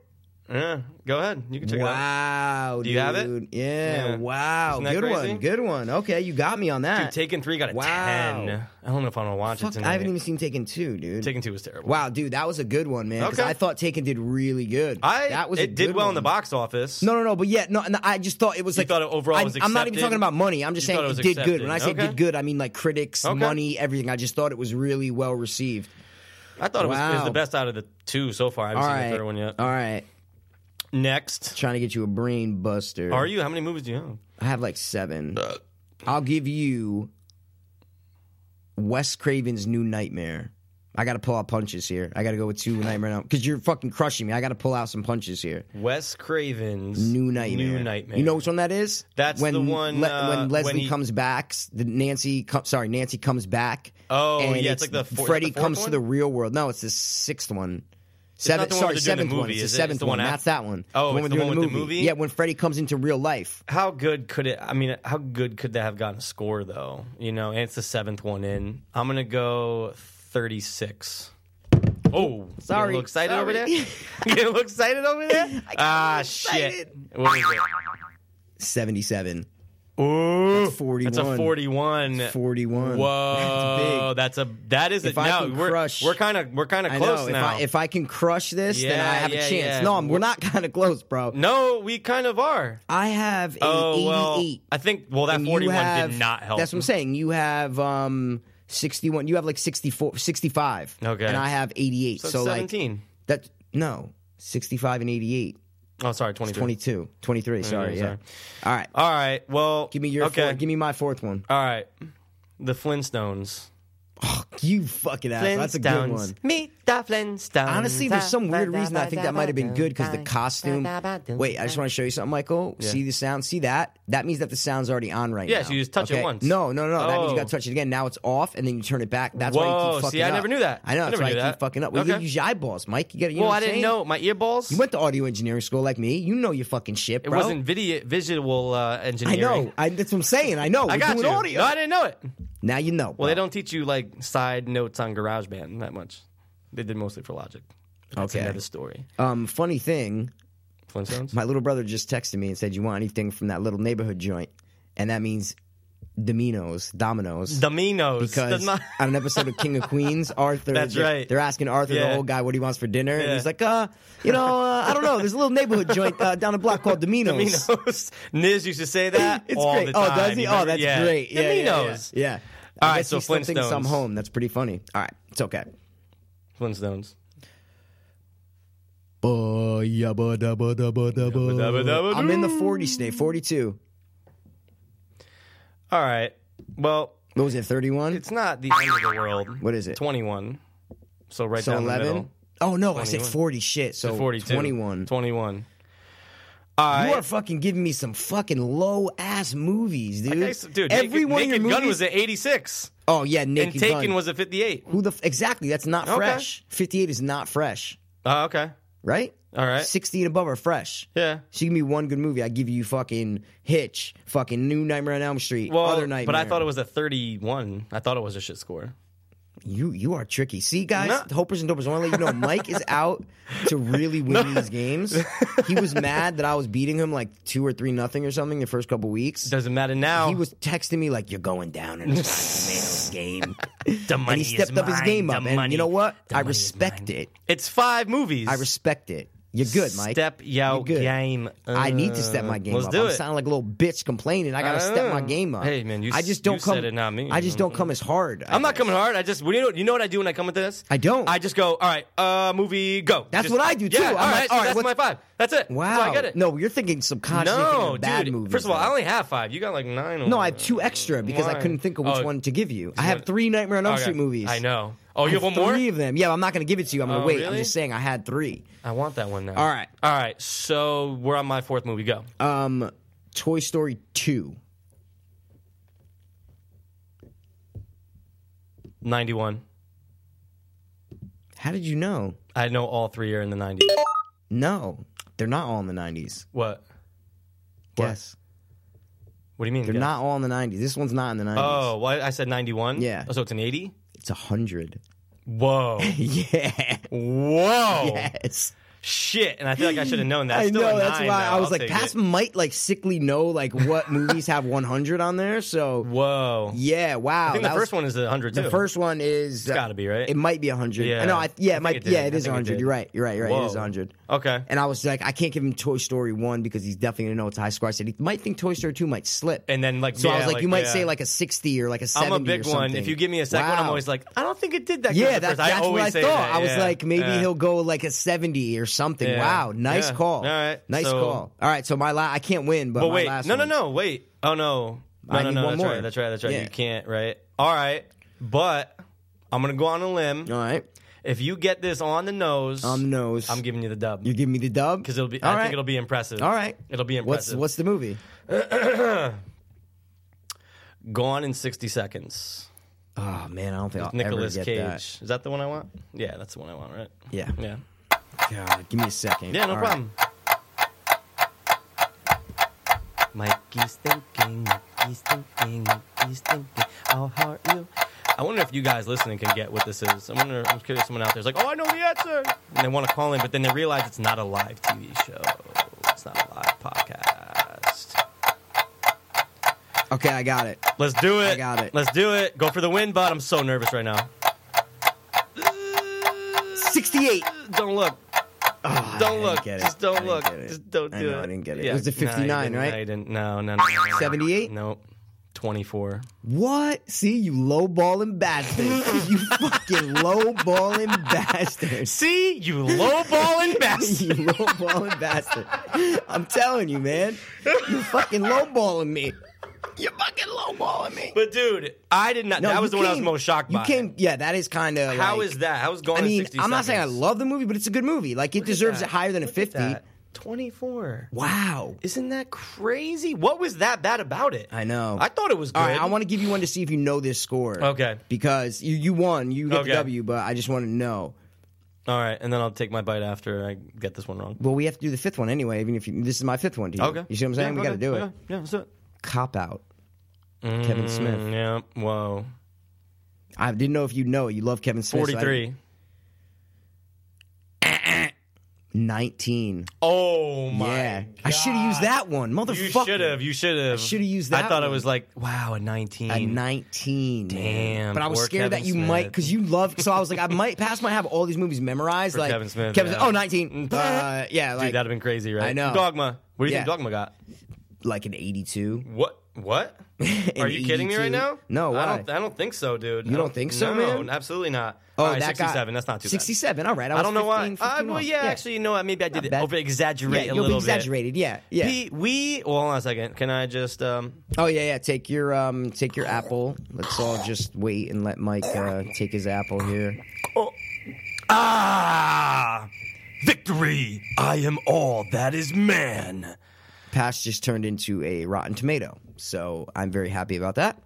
Speaker 2: Yeah, go ahead. You can check it out.
Speaker 5: Wow,
Speaker 2: you have it?
Speaker 5: dude. Yeah,
Speaker 2: Yeah.
Speaker 5: wow.
Speaker 2: Isn't that
Speaker 5: Good
Speaker 2: crazy?
Speaker 5: one. Good one. Okay, you got me on that.
Speaker 2: Dude, Taken three got a
Speaker 5: Wow.
Speaker 2: ten. I don't know if I'm gonna watch it
Speaker 5: Fuck,
Speaker 2: tonight.
Speaker 5: I haven't even seen Taken two, dude.
Speaker 2: Taken two was terrible.
Speaker 5: Wow, dude, that was a good one, man. 'cause
Speaker 2: Okay.
Speaker 5: I thought Taken did really good.
Speaker 2: I
Speaker 5: that was a
Speaker 2: it did
Speaker 5: good
Speaker 2: well
Speaker 5: one.
Speaker 2: in the box office.
Speaker 5: No, no, no, but yeah, no, no I just thought it was
Speaker 2: You
Speaker 5: like
Speaker 2: thought it overall
Speaker 5: I,
Speaker 2: was
Speaker 5: I'm not even
Speaker 2: accepted?
Speaker 5: talking about money. I'm just
Speaker 2: You
Speaker 5: saying
Speaker 2: thought it was
Speaker 5: did good. When I say
Speaker 2: accepted.
Speaker 5: did good, I mean like critics,
Speaker 2: Okay.
Speaker 5: money, everything. I just thought it was really well received.
Speaker 2: I thought it was, it was
Speaker 5: Wow.
Speaker 2: the best out of the two so far. I haven't
Speaker 5: All
Speaker 2: seen
Speaker 5: right.
Speaker 2: the third one yet.
Speaker 5: All right.
Speaker 2: Next.
Speaker 5: Trying to get you a brain buster.
Speaker 2: Are you? Uh. How many movies do you have?
Speaker 5: I have like seven. I'll give you Wes Craven's New Nightmare. I got to pull out punches here. I got to go with two Nightmare now because you're fucking crushing me. I got to pull out some punches here.
Speaker 2: Wes Craven's
Speaker 5: New Nightmare.
Speaker 2: New Nightmare.
Speaker 5: You know which one that is?
Speaker 2: That's
Speaker 5: when
Speaker 2: the one, uh,
Speaker 5: when
Speaker 2: when
Speaker 5: Leslie
Speaker 2: he-
Speaker 5: comes back. s- The Nancy, co- sorry, Nancy comes back.
Speaker 2: Oh,
Speaker 5: and
Speaker 2: yeah, it's like the four- is it
Speaker 5: Freddy
Speaker 2: the fourth
Speaker 5: comes
Speaker 2: one?
Speaker 5: to the real world. No, it's the sixth one.
Speaker 2: not
Speaker 5: Seventh,
Speaker 2: the one where
Speaker 5: sorry,
Speaker 2: they're doing the
Speaker 5: seventh one.
Speaker 2: movie,
Speaker 5: It's
Speaker 2: is it?
Speaker 5: the
Speaker 2: It's
Speaker 5: seventh
Speaker 2: the
Speaker 5: one.
Speaker 2: one after-
Speaker 5: That's that one.
Speaker 2: Oh, it's
Speaker 5: we're
Speaker 2: the
Speaker 5: doing
Speaker 2: one with the movie?
Speaker 5: Yeah, when Freddy comes into real life.
Speaker 2: how good could it? I mean, how good could that have gotten a score though? You know, and it's the seventh one in. I'm gonna go 36. Oh,
Speaker 5: Sorry,
Speaker 2: you a little excited
Speaker 5: sorry.
Speaker 2: over there. you a little excited over there. Ah, shit.
Speaker 5: excited.
Speaker 2: What is
Speaker 5: Seventy-seven.
Speaker 2: it? Ooh,
Speaker 5: That's 41.
Speaker 2: That's a 41.
Speaker 5: 41.
Speaker 2: Whoa, that's,
Speaker 5: That's big.
Speaker 2: a that is
Speaker 5: If
Speaker 2: a
Speaker 5: I
Speaker 2: now
Speaker 5: can
Speaker 2: we're
Speaker 5: crush-
Speaker 2: we're kind of we're kind of
Speaker 5: I
Speaker 2: close
Speaker 5: know.
Speaker 2: now.
Speaker 5: If I, if I can crush this, then
Speaker 2: Yeah,
Speaker 5: I have a
Speaker 2: yeah,
Speaker 5: chance.
Speaker 2: yeah.
Speaker 5: No, I'm, we're not kind of close, bro.
Speaker 2: no, we kind of are.
Speaker 5: I have a
Speaker 2: Oh well,
Speaker 5: 88.
Speaker 2: I think well that
Speaker 5: and you
Speaker 2: 41
Speaker 5: have-
Speaker 2: did not help.
Speaker 5: That's what I'm saying. You have um 61. You have like 64, 65.
Speaker 2: Okay.
Speaker 5: And I have 88.
Speaker 2: So,
Speaker 5: So,
Speaker 2: it's
Speaker 5: like
Speaker 2: 17.
Speaker 5: that. No, 65 and 88.
Speaker 2: oh, sorry, 23.
Speaker 5: 22, 23. Sorry.
Speaker 2: I'm
Speaker 5: Yeah.
Speaker 2: sorry.
Speaker 5: All right.
Speaker 2: All right. Well,
Speaker 5: Give me your.
Speaker 2: okay.
Speaker 5: Fourth, give me my fourth one.
Speaker 2: All right. The Flintstones.
Speaker 5: You fucking ass. That's a good one.
Speaker 2: Meet the Flintstones.
Speaker 5: Honestly, for some weird reason, I think that might have been good because the costume. Wait, I just want to show you something, Michael. See the sound? See that? That means that the sound's already on right now.
Speaker 2: Yeah, so you just touch it once.
Speaker 5: No, no, no. That means
Speaker 2: Oh.
Speaker 5: you got to touch it again. Now it's off, and then you turn it back. That's why you
Speaker 2: Whoa,
Speaker 5: keep fucking
Speaker 2: see, I
Speaker 5: up.
Speaker 2: never knew that.
Speaker 5: I know.
Speaker 2: I
Speaker 5: That's
Speaker 2: never
Speaker 5: why
Speaker 2: knew
Speaker 5: you
Speaker 2: that.
Speaker 5: keep fucking up. Well,
Speaker 2: Okay.
Speaker 5: you use your eyeballs, Mike. You got to. You
Speaker 2: Well,
Speaker 5: know what
Speaker 2: I
Speaker 5: I'm
Speaker 2: didn't
Speaker 5: saying?
Speaker 2: know. My earballs.
Speaker 5: You went to audio engineering school like me. You know your fucking shit,
Speaker 2: it
Speaker 5: bro.
Speaker 2: wasn't video, visual uh,
Speaker 5: I
Speaker 2: engineering.
Speaker 5: know. I, that's what I'm saying. I know.
Speaker 2: I
Speaker 5: We're
Speaker 2: got
Speaker 5: doing
Speaker 2: you.
Speaker 5: audio.
Speaker 2: No, I didn't know it.
Speaker 5: Now you know.
Speaker 2: Well,
Speaker 5: bro.
Speaker 2: they don't teach you like side notes on GarageBand that much. They did mostly for Logic. That's
Speaker 5: Okay.
Speaker 2: another story.
Speaker 5: Um, funny thing.
Speaker 2: Flintstones.
Speaker 5: My little brother just texted me and said, "You want anything from that little neighborhood joint?" And that means Domino's, Domino's,
Speaker 2: Dominos.
Speaker 5: because
Speaker 2: Does not-
Speaker 5: on an episode of King of Queens, Arthur.
Speaker 2: That's
Speaker 5: they're,
Speaker 2: right.
Speaker 5: They're asking Arthur,
Speaker 2: Yeah.
Speaker 5: the old guy, what he wants for dinner, and
Speaker 2: Yeah.
Speaker 5: he's like, "Uh, you know, uh, I don't know. There's a little neighborhood joint uh, down the block called Domino's."
Speaker 2: Dominos. Niz used to say that
Speaker 5: It's
Speaker 2: all
Speaker 5: great.
Speaker 2: the
Speaker 5: oh,
Speaker 2: time.
Speaker 5: does he?
Speaker 2: You
Speaker 5: Oh,
Speaker 2: remember?
Speaker 5: that's
Speaker 2: yeah.
Speaker 5: great. Yeah, yeah, yeah,
Speaker 2: Dominoes.
Speaker 5: Yeah.
Speaker 2: All
Speaker 5: I
Speaker 2: right,
Speaker 5: guess
Speaker 2: so
Speaker 5: he still thinks I'm
Speaker 2: Flintstones.
Speaker 5: home. That's pretty funny. All right, it's okay.
Speaker 2: Flintstones.
Speaker 5: Ba, ya, ba, da, ba, da, ba, da, ba.
Speaker 2: Ba-da-ba-da-ba-doo.
Speaker 5: I'm in the 40s today. 42.
Speaker 2: All right. Well,
Speaker 5: What was it? 31.
Speaker 2: it's not the end of the world.
Speaker 5: What is it?
Speaker 2: 21. So right
Speaker 5: So
Speaker 2: down the
Speaker 5: 11?
Speaker 2: middle.
Speaker 5: Oh, no, I said
Speaker 2: 21.
Speaker 5: 40 shit. So
Speaker 2: 42.
Speaker 5: 21.
Speaker 2: 21. All right.
Speaker 5: You are fucking giving me some fucking low ass movies, dude.
Speaker 2: Okay, so, dude,
Speaker 5: Every
Speaker 2: Naked,
Speaker 5: one
Speaker 2: Naked
Speaker 5: of your
Speaker 2: Gun
Speaker 5: movies.
Speaker 2: was at 86.
Speaker 5: oh yeah,
Speaker 2: And
Speaker 5: Naked
Speaker 2: Taken
Speaker 5: Gun.
Speaker 2: was at 58.
Speaker 5: Who the f- exactly? That's not
Speaker 2: Okay.
Speaker 5: fresh. Fifty eight is not fresh,
Speaker 2: Oh, okay.
Speaker 5: right?
Speaker 2: All right.
Speaker 5: Sixty and above are fresh.
Speaker 2: Yeah.
Speaker 5: So you give me one good movie, I give you fucking Hitch, fucking New Nightmare on Elm Street,
Speaker 2: Well,
Speaker 5: Other Nightmare.
Speaker 2: but I thought it was a 31. I thought it was a shit score.
Speaker 5: you. You are tricky. See, guys,
Speaker 2: No.
Speaker 5: the hopers and dopers. I want to let you know, Mike is out to really win these games. He was mad that I was beating him like two or three nothing or something the first couple weeks.
Speaker 2: Doesn't matter now.
Speaker 5: He was texting me like, "You're going down in the Tomatoes game,"
Speaker 2: the money
Speaker 5: and he
Speaker 2: is
Speaker 5: stepped up his
Speaker 2: mine,
Speaker 5: game
Speaker 2: the
Speaker 5: up. And
Speaker 2: money-
Speaker 5: you know what?
Speaker 2: the
Speaker 5: I
Speaker 2: money is
Speaker 5: respect
Speaker 2: mine.
Speaker 5: it.
Speaker 2: It's five movies.
Speaker 5: I respect it. You're good, Mike.
Speaker 2: Step your
Speaker 5: You're good.
Speaker 2: game.
Speaker 5: I need to
Speaker 2: up.
Speaker 5: step my game
Speaker 2: Let's
Speaker 5: up.
Speaker 2: do
Speaker 5: I'm
Speaker 2: it.
Speaker 5: sounding like a little bitch complaining. I gotta
Speaker 2: I
Speaker 5: step my
Speaker 2: know.
Speaker 5: game up.
Speaker 2: Hey, man, you
Speaker 5: I
Speaker 2: s-
Speaker 5: just don't
Speaker 2: you said
Speaker 5: come.
Speaker 2: it, not me.
Speaker 5: I just don't come as hard. I
Speaker 2: I'm not
Speaker 5: guess.
Speaker 2: coming hard. I just you know you know what I do when I come into this.
Speaker 5: I don't.
Speaker 2: I just go all right. Uh, movie go.
Speaker 5: That's
Speaker 2: Just-
Speaker 5: what I do, too.
Speaker 2: Yeah,
Speaker 5: I'm
Speaker 2: all right.
Speaker 5: like,
Speaker 2: so
Speaker 5: all right,
Speaker 2: that's
Speaker 5: what's-
Speaker 2: my five. That's it.
Speaker 5: Wow.
Speaker 2: That's how I get it.
Speaker 5: No, you're thinking subconsciously. thinking
Speaker 2: no,
Speaker 5: of bad
Speaker 2: dude.
Speaker 5: movies,
Speaker 2: First of all,
Speaker 5: though.
Speaker 2: I only have five. You got like nine. or-
Speaker 5: no, I have two extra because I
Speaker 2: Why?
Speaker 5: couldn't think of which
Speaker 2: Oh,
Speaker 5: one to give you. I have
Speaker 2: want-
Speaker 5: three Nightmare on Elm
Speaker 2: okay.
Speaker 5: Street movies.
Speaker 2: I know. Oh,
Speaker 5: I
Speaker 2: you have
Speaker 5: have
Speaker 2: one
Speaker 5: three
Speaker 2: more.
Speaker 5: of them. Yeah, I'm not gonna give it to you. I'm gonna
Speaker 2: Oh,
Speaker 5: wait. I'm
Speaker 2: really?
Speaker 5: just saying I had three.
Speaker 2: I want that one now.
Speaker 5: All right.
Speaker 2: All right. So we're on my fourth movie. Go.
Speaker 5: Um, Toy Story two.
Speaker 2: Ninety-one.
Speaker 5: How did you know?
Speaker 2: I know all three are in the nineties.
Speaker 5: No, they're not all in the nineties.
Speaker 2: What?
Speaker 5: Yes,
Speaker 2: What do you mean?
Speaker 5: they're
Speaker 2: guess?
Speaker 5: not all in the nineties. This one's not in the nineties.
Speaker 2: Oh, well, I said ninety-one.
Speaker 5: Yeah.
Speaker 2: Oh, so it's an eighty.
Speaker 5: It's a hundred.
Speaker 2: Whoa.
Speaker 5: Yeah.
Speaker 2: Whoa.
Speaker 5: Yes.
Speaker 2: Shit. And I feel like I should have known that.
Speaker 5: I
Speaker 2: Oh. Still
Speaker 5: know.
Speaker 2: a
Speaker 5: That's
Speaker 2: nine,
Speaker 5: why
Speaker 2: though.
Speaker 5: I was
Speaker 2: I'll
Speaker 5: like,
Speaker 2: take
Speaker 5: Pass
Speaker 2: it.
Speaker 5: might like sickly know like what movies have 100 on there. So
Speaker 2: Whoa.
Speaker 5: yeah, wow.
Speaker 2: I think
Speaker 5: that
Speaker 2: the
Speaker 5: was-
Speaker 2: first one is a hundred too.
Speaker 5: The first one is
Speaker 2: gotta be, right?
Speaker 5: It might be 100.
Speaker 2: Yeah.
Speaker 5: No, I, yeah,
Speaker 2: I
Speaker 5: it might.
Speaker 2: think it did.
Speaker 5: yeah,
Speaker 2: I
Speaker 5: it is
Speaker 2: think it
Speaker 5: 100.
Speaker 2: did.
Speaker 5: You're right. You're right. You're right. It is
Speaker 2: Whoa.
Speaker 5: 100.
Speaker 2: Okay.
Speaker 5: And I was like, I can't give him Toy Story one because he's definitely gonna know it's a high score. I said he might think Toy Story two might slip.
Speaker 2: And then, like,
Speaker 5: so I
Speaker 2: yeah,
Speaker 5: was like,
Speaker 2: like,
Speaker 5: you might
Speaker 2: yeah.
Speaker 5: say like a sixty or like a
Speaker 2: I'm
Speaker 5: seventy.
Speaker 2: a
Speaker 5: or
Speaker 2: big one.
Speaker 5: something.
Speaker 2: If you give me a second one, I'm
Speaker 5: Wow.
Speaker 2: always like, I don't think it did that. good
Speaker 5: Yeah,
Speaker 2: at
Speaker 5: that,
Speaker 2: first.
Speaker 5: that's
Speaker 2: I
Speaker 5: what
Speaker 2: always
Speaker 5: I
Speaker 2: say
Speaker 5: thought.
Speaker 2: that,
Speaker 5: I was
Speaker 2: yeah,
Speaker 5: like, maybe
Speaker 2: yeah.
Speaker 5: he'll go like a seventy or something.
Speaker 2: Yeah,
Speaker 5: Wow, nice
Speaker 2: yeah.
Speaker 5: call.
Speaker 2: All right,
Speaker 5: nice
Speaker 2: so-
Speaker 5: call. All right, so my la- I can't win, but,
Speaker 2: But
Speaker 5: my
Speaker 2: wait,
Speaker 5: last
Speaker 2: no, no,
Speaker 5: one.
Speaker 2: no, wait. Oh no, no,
Speaker 5: I
Speaker 2: no,
Speaker 5: need
Speaker 2: no.
Speaker 5: one
Speaker 2: that's
Speaker 5: more.
Speaker 2: right. That's right. That's right.
Speaker 5: Yeah.
Speaker 2: You can't. Right. All right. But I'm gonna go on a limb.
Speaker 5: All right, Um,
Speaker 2: If you get this on the nose,
Speaker 5: on the nose.
Speaker 2: I'm giving you the dub
Speaker 5: You're giving me the dub
Speaker 2: because it'll be.
Speaker 5: All
Speaker 2: I
Speaker 5: right.
Speaker 2: think it'll be impressive.
Speaker 5: All right.
Speaker 2: It'll be
Speaker 5: What's
Speaker 2: impressive.
Speaker 5: what's the movie?
Speaker 2: Gone in 60 seconds.
Speaker 5: Oh man, I don't think I'll
Speaker 2: Nicholas
Speaker 5: ever
Speaker 2: Cage.
Speaker 5: get
Speaker 2: Is that the one I want? Yeah, that's the one I want. Right.
Speaker 5: that. Yeah.
Speaker 2: Yeah.
Speaker 5: God, give me a second.
Speaker 2: Yeah, no
Speaker 5: All right.
Speaker 2: problem. Mikey's thinking, Mikey's thinking, Mikey's thinking, I'll hurt you. I wonder if you guys listening can get what this is. I wonder, I'm curious, someone out there's like, oh, I know the answer. And they want to call in, but then they realize it's not a live TV show. It's not a live podcast.
Speaker 5: Okay, I got it.
Speaker 2: Let's do it.
Speaker 5: I got it.
Speaker 2: Let's do it. Go for the win, bud. I'm so nervous right now.
Speaker 5: Sixty-eight.
Speaker 2: Don't look.
Speaker 5: Ah, I
Speaker 2: Don't
Speaker 5: didn't
Speaker 2: look.
Speaker 5: get it.
Speaker 2: Just
Speaker 5: I
Speaker 2: don't
Speaker 5: didn't
Speaker 2: look.
Speaker 5: get it.
Speaker 2: Just don't do
Speaker 5: I know,
Speaker 2: it.
Speaker 5: I didn't get it.
Speaker 2: Yeah.
Speaker 5: It was the
Speaker 2: No, you
Speaker 5: 59,
Speaker 2: didn't.
Speaker 5: right?
Speaker 2: No, you didn't. No, no, no, no, no.
Speaker 5: 78?
Speaker 2: No. 24.
Speaker 5: What? See, you lowballing bastard. you fucking lowballing bastard.
Speaker 2: See, you lowballing
Speaker 5: you
Speaker 2: bastard.
Speaker 5: lowballing bastard. I'm telling you, man. You fucking lowballing me. You're fucking lowballing me.
Speaker 2: but dude, I did not. that
Speaker 5: you
Speaker 2: was the one I was
Speaker 5: came-
Speaker 2: most shocked
Speaker 5: You
Speaker 2: by.
Speaker 5: came, yeah. That is kind of
Speaker 2: How
Speaker 5: like,
Speaker 2: is that? How is going?
Speaker 5: I
Speaker 2: in
Speaker 5: mean, I'm
Speaker 2: 60
Speaker 5: not saying I
Speaker 2: seconds?
Speaker 5: love the movie, but it's a good movie. Like it
Speaker 2: Look at
Speaker 5: deserves
Speaker 2: that.
Speaker 5: it higher than a
Speaker 2: Look at
Speaker 5: 50.
Speaker 2: that. 24.
Speaker 5: Wow.
Speaker 2: Isn't that crazy? What was that bad about it?
Speaker 5: I know.
Speaker 2: I thought it was good.
Speaker 5: All right, I want to give you one to see if you know this score.
Speaker 2: Okay.
Speaker 5: Because you you won, you get
Speaker 2: Okay.
Speaker 5: the W, but I just want to know.
Speaker 2: All right, and then I'll take my bite after I get this one wrong.
Speaker 5: Well, we have to do the fifth one anyway. Even if you, this is my fifth one to you.
Speaker 2: Okay.
Speaker 5: You see what I'm saying?
Speaker 2: Yeah,
Speaker 5: we got
Speaker 2: okay,
Speaker 5: to do it.
Speaker 2: okay. Yeah, let's do it.
Speaker 5: Cop out. Kevin Smith.
Speaker 2: Yeah, whoa.
Speaker 5: I didn't know if you know. it. You love Kevin Smith. so I-
Speaker 2: 43.
Speaker 5: 19.
Speaker 2: Oh my!
Speaker 5: yeah. I should have used that one.
Speaker 2: You
Speaker 5: Motherfucker.
Speaker 2: should have. You should have.
Speaker 5: shoulda used
Speaker 2: I
Speaker 5: that
Speaker 2: thought it
Speaker 5: one.
Speaker 2: was like, wow, a nineteen.
Speaker 5: A 19. man.
Speaker 2: Damn,
Speaker 5: But I was
Speaker 2: poor
Speaker 5: scared
Speaker 2: Kevin
Speaker 5: that you
Speaker 2: Smith.
Speaker 5: might, because you love, so I was like, I might, past might have all these movies memorized.
Speaker 2: For
Speaker 5: like,
Speaker 2: Kevin Smith, yeah. Mm.
Speaker 5: oh, 19. Uh, yeah,
Speaker 2: Dude,
Speaker 5: like,
Speaker 2: that'd have been crazy, right?
Speaker 5: I know.
Speaker 2: Dogma. What do you think
Speaker 5: Yeah.
Speaker 2: Dogma got?
Speaker 5: like an 82.
Speaker 2: What? What?
Speaker 5: An
Speaker 2: Are you kidding me
Speaker 5: 82.
Speaker 2: right now?
Speaker 5: E No, why?
Speaker 2: I don't. I don't think so, dude. You
Speaker 5: don't think so,
Speaker 2: no,
Speaker 5: man?
Speaker 2: absolutely not.
Speaker 5: Oh,
Speaker 2: All right,
Speaker 5: that guy-
Speaker 2: sixty-seven. That's not too bad.
Speaker 5: 67. All right. I,
Speaker 2: I
Speaker 5: was
Speaker 2: don't know why.
Speaker 5: 15, 15
Speaker 2: uh, well,
Speaker 5: off.
Speaker 2: yeah, actually, you know what? Maybe I did
Speaker 5: bad.
Speaker 2: over
Speaker 5: yeah,
Speaker 2: exaggerate a
Speaker 5: you'll
Speaker 2: little
Speaker 5: be exaggerated. Yeah, yeah.
Speaker 2: bit. He- We, well, hold on a second. Can I just? um
Speaker 5: Oh yeah, yeah. Take your um, take your apple. Let's all just wait and let Mike uh, take his apple here.
Speaker 2: Oh. Ah, victory! I am all that is man.
Speaker 5: Pass just turned into a Rotten Tomato, so I'm very happy about that.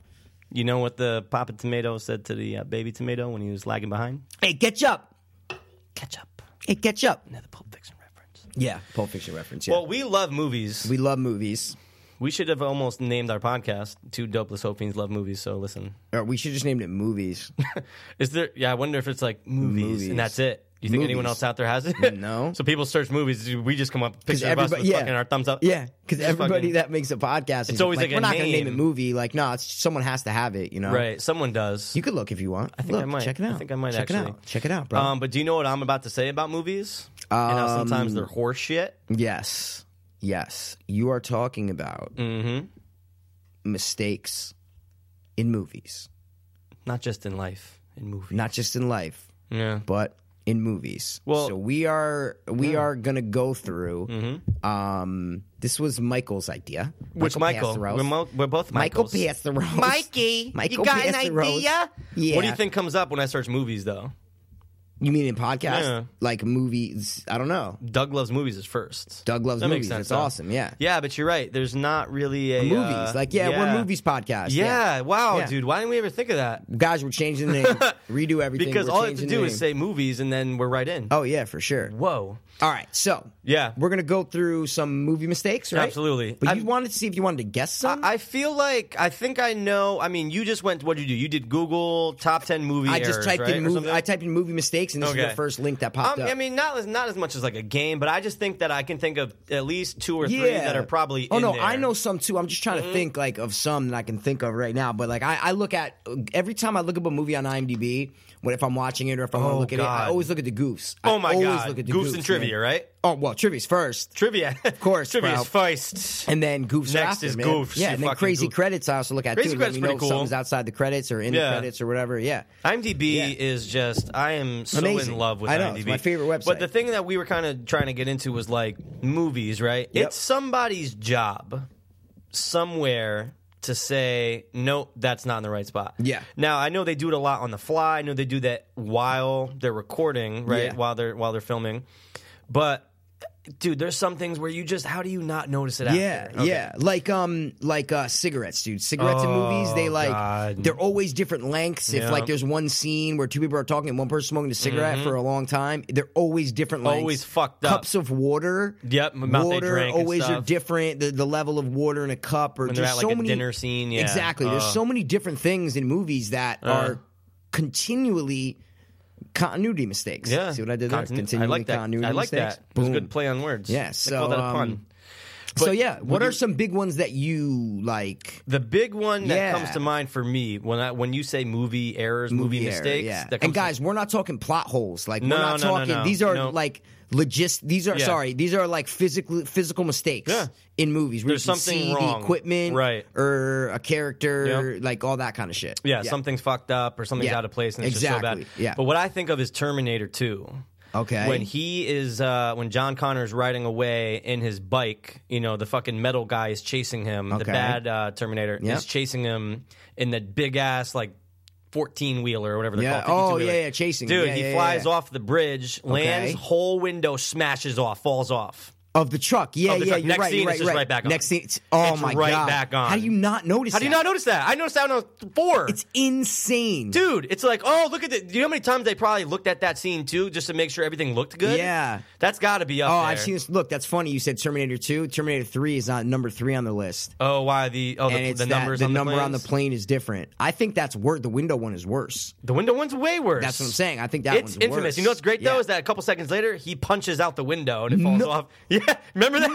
Speaker 2: You know what the Papa Tomato said to the uh, baby tomato when he was lagging behind?
Speaker 5: Hey, catch up!
Speaker 2: Catch up.
Speaker 5: Hey, catch up!
Speaker 2: Another Pulp Fiction reference.
Speaker 5: Yeah, Pulp Fiction reference. Yeah,
Speaker 2: Well, we love movies.
Speaker 5: we love movies.
Speaker 2: We should have almost named our podcast Two Dopeless Hope Fiends Love Movies, so listen.
Speaker 5: Or we should just named it movies.
Speaker 2: Is there yeah, I wonder if it's like movies,
Speaker 5: Movies.
Speaker 2: and that's it. You think anyone
Speaker 5: Movies.
Speaker 2: else out there has it?
Speaker 5: No.
Speaker 2: so people search movies, do we just come up with
Speaker 5: Because
Speaker 2: picture of us with
Speaker 5: everybody, yeah,
Speaker 2: fucking our thumbs up.
Speaker 5: Yeah, because
Speaker 2: Just
Speaker 5: everybody
Speaker 2: fucking-
Speaker 5: that makes a podcast, is
Speaker 2: always like
Speaker 5: we're
Speaker 2: a
Speaker 5: not gonna name it
Speaker 2: name.
Speaker 5: movie. Like, no, it's, someone has to have it. You know,
Speaker 2: Right, someone does.
Speaker 5: You could look if you want. I
Speaker 2: think
Speaker 5: look,
Speaker 2: I might.
Speaker 5: Check it
Speaker 2: I
Speaker 5: out.
Speaker 2: think I might
Speaker 5: check it
Speaker 2: actually.
Speaker 5: out. Check it out, bro.
Speaker 2: um, but do you know what I'm about to say about movies? and how sometimes they're horse shit?
Speaker 5: Yes. Yes. You are talking about
Speaker 2: Mm. Mm-hmm.
Speaker 5: mistakes in movies,
Speaker 2: Not just in life, in movies.
Speaker 5: not just in life,
Speaker 2: yeah.
Speaker 5: but in movies.
Speaker 2: Well-
Speaker 5: so we are we are going to go through um this was Michael's idea.
Speaker 2: Mm-hmm. Which Michael?
Speaker 5: Pastorel's.
Speaker 2: We're, mo- we're both
Speaker 5: Michael
Speaker 2: Michaels.
Speaker 5: Pastorel's.
Speaker 2: Mikey,
Speaker 5: Michael
Speaker 2: you got an
Speaker 5: Pastorel's.
Speaker 2: idea?
Speaker 5: Yeah.
Speaker 2: What do you think comes up when I search movies though?
Speaker 5: You mean in podcast?
Speaker 2: Yeah.
Speaker 5: Like movies, I don't know.
Speaker 2: Doug loves movies is first.
Speaker 5: Doug loves
Speaker 2: That makes
Speaker 5: movies.
Speaker 2: sense,
Speaker 5: It's
Speaker 2: though.
Speaker 5: awesome, yeah.
Speaker 2: Yeah, but you're right. There's not really a
Speaker 5: Movies.
Speaker 2: uh,
Speaker 5: like yeah, we're movies podcast.
Speaker 2: Yeah, wow,
Speaker 5: Yeah.
Speaker 2: dude. Why didn't we ever think of that?
Speaker 5: Guys, we're changing the name. Redo everything.
Speaker 2: Because
Speaker 5: We're
Speaker 2: all you have to
Speaker 5: changing the
Speaker 2: do is
Speaker 5: name.
Speaker 2: say movies, and then we're right in.
Speaker 5: Oh yeah, for sure.
Speaker 2: Whoa.
Speaker 5: All right, so
Speaker 2: Yeah.
Speaker 5: we're gonna go through some movie mistakes, right?
Speaker 2: Absolutely.
Speaker 5: But
Speaker 2: I've-
Speaker 5: you wanted to see if you wanted to guess some.
Speaker 2: I feel like I think I know. I mean, you just went. What did you do? You did Google top ten movie.
Speaker 5: I just
Speaker 2: errors,
Speaker 5: typed
Speaker 2: right,
Speaker 5: in
Speaker 2: or
Speaker 5: movie.
Speaker 2: something?
Speaker 5: I typed in movie mistakes, and this is
Speaker 2: Okay.
Speaker 5: the first link that popped
Speaker 2: Um,
Speaker 5: up.
Speaker 2: I mean, not as not as much as like a game, but I just think that I can think of at least two or three
Speaker 5: yeah,
Speaker 2: that are probably.
Speaker 5: Oh
Speaker 2: in
Speaker 5: no,
Speaker 2: there. Mm-hmm.
Speaker 5: I know some too. I'm just trying to think like of some that I can think of right now. But like I, I look at every time I look up a movie on IMDb when if I'm watching it or if I want to
Speaker 2: Oh,
Speaker 5: look at it. I
Speaker 2: God.
Speaker 5: always look at the goofs. I
Speaker 2: Oh my
Speaker 5: always
Speaker 2: god.
Speaker 5: look at the
Speaker 2: Goofs
Speaker 5: goofs
Speaker 2: and trivia,
Speaker 5: man.
Speaker 2: right?
Speaker 5: Oh well, trivia's first.
Speaker 2: Trivia. Of
Speaker 5: course,
Speaker 2: Trivia's
Speaker 5: bro.
Speaker 2: first.
Speaker 5: And then goofs
Speaker 2: Next
Speaker 5: after,
Speaker 2: is
Speaker 5: man.
Speaker 2: goofs, you
Speaker 5: Yeah, and then
Speaker 2: fucking
Speaker 5: crazy
Speaker 2: goof.
Speaker 5: credits I also look at
Speaker 2: Crazy
Speaker 5: too. Let
Speaker 2: credits
Speaker 5: me
Speaker 2: pretty
Speaker 5: know
Speaker 2: cool.
Speaker 5: if something's outside the credits or in
Speaker 2: Yeah.
Speaker 5: the credits or whatever. Yeah.
Speaker 2: IMDb
Speaker 5: Yeah.
Speaker 2: is just I am so
Speaker 5: Amazing.
Speaker 2: in love with
Speaker 5: I know,
Speaker 2: IMDb.
Speaker 5: it's my favorite website.
Speaker 2: But the thing that we were kind of trying to get into was like movies, right?
Speaker 5: Yep.
Speaker 2: It's somebody's job somewhere to say nope, that's not in the right spot.
Speaker 5: Yeah.
Speaker 2: Now I know they do it a lot on the fly. I know they do that while they're recording, right?
Speaker 5: Yeah.
Speaker 2: While they're while they're filming, but. Dude, there's some things where you just how do you not notice it?
Speaker 5: Yeah,
Speaker 2: after? Okay.
Speaker 5: yeah. Like um like uh cigarettes, dude. Cigarettes in movies, they like
Speaker 2: Oh, God.
Speaker 5: they're always different lengths. If
Speaker 2: Yeah. Mm-hmm.
Speaker 5: like there's one scene where two people are talking and one person smoking a cigarette for a long time, they're always different lengths.
Speaker 2: Always fucked up.
Speaker 5: Cups of water.
Speaker 2: Yep, m- amount they
Speaker 5: water
Speaker 2: drank and
Speaker 5: always are
Speaker 2: stuff.
Speaker 5: different. The, the level of water in a cup or
Speaker 2: When they're
Speaker 5: there's
Speaker 2: at, like,
Speaker 5: so
Speaker 2: a
Speaker 5: many
Speaker 2: dinner scene, yeah.
Speaker 5: Exactly. there's
Speaker 2: Uh.
Speaker 5: so many different things in movies that are continually continuity mistakes.
Speaker 2: Yeah.
Speaker 5: See what I did there?
Speaker 2: Continu-
Speaker 5: Continually
Speaker 2: I like that.
Speaker 5: continuity
Speaker 2: I like
Speaker 5: mistakes.
Speaker 2: that. It was a
Speaker 5: Boom.
Speaker 2: good play on words.
Speaker 5: Yeah,
Speaker 2: I
Speaker 5: so,
Speaker 2: call that a
Speaker 5: um,
Speaker 2: pun.
Speaker 5: so
Speaker 2: But
Speaker 5: yeah,
Speaker 2: would
Speaker 5: what are
Speaker 2: you-
Speaker 5: some big ones that you like?
Speaker 2: The big one that
Speaker 5: Yeah.
Speaker 2: comes to mind for me when I, when you say movie errors, movie,
Speaker 5: error,
Speaker 2: mistakes,
Speaker 5: yeah.
Speaker 2: that
Speaker 5: And
Speaker 2: comes to-
Speaker 5: guys, we're not talking plot holes. Like
Speaker 2: No,
Speaker 5: we're not
Speaker 2: no, no,
Speaker 5: talking.
Speaker 2: no.
Speaker 5: These are
Speaker 2: No.
Speaker 5: like logist. These are
Speaker 2: Yeah.
Speaker 5: sorry. These are like physical physical mistakes
Speaker 2: Yeah.
Speaker 5: in movies. Where
Speaker 2: There's
Speaker 5: you can
Speaker 2: something
Speaker 5: see
Speaker 2: wrong.
Speaker 5: the equipment,
Speaker 2: Right.
Speaker 5: or a character,
Speaker 2: Yep.
Speaker 5: like all that kind of shit.
Speaker 2: yeah, something's fucked up or something's
Speaker 5: Yeah.
Speaker 2: out of place and it's
Speaker 5: Exactly.
Speaker 2: just so bad.
Speaker 5: Yeah.
Speaker 2: But what I think of is Terminator 2.
Speaker 5: Okay.
Speaker 2: When he is, uh, when John Connor is riding away in his bike, you know, the fucking metal guy is chasing him. The
Speaker 5: Okay.
Speaker 2: bad uh, Terminator
Speaker 5: Yep.
Speaker 2: is chasing him in that big ass, like, 14 wheeler or whatever they're called.
Speaker 5: Yeah. Oh,
Speaker 2: 52-wheeler.
Speaker 5: yeah, yeah, chasing.
Speaker 2: Dude,
Speaker 5: Yeah,
Speaker 2: he
Speaker 5: yeah, yeah,
Speaker 2: flies
Speaker 5: yeah.
Speaker 2: off the bridge, lands, whole window smashes off, falls off.
Speaker 5: of the truck. Yeah,
Speaker 2: Of the
Speaker 5: yeah.
Speaker 2: truck.
Speaker 5: You're
Speaker 2: Next
Speaker 5: right.
Speaker 2: scene,
Speaker 5: you're
Speaker 2: it's
Speaker 5: right,
Speaker 2: just right back on.
Speaker 5: Next scene. It's, oh
Speaker 2: It's
Speaker 5: my
Speaker 2: right
Speaker 5: god.
Speaker 2: back on.
Speaker 5: How do you not notice?
Speaker 2: How do you
Speaker 5: that?
Speaker 2: not notice that? I noticed that when I was four.
Speaker 5: It's insane,
Speaker 2: Dude, it's like, oh, look at the. Do you know how many times they probably looked at that scene too, just to make sure everything looked good?
Speaker 5: Yeah.
Speaker 2: that's got to be up.
Speaker 5: Oh,
Speaker 2: there.
Speaker 5: I've seen this. Look, that's funny. You said Terminator Two. Terminator Three is on number three on the list.
Speaker 2: Oh, why the oh
Speaker 5: and
Speaker 2: the,
Speaker 5: it's
Speaker 2: the
Speaker 5: that-
Speaker 2: numbers
Speaker 5: the
Speaker 2: on the
Speaker 5: number on the
Speaker 2: planes?
Speaker 5: plane is different. I think that's worse. The window one is worse.
Speaker 2: The window one's way worse.
Speaker 5: That's what I'm saying. I think that
Speaker 2: It's
Speaker 5: one's
Speaker 2: infamous.
Speaker 5: worse.
Speaker 2: You know what's great
Speaker 5: Yeah.
Speaker 2: though is that a couple seconds later he punches out the window and it falls
Speaker 5: No-
Speaker 2: off. Yeah, remember that?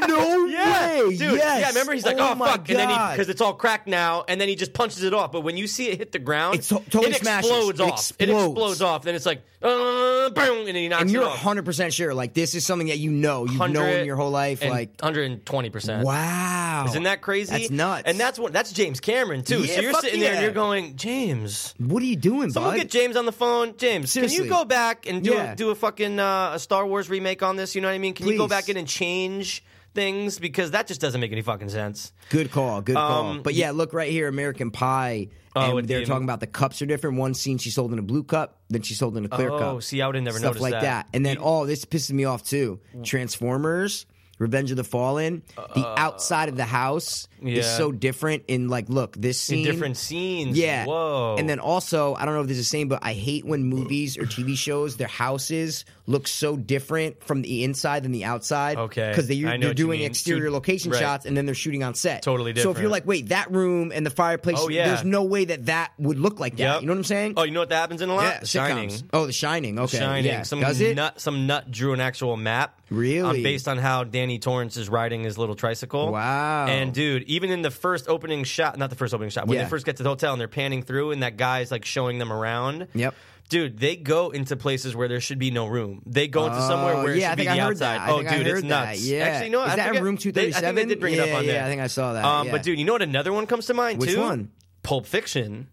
Speaker 5: No
Speaker 2: yeah.
Speaker 5: way.
Speaker 2: dude.
Speaker 5: Yes.
Speaker 2: Yeah, remember he's like,
Speaker 5: Oh
Speaker 2: oh,
Speaker 5: my
Speaker 2: fuck, and then he
Speaker 5: God.
Speaker 2: because it's all cracked now, and then he just punches it off. But when you see it hit the ground,
Speaker 5: It's to- totally
Speaker 2: it
Speaker 5: smashes.
Speaker 2: explodes
Speaker 5: It
Speaker 2: off. It
Speaker 5: explodes.
Speaker 2: explodes off. Then it's like, uh, boom, and then he knocks
Speaker 5: and
Speaker 2: it
Speaker 5: you're
Speaker 2: off.
Speaker 5: 100 percent sure. Like this is something that you know. You've known your whole life. Like
Speaker 2: 120 percent.
Speaker 5: wow,
Speaker 2: Isn't that crazy?
Speaker 5: That's nuts.
Speaker 2: And that's what that's James Cameron too.
Speaker 5: Yeah,
Speaker 2: so you're
Speaker 5: fuck
Speaker 2: sitting there and
Speaker 5: yeah.
Speaker 2: you're going, James.
Speaker 5: what are you doing,
Speaker 2: Someone
Speaker 5: bud?
Speaker 2: get James on the phone. James, can
Speaker 5: Seriously.
Speaker 2: you go back and do
Speaker 5: Yeah.
Speaker 2: a, do a fucking uh, a Star Wars remake on this? You know what I mean? Can you go
Speaker 5: Please.
Speaker 2: back in and change things because that just doesn't make any fucking sense.
Speaker 5: Good call, good call.
Speaker 2: Um,
Speaker 5: but yeah, look right here, American Pie.
Speaker 2: Oh,
Speaker 5: and
Speaker 2: with
Speaker 5: they're
Speaker 2: the-
Speaker 5: talking about the cups are different. One scene she sold in a blue cup, then she sold in a clear
Speaker 2: Oh,
Speaker 5: cup.
Speaker 2: see, I would've never
Speaker 5: stuff
Speaker 2: noticed
Speaker 5: like
Speaker 2: that.
Speaker 5: that. And then, oh, this pisses me off too. Transformers, Revenge of the Fallen. the outside of the house
Speaker 2: Uh, yeah.
Speaker 5: is so different. In like, look, this
Speaker 2: In
Speaker 5: scene,
Speaker 2: different scenes.
Speaker 5: yeah.
Speaker 2: Whoa.
Speaker 5: And then also, I don't know if this is the same, but I hate when movies or TV shows, their houses look so different from the inside than the outside.
Speaker 2: Okay.
Speaker 5: Because they,
Speaker 2: I know
Speaker 5: they're
Speaker 2: what you
Speaker 5: doing
Speaker 2: mean.
Speaker 5: exterior
Speaker 2: Two-
Speaker 5: location
Speaker 2: right.
Speaker 5: shots and then they're shooting on set.
Speaker 2: Totally
Speaker 5: So if you're
Speaker 2: different.
Speaker 5: like, wait, that room and the fireplace,
Speaker 2: Oh, yeah.
Speaker 5: there's no way that that would look like that.
Speaker 2: Yep.
Speaker 5: You know what I'm saying?
Speaker 2: Oh, you know what that happens in a lot?
Speaker 5: yeah,
Speaker 2: The
Speaker 5: sitcoms.
Speaker 2: Shining.
Speaker 5: Oh, The Shining. Okay.
Speaker 2: Shining.
Speaker 5: Yeah.
Speaker 2: Some
Speaker 5: Does it?
Speaker 2: nut. Some nut drew an actual map.
Speaker 5: Really?
Speaker 2: Um, based on how Danny Torrance is riding his little tricycle.
Speaker 5: Wow.
Speaker 2: And dude, even in the first opening shot, not the first opening shot, when
Speaker 5: Yeah.
Speaker 2: they first get to the hotel and they're panning through, and that guy's like showing them around.
Speaker 5: Yep.
Speaker 2: Dude, they go into places where there should be no room. They go into somewhere
Speaker 5: Oh,
Speaker 2: where it
Speaker 5: yeah,
Speaker 2: should
Speaker 5: I think
Speaker 2: be
Speaker 5: I
Speaker 2: the
Speaker 5: heard
Speaker 2: outside.
Speaker 5: that. I
Speaker 2: Oh,
Speaker 5: think I
Speaker 2: dude, it's
Speaker 5: heard that.
Speaker 2: nuts.
Speaker 5: Yeah.
Speaker 2: Actually, no,
Speaker 5: Is
Speaker 2: I
Speaker 5: that
Speaker 2: forget-
Speaker 5: room
Speaker 2: they- I think they
Speaker 5: 237?
Speaker 2: did bring it
Speaker 5: Yeah,
Speaker 2: up on
Speaker 5: yeah,
Speaker 2: there.
Speaker 5: I think I saw that,
Speaker 2: Um,
Speaker 5: yeah.
Speaker 2: But dude, you know what? Another one comes to mind
Speaker 5: Which
Speaker 2: too.
Speaker 5: one?
Speaker 2: Pulp Fiction.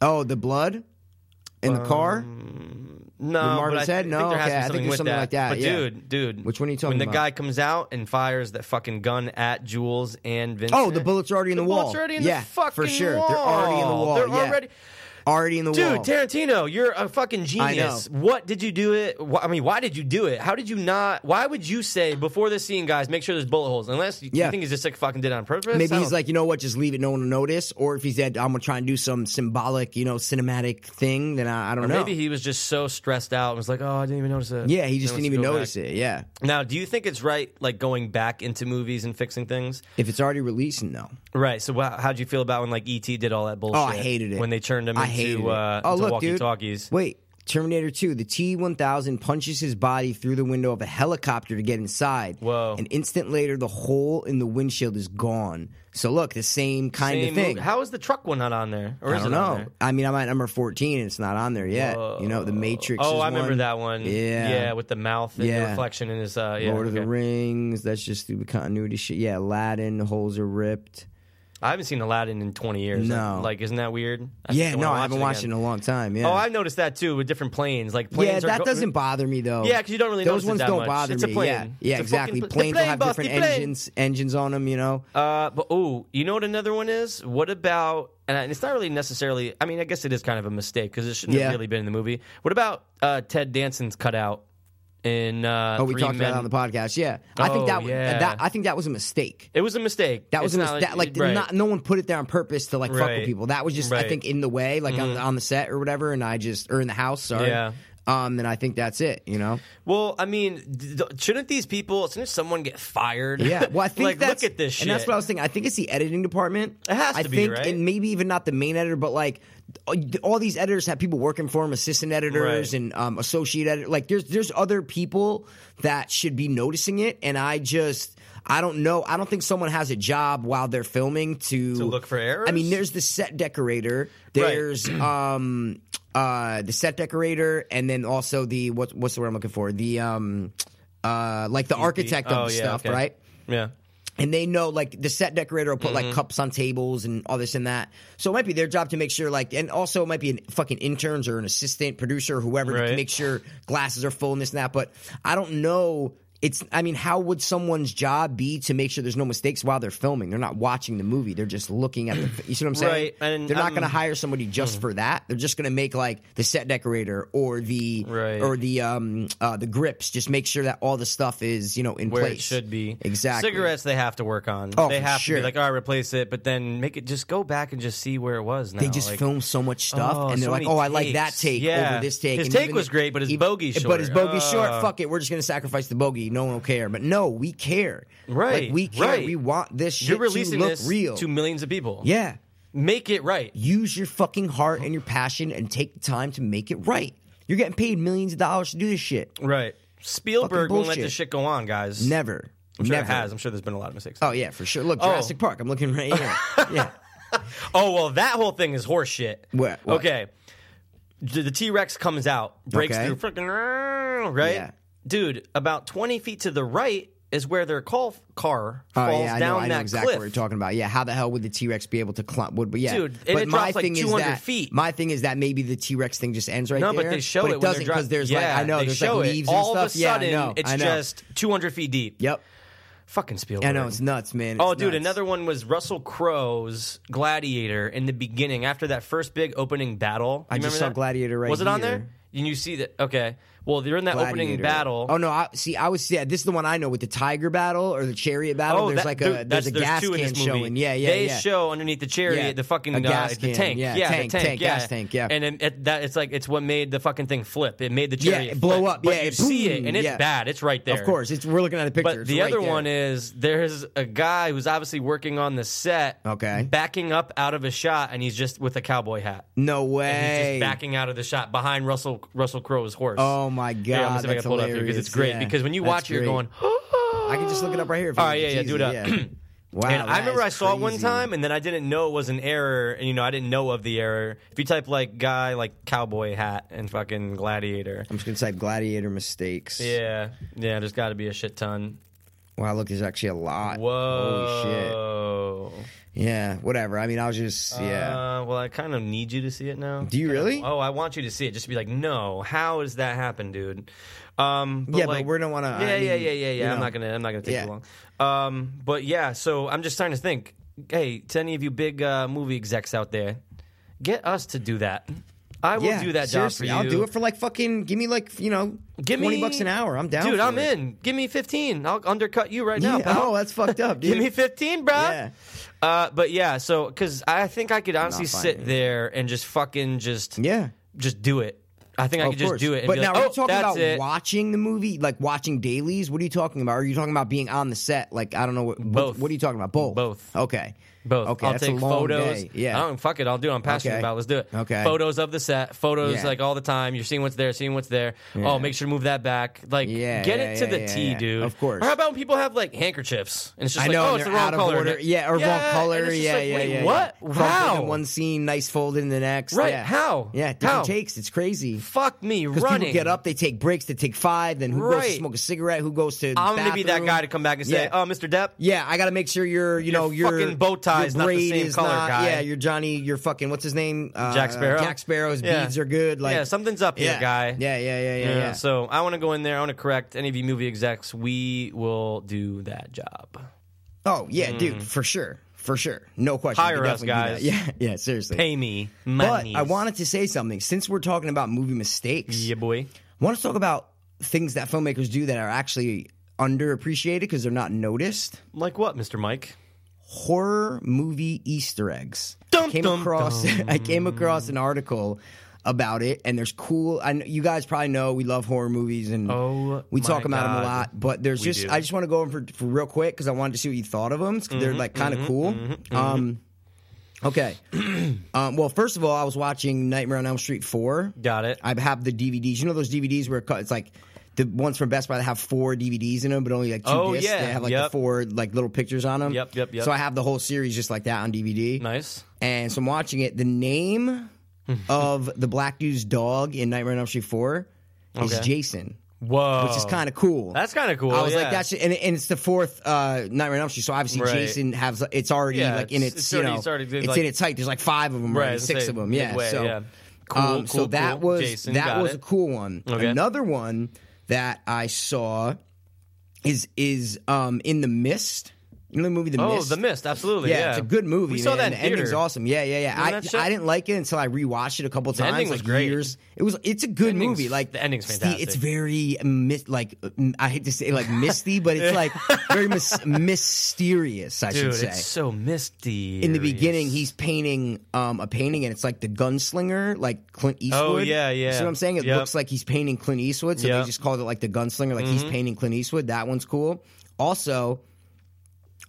Speaker 5: Oh, the blood
Speaker 2: Um,
Speaker 5: in the car?
Speaker 2: No,
Speaker 5: With Marvin's
Speaker 2: but I th-
Speaker 5: head?
Speaker 2: think
Speaker 5: No,
Speaker 2: there has
Speaker 5: okay, I
Speaker 2: to
Speaker 5: think
Speaker 2: be
Speaker 5: there's
Speaker 2: with
Speaker 5: something like that,
Speaker 2: But
Speaker 5: yeah.
Speaker 2: dude, dude,
Speaker 5: Which one are you talking
Speaker 2: When the
Speaker 5: about?
Speaker 2: guy comes out and fires that fucking gun at Jules and Vincent.
Speaker 5: Oh, the bullets are already in the, wall.
Speaker 2: bullets are already in
Speaker 5: yeah,
Speaker 2: the fucking
Speaker 5: for sure.
Speaker 2: wall.
Speaker 5: They're already in the wall.
Speaker 2: They're
Speaker 5: yeah.
Speaker 2: already.
Speaker 5: already in the
Speaker 2: Dude,
Speaker 5: wall.
Speaker 2: Tarantino, you're a fucking
Speaker 5: I know.
Speaker 2: genius. What did you do it? wh- I mean, why did you do it? How did you not? Why would you say before this scene, guys, make sure there's bullet holes? Unless you, you
Speaker 5: Yeah.
Speaker 2: think he's just like fucking did it on purpose.
Speaker 5: Maybe
Speaker 2: I
Speaker 5: he's
Speaker 2: don't-
Speaker 5: like, you know what, just leave it, no one will notice. Or if he said, I'm gonna try and do some symbolic, you know, cinematic thing, then I, I don't
Speaker 2: Or
Speaker 5: know.
Speaker 2: maybe he was just so stressed out and was like, oh, I didn't even notice it.
Speaker 5: yeah, he just
Speaker 2: Then
Speaker 5: didn't
Speaker 2: let's
Speaker 5: even
Speaker 2: go back.
Speaker 5: notice it. Yeah,
Speaker 2: Now, do you think it's right, like going back into movies and fixing things?
Speaker 5: if it's already releasing though.
Speaker 2: Right. So, wha- how'd you feel about when like ET E did all that bullshit?
Speaker 5: Oh, I hated it
Speaker 2: when they turned him
Speaker 5: I
Speaker 2: into,
Speaker 5: hated it.
Speaker 2: uh,
Speaker 5: oh
Speaker 2: into
Speaker 5: look,
Speaker 2: walkie
Speaker 5: dude.
Speaker 2: talkies.
Speaker 5: Wait, Terminator 2, the T 1000 punches his body through the window of a helicopter to get inside.
Speaker 2: Whoa.
Speaker 5: An instant later, the hole in the windshield is gone. So, look, the same kind
Speaker 2: Same
Speaker 5: of
Speaker 2: movie.
Speaker 5: thing.
Speaker 2: How is the truck one not on there? Or
Speaker 5: I
Speaker 2: is
Speaker 5: don't
Speaker 2: it on
Speaker 5: know.
Speaker 2: there?
Speaker 5: I mean, I'm at number 14 and it's not on there yet. You know, The Matrix.
Speaker 2: Oh,
Speaker 5: is
Speaker 2: I remember
Speaker 5: one.
Speaker 2: that one.
Speaker 5: Yeah.
Speaker 2: yeah, with the mouth and the
Speaker 5: Yeah.
Speaker 2: reflection in his. Uh, yeah,
Speaker 5: Lord of
Speaker 2: okay.
Speaker 5: the Rings. That's just stupid continuity shit. Yeah, Aladdin. The holes are ripped.
Speaker 2: I haven't seen Aladdin in 20 years.
Speaker 5: No.
Speaker 2: like isn't that weird? I
Speaker 5: yeah,
Speaker 2: think
Speaker 5: no,
Speaker 2: wanna
Speaker 5: I
Speaker 2: watch
Speaker 5: haven't watched it in
Speaker 2: again.
Speaker 5: a long time. Yeah.
Speaker 2: Oh, I noticed that too with different planes. Like planes
Speaker 5: yeah,
Speaker 2: are
Speaker 5: that
Speaker 2: go-
Speaker 5: doesn't bother me though.
Speaker 2: Yeah, 'cause you don't really notice
Speaker 5: Those
Speaker 2: it
Speaker 5: ones
Speaker 2: that
Speaker 5: don't
Speaker 2: much.
Speaker 5: bother
Speaker 2: It's a
Speaker 5: me. Yeah,
Speaker 2: plane.
Speaker 5: yeah,
Speaker 2: It's a
Speaker 5: exactly.
Speaker 2: fucking pl-
Speaker 5: Planes will
Speaker 2: plane,
Speaker 5: have
Speaker 2: boss,
Speaker 5: different
Speaker 2: the plane.
Speaker 5: engines, engines on them. You know.
Speaker 2: Uh, but oh, you know what another one is? What about? And it's not really necessarily. I mean, I guess it is kind of a mistake because it shouldn't
Speaker 5: Yeah.
Speaker 2: have really been in the movie. What about uh, Ted Danson's cutout in? Uh,
Speaker 5: Oh, we
Speaker 2: Three
Speaker 5: talked
Speaker 2: Men?
Speaker 5: about it on the podcast. Yeah, I think
Speaker 2: Oh,
Speaker 5: that, was,
Speaker 2: yeah.
Speaker 5: that I think that was a mistake.
Speaker 2: It was a mistake.
Speaker 5: That was
Speaker 2: It's
Speaker 5: a
Speaker 2: not
Speaker 5: mistake. Like,
Speaker 2: right.
Speaker 5: not, no one put it there on purpose to like fuck
Speaker 2: Right.
Speaker 5: with people. That was just
Speaker 2: Right. Mm-hmm.
Speaker 5: I think in the way, like on, on the set or whatever. And I just or in the house, sorry.
Speaker 2: Yeah.
Speaker 5: Um, and I think that's it. You know.
Speaker 2: Well, I mean, d- d- shouldn't these people? Shouldn't someone get fired?
Speaker 5: Yeah, well, I think
Speaker 2: like
Speaker 5: that's,
Speaker 2: look at this shit.
Speaker 5: and that's what I was thinking. I think it's the editing department.
Speaker 2: It has
Speaker 5: I
Speaker 2: to be,
Speaker 5: think,
Speaker 2: right?
Speaker 5: And maybe even not the main editor, but like all these editors have people working for them, assistant editors
Speaker 2: Right.
Speaker 5: and um, associate editor. Like there's there's other people that should be noticing it, and I just. I don't know. I don't think someone has a job while they're filming to,
Speaker 2: To look for errors?
Speaker 5: I mean, there's the set decorator. There's um uh the set decorator, and then also the what's what's the word I'm looking for? The um uh like the architect
Speaker 2: Oh,
Speaker 5: of the
Speaker 2: yeah,
Speaker 5: stuff,
Speaker 2: okay.
Speaker 5: right?
Speaker 2: Yeah.
Speaker 5: and they know like the set decorator will put like
Speaker 2: Mm-hmm.
Speaker 5: cups on tables and all this and that. So it might be their job to make sure like, and also it might be an fucking interns or an assistant producer or whoever
Speaker 2: Right.
Speaker 5: to make sure glasses are full and this and that. But I don't know. It's I mean, how would someone's job be to make sure there's no mistakes while they're filming? They're not watching the movie. They're just looking at the. You see what I'm saying?
Speaker 2: Right, and
Speaker 5: they're not
Speaker 2: I'm- Mm-hmm.
Speaker 5: going to hire somebody just for that. They're just going to make like the set decorator or the
Speaker 2: Right.
Speaker 5: or the um uh, the grips. Just make sure that all the stuff is you know in
Speaker 2: Where
Speaker 5: place.
Speaker 2: it should be
Speaker 5: exactly.
Speaker 2: Cigarettes they have to work on.
Speaker 5: Oh,
Speaker 2: they
Speaker 5: for
Speaker 2: have to
Speaker 5: sure.
Speaker 2: be like, all right, replace it, but then make it just go back and just see where it was. Now
Speaker 5: They just
Speaker 2: like,
Speaker 5: film so much stuff,
Speaker 2: Oh,
Speaker 5: and they're
Speaker 2: so
Speaker 5: like,
Speaker 2: many
Speaker 5: "Oh, I like that
Speaker 2: takes.
Speaker 5: take
Speaker 2: Yeah.
Speaker 5: over this take."
Speaker 2: His
Speaker 5: and
Speaker 2: take was great, but his
Speaker 5: even-
Speaker 2: bogey
Speaker 5: But his
Speaker 2: short.
Speaker 5: bogey short.
Speaker 2: Ah.
Speaker 5: Fuck it, we're just gonna sacrifice the bogey. No one will care. But no, we care.
Speaker 2: Right,
Speaker 5: Like, we care.
Speaker 2: right.
Speaker 5: We want this shit
Speaker 2: You're releasing
Speaker 5: to look
Speaker 2: this
Speaker 5: real.
Speaker 2: to millions of people.
Speaker 5: yeah.
Speaker 2: make it right.
Speaker 5: Use your fucking heart and your passion, and take the time to make it right. You're getting paid millions of dollars to do this shit.
Speaker 2: Right. Spielberg
Speaker 5: Fucking
Speaker 2: won't let
Speaker 5: bullshit.
Speaker 2: this shit go on, guys.
Speaker 5: Never.
Speaker 2: I'm sure
Speaker 5: Never
Speaker 2: it has. I'm sure there's been a lot of mistakes.
Speaker 5: Oh yeah, for sure. Look, Jurassic Park. I'm looking right here. yeah.
Speaker 2: Oh well, that whole thing is horseshit.
Speaker 5: What- what?
Speaker 2: Okay, the the T Rex comes out, breaks
Speaker 5: Okay.
Speaker 2: through, freaking right,
Speaker 5: Yeah.
Speaker 2: dude. About twenty feet to the right is where their call, car
Speaker 5: Oh
Speaker 2: falls
Speaker 5: yeah, I know,
Speaker 2: down
Speaker 5: I
Speaker 2: that
Speaker 5: know exactly
Speaker 2: cliff.
Speaker 5: what you're talking about. Yeah, how the hell would the T Rex be able to climb? Would but yeah,
Speaker 2: Dude, and
Speaker 5: but
Speaker 2: it
Speaker 5: my
Speaker 2: drops, like,
Speaker 5: thing is
Speaker 2: 200
Speaker 5: that
Speaker 2: feet.
Speaker 5: my thing is that maybe the T Rex thing just ends right
Speaker 2: no,
Speaker 5: there.
Speaker 2: but they show it when
Speaker 5: doesn't
Speaker 2: they're driving.
Speaker 5: because there's
Speaker 2: yeah,
Speaker 5: like I know
Speaker 2: they
Speaker 5: there's
Speaker 2: show
Speaker 5: like
Speaker 2: it.
Speaker 5: leaves
Speaker 2: All
Speaker 5: and stuff.
Speaker 2: of a sudden,
Speaker 5: yeah, I know,
Speaker 2: it's
Speaker 5: I know.
Speaker 2: just two hundred feet deep.
Speaker 5: yep.
Speaker 2: Fucking Spielberg.
Speaker 5: I know it's nuts, man. It's
Speaker 2: Oh, dude,
Speaker 5: nuts.
Speaker 2: another one was Russell Crowe's Gladiator in the beginning after that first big opening battle. You
Speaker 5: I just
Speaker 2: remember
Speaker 5: saw
Speaker 2: that?
Speaker 5: Gladiator right
Speaker 2: Was it on there?
Speaker 5: here.
Speaker 2: And you see that? Okay. Well, they're in that opening
Speaker 5: Gladiator.
Speaker 2: battle.
Speaker 5: Oh no! I, see, I was yeah. This is the one I know with the tiger battle or the chariot battle.
Speaker 2: Oh,
Speaker 5: there's
Speaker 2: that-
Speaker 5: like
Speaker 2: dude,
Speaker 5: a
Speaker 2: that's-
Speaker 5: there's a gas
Speaker 2: two in
Speaker 5: can
Speaker 2: this movie.
Speaker 5: showing. Yeah, yeah,
Speaker 2: They
Speaker 5: yeah.
Speaker 2: show underneath the chariot
Speaker 5: Yeah.
Speaker 2: the fucking
Speaker 5: A
Speaker 2: uh,
Speaker 5: gas
Speaker 2: the
Speaker 5: can,
Speaker 2: tank.
Speaker 5: yeah,
Speaker 2: yeah,
Speaker 5: tank,
Speaker 2: the tank,
Speaker 5: tank,
Speaker 2: yeah.
Speaker 5: gas tank, yeah.
Speaker 2: And it, it, that it's like it's what made the fucking thing flip. It made the
Speaker 5: Yeah,
Speaker 2: chariot
Speaker 5: it blow
Speaker 2: flip.
Speaker 5: up.
Speaker 2: But
Speaker 5: Yeah,
Speaker 2: you
Speaker 5: it-
Speaker 2: see it,
Speaker 5: boom.
Speaker 2: and it's
Speaker 5: Yeah.
Speaker 2: bad. It's right there.
Speaker 5: Of course, it's we're looking at a picture.
Speaker 2: But
Speaker 5: It's
Speaker 2: the
Speaker 5: right
Speaker 2: other
Speaker 5: there.
Speaker 2: one is there's a guy who's obviously working on the set,
Speaker 5: Okay.
Speaker 2: backing up out of a shot, and he's just with a cowboy hat.
Speaker 5: no
Speaker 2: And he's
Speaker 5: way.
Speaker 2: just backing out of the shot behind Russell Russell Crowe's horse.
Speaker 5: Oh my god!
Speaker 2: Yeah, I'm gonna see if I can
Speaker 5: that's
Speaker 2: pull it up here because it's
Speaker 5: hilarious.
Speaker 2: great.
Speaker 5: Yeah,
Speaker 2: Because when you
Speaker 5: that's
Speaker 2: watch, it, you're going.
Speaker 5: great. I can just look it up right here. if you
Speaker 2: All right,
Speaker 5: want.
Speaker 2: yeah, yeah, do it
Speaker 5: Jesus,
Speaker 2: up.
Speaker 5: wow,
Speaker 2: and I
Speaker 5: that
Speaker 2: remember
Speaker 5: is
Speaker 2: I saw it one
Speaker 5: crazy.
Speaker 2: time, and then I didn't know it was an error, and you know I didn't know of the error. If you type like guy like cowboy hat and fucking gladiator,
Speaker 5: I'm just gonna type gladiator mistakes.
Speaker 2: yeah, yeah, there's got to be a shit ton.
Speaker 5: Wow, look, there's actually a lot. Holy
Speaker 2: Whoa, holy
Speaker 5: shit. Yeah, whatever. I mean, I was just yeah.
Speaker 2: Uh, well, I kind of need you to see it now.
Speaker 5: Do you really?
Speaker 2: Oh, I want you to see it. Just be like, no, how does that happen, dude? Um,
Speaker 5: Yeah, but
Speaker 2: like-
Speaker 5: we don't wanna- I
Speaker 2: Yeah, yeah,
Speaker 5: mean,
Speaker 2: yeah, yeah, yeah.
Speaker 5: you
Speaker 2: I'm
Speaker 5: know.
Speaker 2: not gonna. I'm not gonna take
Speaker 5: Yeah.
Speaker 2: too long. Um, but yeah, so I'm just trying to think. Hey, to any of you big uh, movie execs out there, get us to do that. I will
Speaker 5: yeah,
Speaker 2: do that job for
Speaker 5: seriously,
Speaker 2: you.
Speaker 5: I'll do it for like fucking. Give me like you know,
Speaker 2: Give
Speaker 5: twenty
Speaker 2: me-
Speaker 5: bucks an hour. I'm down,
Speaker 2: dude.
Speaker 5: for
Speaker 2: I'm
Speaker 5: it.
Speaker 2: in. Give me 15. I'll undercut you right now.
Speaker 5: Yeah,
Speaker 2: pal.
Speaker 5: oh, that's fucked up, dude.
Speaker 2: Give me 15, bro.
Speaker 5: Yeah.
Speaker 2: Uh, but yeah, so because I think I could honestly
Speaker 5: fine,
Speaker 2: sit
Speaker 5: yeah.
Speaker 2: there and just fucking just
Speaker 5: yeah.
Speaker 2: just do it. I think I
Speaker 5: Of
Speaker 2: could just
Speaker 5: course.
Speaker 2: do it. And
Speaker 5: but
Speaker 2: be
Speaker 5: now,
Speaker 2: like,
Speaker 5: are
Speaker 2: oh,
Speaker 5: you talking
Speaker 2: that's
Speaker 5: about
Speaker 2: it.
Speaker 5: watching the movie, like watching dailies? What are you talking about? Are you talking about being on the set? Like, I don't know. What, what-
Speaker 2: Both.
Speaker 5: What, are you talking about? Both.
Speaker 2: Both.
Speaker 5: Okay.
Speaker 2: Both.
Speaker 5: Okay.
Speaker 2: I'll
Speaker 5: that's
Speaker 2: take
Speaker 5: a long
Speaker 2: photos.
Speaker 5: day. Yeah.
Speaker 2: I don't fuck it. I'll do. It. I'm passionate
Speaker 5: Okay.
Speaker 2: about. it. Let's do it.
Speaker 5: Okay.
Speaker 2: Photos of the set. Photos
Speaker 5: Yeah.
Speaker 2: like all the time. You're seeing what's there. Seeing what's there. Oh, make sure to move that back. Like
Speaker 5: Yeah,
Speaker 2: get
Speaker 5: yeah,
Speaker 2: it to
Speaker 5: yeah,
Speaker 2: the
Speaker 5: yeah,
Speaker 2: T,
Speaker 5: yeah.
Speaker 2: dude.
Speaker 5: Of course.
Speaker 2: Or how about when people have like handkerchiefs and it's just
Speaker 5: I
Speaker 2: like
Speaker 5: know,
Speaker 2: oh
Speaker 5: and
Speaker 2: it's the
Speaker 5: they're
Speaker 2: wrong
Speaker 5: out of
Speaker 2: color.
Speaker 5: order. Yeah, or wrong color.
Speaker 2: and it's just
Speaker 5: yeah,
Speaker 2: like,
Speaker 5: yeah,
Speaker 2: wait,
Speaker 5: yeah, yeah.
Speaker 2: What?
Speaker 5: Crumpled
Speaker 2: How?
Speaker 5: in one scene, nice folded in the next.
Speaker 2: Right,
Speaker 5: Yeah.
Speaker 2: how?
Speaker 5: Yeah, different
Speaker 2: How?
Speaker 5: takes. It's crazy.
Speaker 2: Fuck me
Speaker 5: Because
Speaker 2: running.
Speaker 5: people get up, they take breaks, they take five, then who goes to
Speaker 2: Right.
Speaker 5: smoke a cigarette, who goes to
Speaker 2: I'm gonna be that
Speaker 5: bathroom?
Speaker 2: guy to come back and say,
Speaker 5: Yeah.
Speaker 2: "Oh, Mr. Depp,
Speaker 5: Yeah, I got to make sure your, you
Speaker 2: Your
Speaker 5: know, your
Speaker 2: fucking bow tie
Speaker 5: your
Speaker 2: is not the
Speaker 5: braid
Speaker 2: same
Speaker 5: is
Speaker 2: color,
Speaker 5: not-
Speaker 2: guy.
Speaker 5: Yeah, your Johnny, your fucking what's his name? Uh,
Speaker 2: Jack Sparrow.
Speaker 5: Jack Sparrow's
Speaker 2: Yeah.
Speaker 5: beads are good. Like,
Speaker 2: yeah, something's up
Speaker 5: yeah.
Speaker 2: here, guy."
Speaker 5: Yeah, yeah, yeah, yeah.
Speaker 2: Yeah,
Speaker 5: yeah.
Speaker 2: So I want to go in there. I want to correct any of you movie execs. We will do that job.
Speaker 5: oh yeah, dude, for sure, for sure, no question.
Speaker 2: Mm. Hire
Speaker 5: We
Speaker 2: us,
Speaker 5: definitely do that. Yeah, yeah, seriously.
Speaker 2: Pay me
Speaker 5: but
Speaker 2: money.
Speaker 5: I wanted to say something since we're talking about movie mistakes.
Speaker 2: yeah, boy.
Speaker 5: I want to talk about things that filmmakers do that are actually underappreciated because they're not noticed.
Speaker 2: Like what, Mister Mike?
Speaker 5: horror movie Easter eggs.
Speaker 2: Dum,
Speaker 5: I came
Speaker 2: dum,
Speaker 5: across I came across an article about it, and there's cool. I know, you guys probably know we love horror movies, and
Speaker 2: Oh
Speaker 5: we
Speaker 2: my
Speaker 5: talk about them
Speaker 2: God.
Speaker 5: a lot. But there's
Speaker 2: We
Speaker 5: just
Speaker 2: do.
Speaker 5: I just want to go over for, for real quick because I wanted to see what you thought of them. they they're
Speaker 2: Mm-hmm,
Speaker 5: like kind of cool. um, okay. um, well, first of all, I was watching Nightmare on Elm Street four.
Speaker 2: Got it.
Speaker 5: I have the DVDs. You know those DVDs where it co- it's like. The ones from Best Buy that have four DVDs in them, but only like two
Speaker 2: Oh,
Speaker 5: discs.
Speaker 2: yeah.
Speaker 5: They have like the
Speaker 2: Yep.
Speaker 5: four like little pictures on them.
Speaker 2: Yep, yep, yep.
Speaker 5: So I have the whole series just like that on DVD.
Speaker 2: nice.
Speaker 5: And so I'm watching it. The name of the black dude's dog in Nightmare on Elm Street 4 is
Speaker 2: Okay.
Speaker 5: Jason,
Speaker 2: Whoa,
Speaker 5: which is kind of cool.
Speaker 2: That's kind of cool.
Speaker 5: I was
Speaker 2: yeah.
Speaker 5: like, that's and, and it's the fourth uh, Nightmare on Elm Street, so obviously
Speaker 2: Right.
Speaker 5: Jason has it's already
Speaker 2: Yeah,
Speaker 5: like in
Speaker 2: it's-
Speaker 5: its,
Speaker 2: it's
Speaker 5: you
Speaker 2: already-
Speaker 5: know
Speaker 2: it's already,
Speaker 5: it's
Speaker 2: like-
Speaker 5: in its height. There's like five of them,
Speaker 2: Right,
Speaker 5: right?
Speaker 2: let's
Speaker 5: six
Speaker 2: say
Speaker 5: of them, yeah.
Speaker 2: midway,
Speaker 5: so,
Speaker 2: yeah. Cool,
Speaker 5: um, so
Speaker 2: cool,
Speaker 5: that
Speaker 2: cool.
Speaker 5: was
Speaker 2: Jason,
Speaker 5: that
Speaker 2: got
Speaker 5: was
Speaker 2: it.
Speaker 5: a cool one.
Speaker 2: Okay.
Speaker 5: Another one that I saw is is um, in the mist. You know the movie The
Speaker 2: oh,
Speaker 5: Mist.
Speaker 2: The Mist. Absolutely.
Speaker 5: Yeah,
Speaker 2: Yeah,
Speaker 5: it's a good movie.
Speaker 2: We saw
Speaker 5: man.
Speaker 2: that in
Speaker 5: the ending's
Speaker 2: theater.
Speaker 5: awesome. Yeah, yeah, yeah.
Speaker 2: Remember that shit?
Speaker 5: I, I didn't like it until I rewatched it a couple times.
Speaker 2: ending was
Speaker 5: like
Speaker 2: great.
Speaker 5: Years. It was. It's a good
Speaker 2: ending's-
Speaker 5: movie. Like
Speaker 2: the ending's
Speaker 5: it's It's
Speaker 2: fantastic.
Speaker 5: very mis- like mm, I hate to say like misty, but it's like very mis- mysterious. I
Speaker 2: Dude,
Speaker 5: should say.
Speaker 2: it's so misty.
Speaker 5: in the beginning, he's painting um, a painting, and it's like the gunslinger, like Clint Eastwood.
Speaker 2: Oh, yeah, yeah.
Speaker 5: See what I'm saying? It
Speaker 2: Yep.
Speaker 5: looks like he's painting Clint Eastwood, so
Speaker 2: Yep. Mm-hmm.
Speaker 5: they just called it like the gunslinger, like he's painting Clint Eastwood. That one's cool. Also,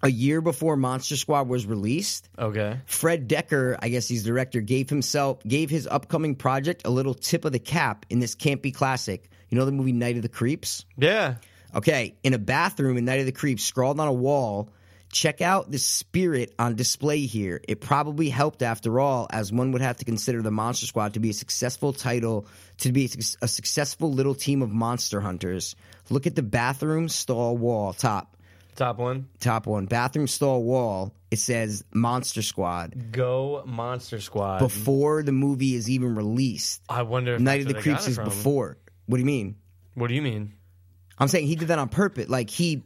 Speaker 5: a year before Monster Squad was released,
Speaker 2: Okay.
Speaker 5: Fred Decker, I guess he's the director, gave himself gave his upcoming project a little tip of the cap in this campy classic. You know the movie Night of the Creeps?
Speaker 2: Yeah.
Speaker 5: Okay, in a bathroom in Night of the Creeps, scrawled on a wall, check out the spirit on display here. It probably helped after all, as one would have to consider the Monster Squad to be a successful title, to be a suc- a successful little team of monster hunters. Look at the bathroom stall wall top.
Speaker 2: Top one.
Speaker 5: Top one, bathroom stall wall. It says Monster Squad
Speaker 2: Go Monster Squad.
Speaker 5: before the movie is even released.
Speaker 2: I wonder. If
Speaker 5: Night
Speaker 2: that's
Speaker 5: of the
Speaker 2: where they got
Speaker 5: Creeps
Speaker 2: it
Speaker 5: is
Speaker 2: from.
Speaker 5: before. What do you mean?
Speaker 2: What do you mean?
Speaker 5: I'm saying he did that on purpose. Like he,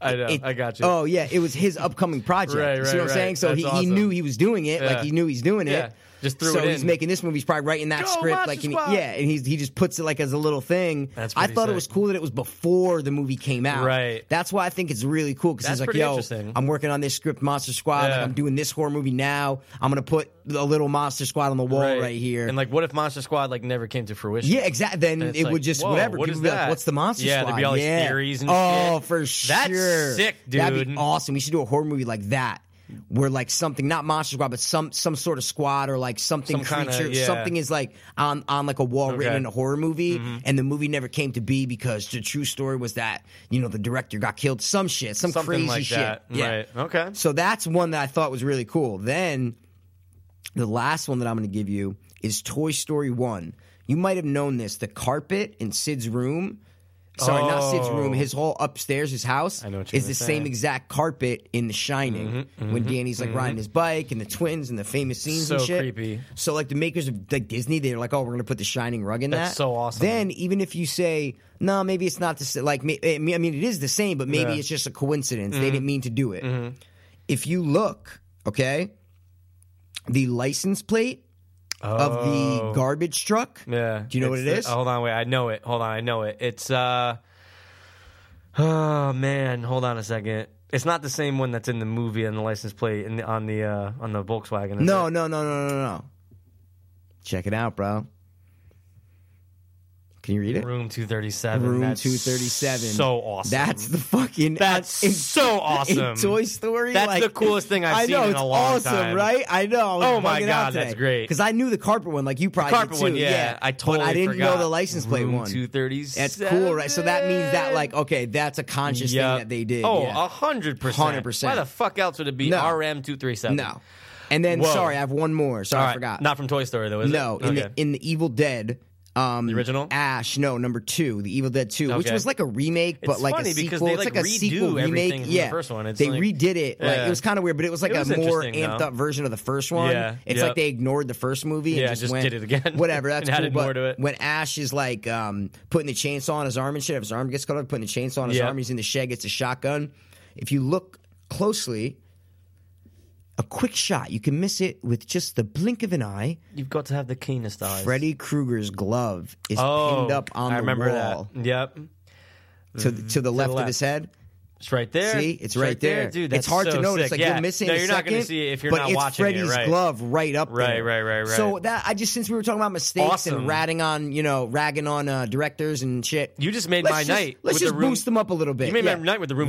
Speaker 2: I know.
Speaker 5: it-
Speaker 2: I got you.
Speaker 5: Oh yeah, it was his upcoming project.
Speaker 2: Right,
Speaker 5: you see what I'm
Speaker 2: right,
Speaker 5: saying?
Speaker 2: right.
Speaker 5: So
Speaker 2: That's
Speaker 5: he, he
Speaker 2: awesome.
Speaker 5: knew he was doing it. Like
Speaker 2: Yeah.
Speaker 5: he knew he's doing it.
Speaker 2: Yeah. Just threw
Speaker 5: so
Speaker 2: it
Speaker 5: he's
Speaker 2: in.
Speaker 5: making this movie. He's probably writing that
Speaker 2: Go,
Speaker 5: script.
Speaker 2: Monster
Speaker 5: Like and he,
Speaker 2: Squad!
Speaker 5: yeah, and he's, he just puts it like as a little thing.
Speaker 2: That's
Speaker 5: I
Speaker 2: pretty
Speaker 5: thought it
Speaker 2: sick.
Speaker 5: was cool that it was before the movie came out.
Speaker 2: Right.
Speaker 5: That's why I think it's really cool because
Speaker 2: That's
Speaker 5: he's like,
Speaker 2: pretty
Speaker 5: yo,
Speaker 2: interesting.
Speaker 5: I'm working on this script, Monster Squad. Like,
Speaker 2: Yeah.
Speaker 5: I'm doing this horror movie now. I'm gonna put a little Monster Squad on the wall right, here.
Speaker 2: And like, what if Monster Squad like never came to fruition?
Speaker 5: Yeah, exactly. Then
Speaker 2: And it's
Speaker 5: it
Speaker 2: like,
Speaker 5: would just
Speaker 2: whoa,
Speaker 5: whatever.
Speaker 2: what
Speaker 5: People
Speaker 2: is
Speaker 5: would be like,
Speaker 2: that?
Speaker 5: What's the monster
Speaker 2: Yeah,
Speaker 5: squad?
Speaker 2: there'd be all these theories and
Speaker 5: oh,
Speaker 2: shit.
Speaker 5: for
Speaker 2: That's
Speaker 5: sure.
Speaker 2: sick,
Speaker 5: That'd be
Speaker 2: dude.
Speaker 5: awesome. We should do a horror movie like that, where like something not monster squad, but some some sort of squad or like something
Speaker 2: Some kinda-
Speaker 5: creature,
Speaker 2: yeah.
Speaker 5: something is like on on like a wall written
Speaker 2: Okay. Mm-hmm.
Speaker 5: in a horror movie, and the movie never came to be because the true story was that you know the director got killed, some shit, some
Speaker 2: something
Speaker 5: crazy
Speaker 2: like
Speaker 5: shit.
Speaker 2: that.
Speaker 5: Yeah.
Speaker 2: Right. Okay.
Speaker 5: So that's one that I thought was really cool. Then the last one that I'm going to give you is Toy Story 1. You might have known this. The carpet in Sid's room, sorry, not Sid's room, his whole upstairs, his house,
Speaker 2: Oh. know what you're
Speaker 5: is the
Speaker 2: gonna say. Mm-hmm,
Speaker 5: same exact carpet in The Shining when Danny's like riding his bike and the twins and the famous scenes and
Speaker 2: So
Speaker 5: shit.
Speaker 2: creepy.
Speaker 5: So, like, the makers of like Disney, they're like, oh, we're going to put The Shining rug in
Speaker 2: That's
Speaker 5: that.
Speaker 2: so awesome.
Speaker 5: Then, even if you say, no, maybe it's not the same, like, may- I mean, I mean, it is the same, but maybe
Speaker 2: Yeah. Mm-hmm.
Speaker 5: it's just a coincidence. They didn't mean to do it if you look, okay, the license plate of
Speaker 2: Oh.
Speaker 5: the garbage truck.
Speaker 2: Yeah.
Speaker 5: Do you know what
Speaker 2: It's
Speaker 5: it
Speaker 2: the-
Speaker 5: is?
Speaker 2: hold on, wait. I know it. Hold on, I know it. It's uh Oh man, hold on a second. It's not the same one that's in the movie on the license plate and on the uh on the Volkswagen. is
Speaker 5: No,
Speaker 2: it?
Speaker 5: no, no, no, no, no. Check it out, bro. Can you read it?
Speaker 2: Room 237.
Speaker 5: Room
Speaker 2: That's
Speaker 5: 237.
Speaker 2: So awesome.
Speaker 5: That's the fucking.
Speaker 2: That's
Speaker 5: in-
Speaker 2: so awesome.
Speaker 5: In Toy Story.
Speaker 2: That's
Speaker 5: like-
Speaker 2: the coolest thing I've
Speaker 5: I know,
Speaker 2: seen in
Speaker 5: it's
Speaker 2: a long
Speaker 5: awesome,
Speaker 2: time.
Speaker 5: right? I know. I was
Speaker 2: Oh my
Speaker 5: bugging out
Speaker 2: God,
Speaker 5: today.
Speaker 2: that's great.
Speaker 5: Because I knew the carpet one, like you probably
Speaker 2: Carpet
Speaker 5: did too.
Speaker 2: one, yeah. I totally
Speaker 5: But I didn't
Speaker 2: forgot.
Speaker 5: know the license plate
Speaker 2: Room
Speaker 5: one.
Speaker 2: 237.
Speaker 5: That's cool, right? So that means that, like, okay, that's a conscious
Speaker 2: Yup.
Speaker 5: thing that they did.
Speaker 2: Oh,
Speaker 5: yeah.
Speaker 2: a hundred percent.
Speaker 5: 100%.
Speaker 2: Why the fuck else would it be
Speaker 5: No.
Speaker 2: RM two three seven?
Speaker 5: No. And then,
Speaker 2: Whoa.
Speaker 5: sorry, I have one more. Sorry,
Speaker 2: All
Speaker 5: I
Speaker 2: right.
Speaker 5: forgot.
Speaker 2: Not from Toy Story though, is
Speaker 5: no,
Speaker 2: it?
Speaker 5: in the in the Evil Dead. Um, the
Speaker 2: original?
Speaker 5: Ash, no, number two, the Evil Dead two, which
Speaker 2: Okay.
Speaker 5: was like a remake, but
Speaker 2: It's
Speaker 5: like
Speaker 2: funny
Speaker 5: a
Speaker 2: because
Speaker 5: sequel.
Speaker 2: they,
Speaker 5: it's
Speaker 2: like,
Speaker 5: like a
Speaker 2: redo
Speaker 5: sequel remake.
Speaker 2: everything from the
Speaker 5: yeah,
Speaker 2: first one. It's
Speaker 5: they
Speaker 2: like-
Speaker 5: redid it. Like
Speaker 2: Yeah.
Speaker 5: it was kind of weird, but it was like
Speaker 2: It was
Speaker 5: a more
Speaker 2: interesting,
Speaker 5: amped
Speaker 2: though.
Speaker 5: up version of the first one.
Speaker 2: Yeah,
Speaker 5: it's
Speaker 2: yep.
Speaker 5: like they ignored the first movie and
Speaker 2: Yeah,
Speaker 5: just,
Speaker 2: just
Speaker 5: went
Speaker 2: did it again.
Speaker 5: Whatever, that's
Speaker 2: And
Speaker 5: cool.
Speaker 2: added
Speaker 5: but
Speaker 2: more to it.
Speaker 5: when Ash is like um, putting the chainsaw on his arm and shit, if his arm gets cut off, putting the chainsaw on his
Speaker 2: Yeah.
Speaker 5: arm, he's in the shed, gets a shotgun. If you look closely. A quick shot. You can miss it with just the blink of an eye.
Speaker 2: You've got to have the keenest eyes.
Speaker 5: Freddy Krueger's glove is
Speaker 2: oh,
Speaker 5: pinned up on
Speaker 2: I
Speaker 5: the
Speaker 2: remember
Speaker 5: wall
Speaker 2: that. Yep,
Speaker 5: to the, to the left of
Speaker 2: left.
Speaker 5: his head.
Speaker 2: it's right there.
Speaker 5: See, it's
Speaker 2: It's
Speaker 5: right there.
Speaker 2: dude. that's
Speaker 5: it's hard
Speaker 2: so
Speaker 5: to notice.
Speaker 2: sick.
Speaker 5: Like
Speaker 2: yeah.
Speaker 5: you're missing.
Speaker 2: No,
Speaker 5: a
Speaker 2: you're not gonna
Speaker 5: second,
Speaker 2: see it if you're
Speaker 5: but
Speaker 2: not
Speaker 5: it's
Speaker 2: watching
Speaker 5: Freddy's
Speaker 2: it. Right.
Speaker 5: glove right up
Speaker 2: Right,
Speaker 5: there.
Speaker 2: right, right, right.
Speaker 5: So that I just since we were talking about mistakes
Speaker 2: Awesome.
Speaker 5: and ratting on you know ragging on uh, directors and shit.
Speaker 2: You just made
Speaker 5: let's
Speaker 2: my
Speaker 5: just,
Speaker 2: night
Speaker 5: Let's
Speaker 2: with
Speaker 5: just
Speaker 2: the room-
Speaker 5: boost them up a little bit.
Speaker 2: You made my
Speaker 5: yeah.
Speaker 2: night with the room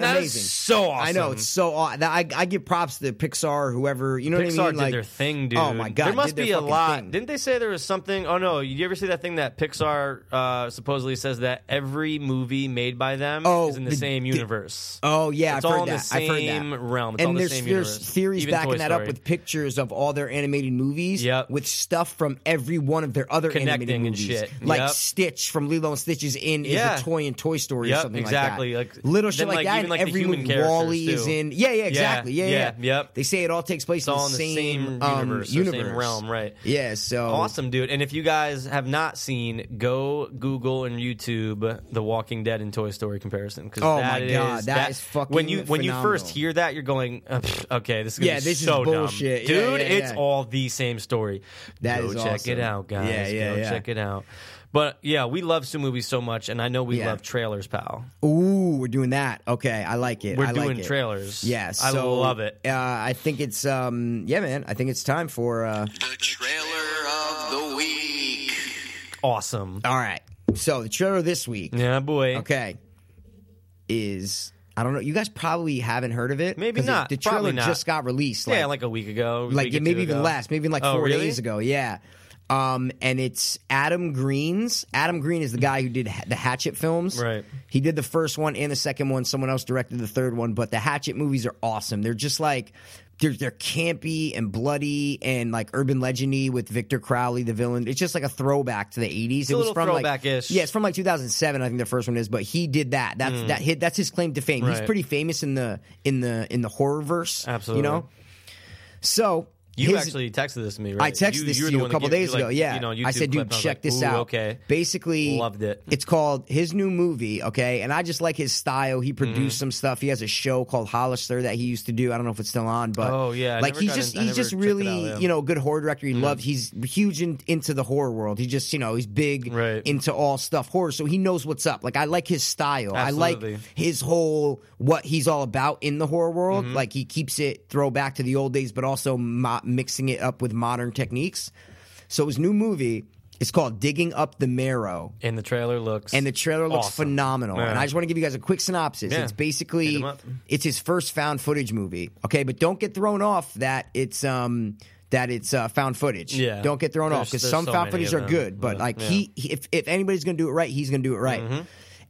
Speaker 2: 237. That is
Speaker 5: Amazing.
Speaker 2: so awesome.
Speaker 5: I know it's so. Aw- that- I I give props to Pixar, whoever you know.
Speaker 2: Pixar
Speaker 5: what I mean?
Speaker 2: did
Speaker 5: like,
Speaker 2: their thing, dude.
Speaker 5: Oh my god,
Speaker 2: there must
Speaker 5: did
Speaker 2: be
Speaker 5: their
Speaker 2: a
Speaker 5: fucking
Speaker 2: lot.
Speaker 5: thing.
Speaker 2: Didn't they say there was something? Oh no, you ever see that thing that Pixar uh, supposedly says that every movie made by them
Speaker 5: Oh,
Speaker 2: is in the,
Speaker 5: the-
Speaker 2: same
Speaker 5: the-
Speaker 2: universe?
Speaker 5: Oh yeah,
Speaker 2: It's
Speaker 5: I've
Speaker 2: all
Speaker 5: heard
Speaker 2: in the
Speaker 5: that. I've heard
Speaker 2: same
Speaker 5: that.
Speaker 2: realm. It's
Speaker 5: and
Speaker 2: all in the
Speaker 5: there's
Speaker 2: same
Speaker 5: there's
Speaker 2: universe.
Speaker 5: theories
Speaker 2: Even
Speaker 5: backing
Speaker 2: Toy
Speaker 5: that up
Speaker 2: Story.
Speaker 5: with pictures of all their animated movies.
Speaker 2: Yep.
Speaker 5: with stuff from every one of their other animated
Speaker 2: Connecting and
Speaker 5: movies,
Speaker 2: shit.
Speaker 5: like
Speaker 2: Yep.
Speaker 5: Stitch from Lilo and Stitch is in
Speaker 2: Yeah.
Speaker 5: is a toy in Toy Story
Speaker 2: Yep,
Speaker 5: or something
Speaker 2: exactly.
Speaker 5: like that.
Speaker 2: Like,
Speaker 5: little
Speaker 2: then,
Speaker 5: shit like,
Speaker 2: like,
Speaker 5: that
Speaker 2: even,
Speaker 5: in
Speaker 2: like, the
Speaker 5: every
Speaker 2: human
Speaker 5: movie.
Speaker 2: characters,
Speaker 5: Wally is
Speaker 2: too.
Speaker 5: in. Yeah, yeah, exactly. Yeah,
Speaker 2: yeah, yep.
Speaker 5: They say it all takes place
Speaker 2: It's all in the
Speaker 5: same
Speaker 2: same
Speaker 5: um,
Speaker 2: universe, or
Speaker 5: universe.
Speaker 2: same realm, right?
Speaker 5: Yeah. So
Speaker 2: Awesome, dude. And if you guys have not seen, go Google and YouTube The Walking Dead and Toy Story comparison. Because
Speaker 5: Oh my God, that is fucking
Speaker 2: when you when you
Speaker 5: phenomenal.
Speaker 2: first hear that, you're going, "Uh, pff, okay, this is gonna
Speaker 5: Yeah,
Speaker 2: be
Speaker 5: this is
Speaker 2: so dumb."
Speaker 5: bullshit. Yeah,
Speaker 2: dude.
Speaker 5: yeah,
Speaker 2: It's
Speaker 5: yeah.
Speaker 2: all the same story.
Speaker 5: That
Speaker 2: go
Speaker 5: is
Speaker 2: check
Speaker 5: awesome.
Speaker 2: it out, guys.
Speaker 5: Yeah, yeah,
Speaker 2: go
Speaker 5: yeah.
Speaker 2: check it out. But yeah, we love Sue movies so much, and I know we
Speaker 5: Yeah.
Speaker 2: love trailers, pal.
Speaker 5: Ooh, we're doing that. Okay, I like it.
Speaker 2: We're
Speaker 5: I like
Speaker 2: doing
Speaker 5: it.
Speaker 2: trailers.
Speaker 5: Yeah,
Speaker 2: I
Speaker 5: so,
Speaker 2: love it.
Speaker 5: Uh, I think it's um, yeah, man. I think it's time for. Uh,
Speaker 7: The trailer of the week.
Speaker 2: Awesome.
Speaker 5: all right, so the trailer this week,
Speaker 2: Yeah, boy.
Speaker 5: Oh. okay, is I don't know. You guys probably haven't heard of it.
Speaker 2: Maybe
Speaker 5: 'cause it-
Speaker 2: not.
Speaker 5: The trailer
Speaker 2: Probably not.
Speaker 5: just got released.
Speaker 2: Yeah, like a week ago.
Speaker 5: like
Speaker 2: week
Speaker 5: yeah,
Speaker 2: or
Speaker 5: maybe
Speaker 2: two
Speaker 5: even
Speaker 2: ago.
Speaker 5: less, maybe like
Speaker 2: Oh,
Speaker 5: four
Speaker 2: really?
Speaker 5: days ago. Yeah. Um, and it's Adam Green's. Adam Green is the guy who did ha- the Hatchet films.
Speaker 2: Right.
Speaker 5: He did the first one and the second one. Someone else directed the third one, but the Hatchet movies are awesome. They're just like they're they're campy and bloody and like urban legendy with Victor Crowley the villain. It's just like a throwback to the eighties. it was
Speaker 2: little
Speaker 5: from
Speaker 2: throwback-ish. Mm.
Speaker 5: like yeah, it's from like 2007. I think the first one is, but he did that. That's that hit. That's his claim to fame. He's
Speaker 2: Right.
Speaker 5: pretty famous in the in the in the horror verse.
Speaker 2: Absolutely.
Speaker 5: You know. So
Speaker 2: You
Speaker 5: his-
Speaker 2: actually texted this to me, right?
Speaker 5: I texted
Speaker 2: you,
Speaker 5: this
Speaker 2: were
Speaker 5: to
Speaker 2: the
Speaker 5: you a
Speaker 2: one that
Speaker 5: couple
Speaker 2: gave me,
Speaker 5: days
Speaker 2: like,
Speaker 5: ago. Yeah,
Speaker 2: you know,
Speaker 5: I
Speaker 2: YouTube
Speaker 5: said, "Dude,
Speaker 2: clip, and I was
Speaker 5: check
Speaker 2: like,
Speaker 5: this
Speaker 2: "Ooh,
Speaker 5: out."
Speaker 2: Okay,
Speaker 5: Basically,
Speaker 2: Loved it.
Speaker 5: It's called his new movie. Okay, and I just like his style. He produced
Speaker 2: Mm-hmm.
Speaker 5: some stuff. He has a show called Hollister that he used to do. I don't know if it's still on, but
Speaker 2: Oh, yeah, I
Speaker 5: like
Speaker 2: never
Speaker 5: he's
Speaker 2: got
Speaker 5: just
Speaker 2: in- I
Speaker 5: he's
Speaker 2: never
Speaker 5: just
Speaker 2: checked it
Speaker 5: really
Speaker 2: out, yeah. Mm-hmm.
Speaker 5: you know good horror director. He loves. He's huge in, into the horror world. He just you know he's big
Speaker 2: Right.
Speaker 5: into all stuff horror, so he knows what's up. Like I like his style. I
Speaker 2: Absolutely.
Speaker 5: like his whole what he's all about in the horror world.
Speaker 2: Mm-hmm.
Speaker 5: Like he keeps it throwback to the old days, but also mo- mixing it up with modern techniques. So his new movie is called Digging Up the Marrow,
Speaker 2: and the trailer looks
Speaker 5: and the trailer looks
Speaker 2: awesome.
Speaker 5: phenomenal.
Speaker 2: Yeah.
Speaker 5: And I just want to give you guys a quick synopsis.
Speaker 2: Yeah.
Speaker 5: It's
Speaker 2: Hit
Speaker 5: basically
Speaker 2: 'em up.
Speaker 5: it's his first found footage movie. Okay, but don't get thrown off that it's um that it's uh, found footage.
Speaker 2: Yeah.
Speaker 5: don't get thrown
Speaker 2: There's-
Speaker 5: off because
Speaker 2: there's
Speaker 5: some
Speaker 2: so
Speaker 5: found
Speaker 2: many
Speaker 5: footage
Speaker 2: of
Speaker 5: are
Speaker 2: them.
Speaker 5: good, but
Speaker 2: Yeah.
Speaker 5: like
Speaker 2: Yeah. Mm-hmm.
Speaker 5: he, he- if if anybody's gonna do it right, he's gonna do it right.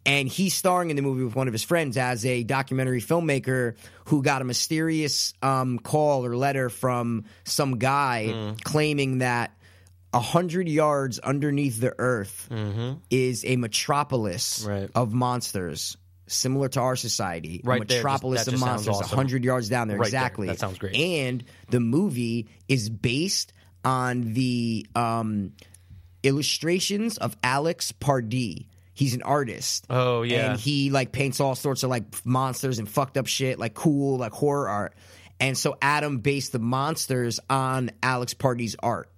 Speaker 5: And he's starring in the movie with one of his friends as a documentary filmmaker who got a mysterious um, call or letter from some guy
Speaker 2: Mm.
Speaker 5: claiming that a hundred yards underneath the earth is a metropolis
Speaker 2: Mm-hmm. Right.
Speaker 5: of monsters. Similar to our society, A
Speaker 2: Right there, just-
Speaker 5: metropolis
Speaker 2: that
Speaker 5: of
Speaker 2: just sounds
Speaker 5: monsters, a
Speaker 2: awesome.
Speaker 5: hundred yards down there,
Speaker 2: Right there,
Speaker 5: exactly.
Speaker 2: that sounds great.
Speaker 5: And the movie is based on the um, illustrations of Alex Pardee. He's an artist.
Speaker 2: Oh, yeah.
Speaker 5: and he like paints all sorts of like monsters and fucked up shit, like cool, like horror art. And so Adam based the monsters on Alex Pardee's art.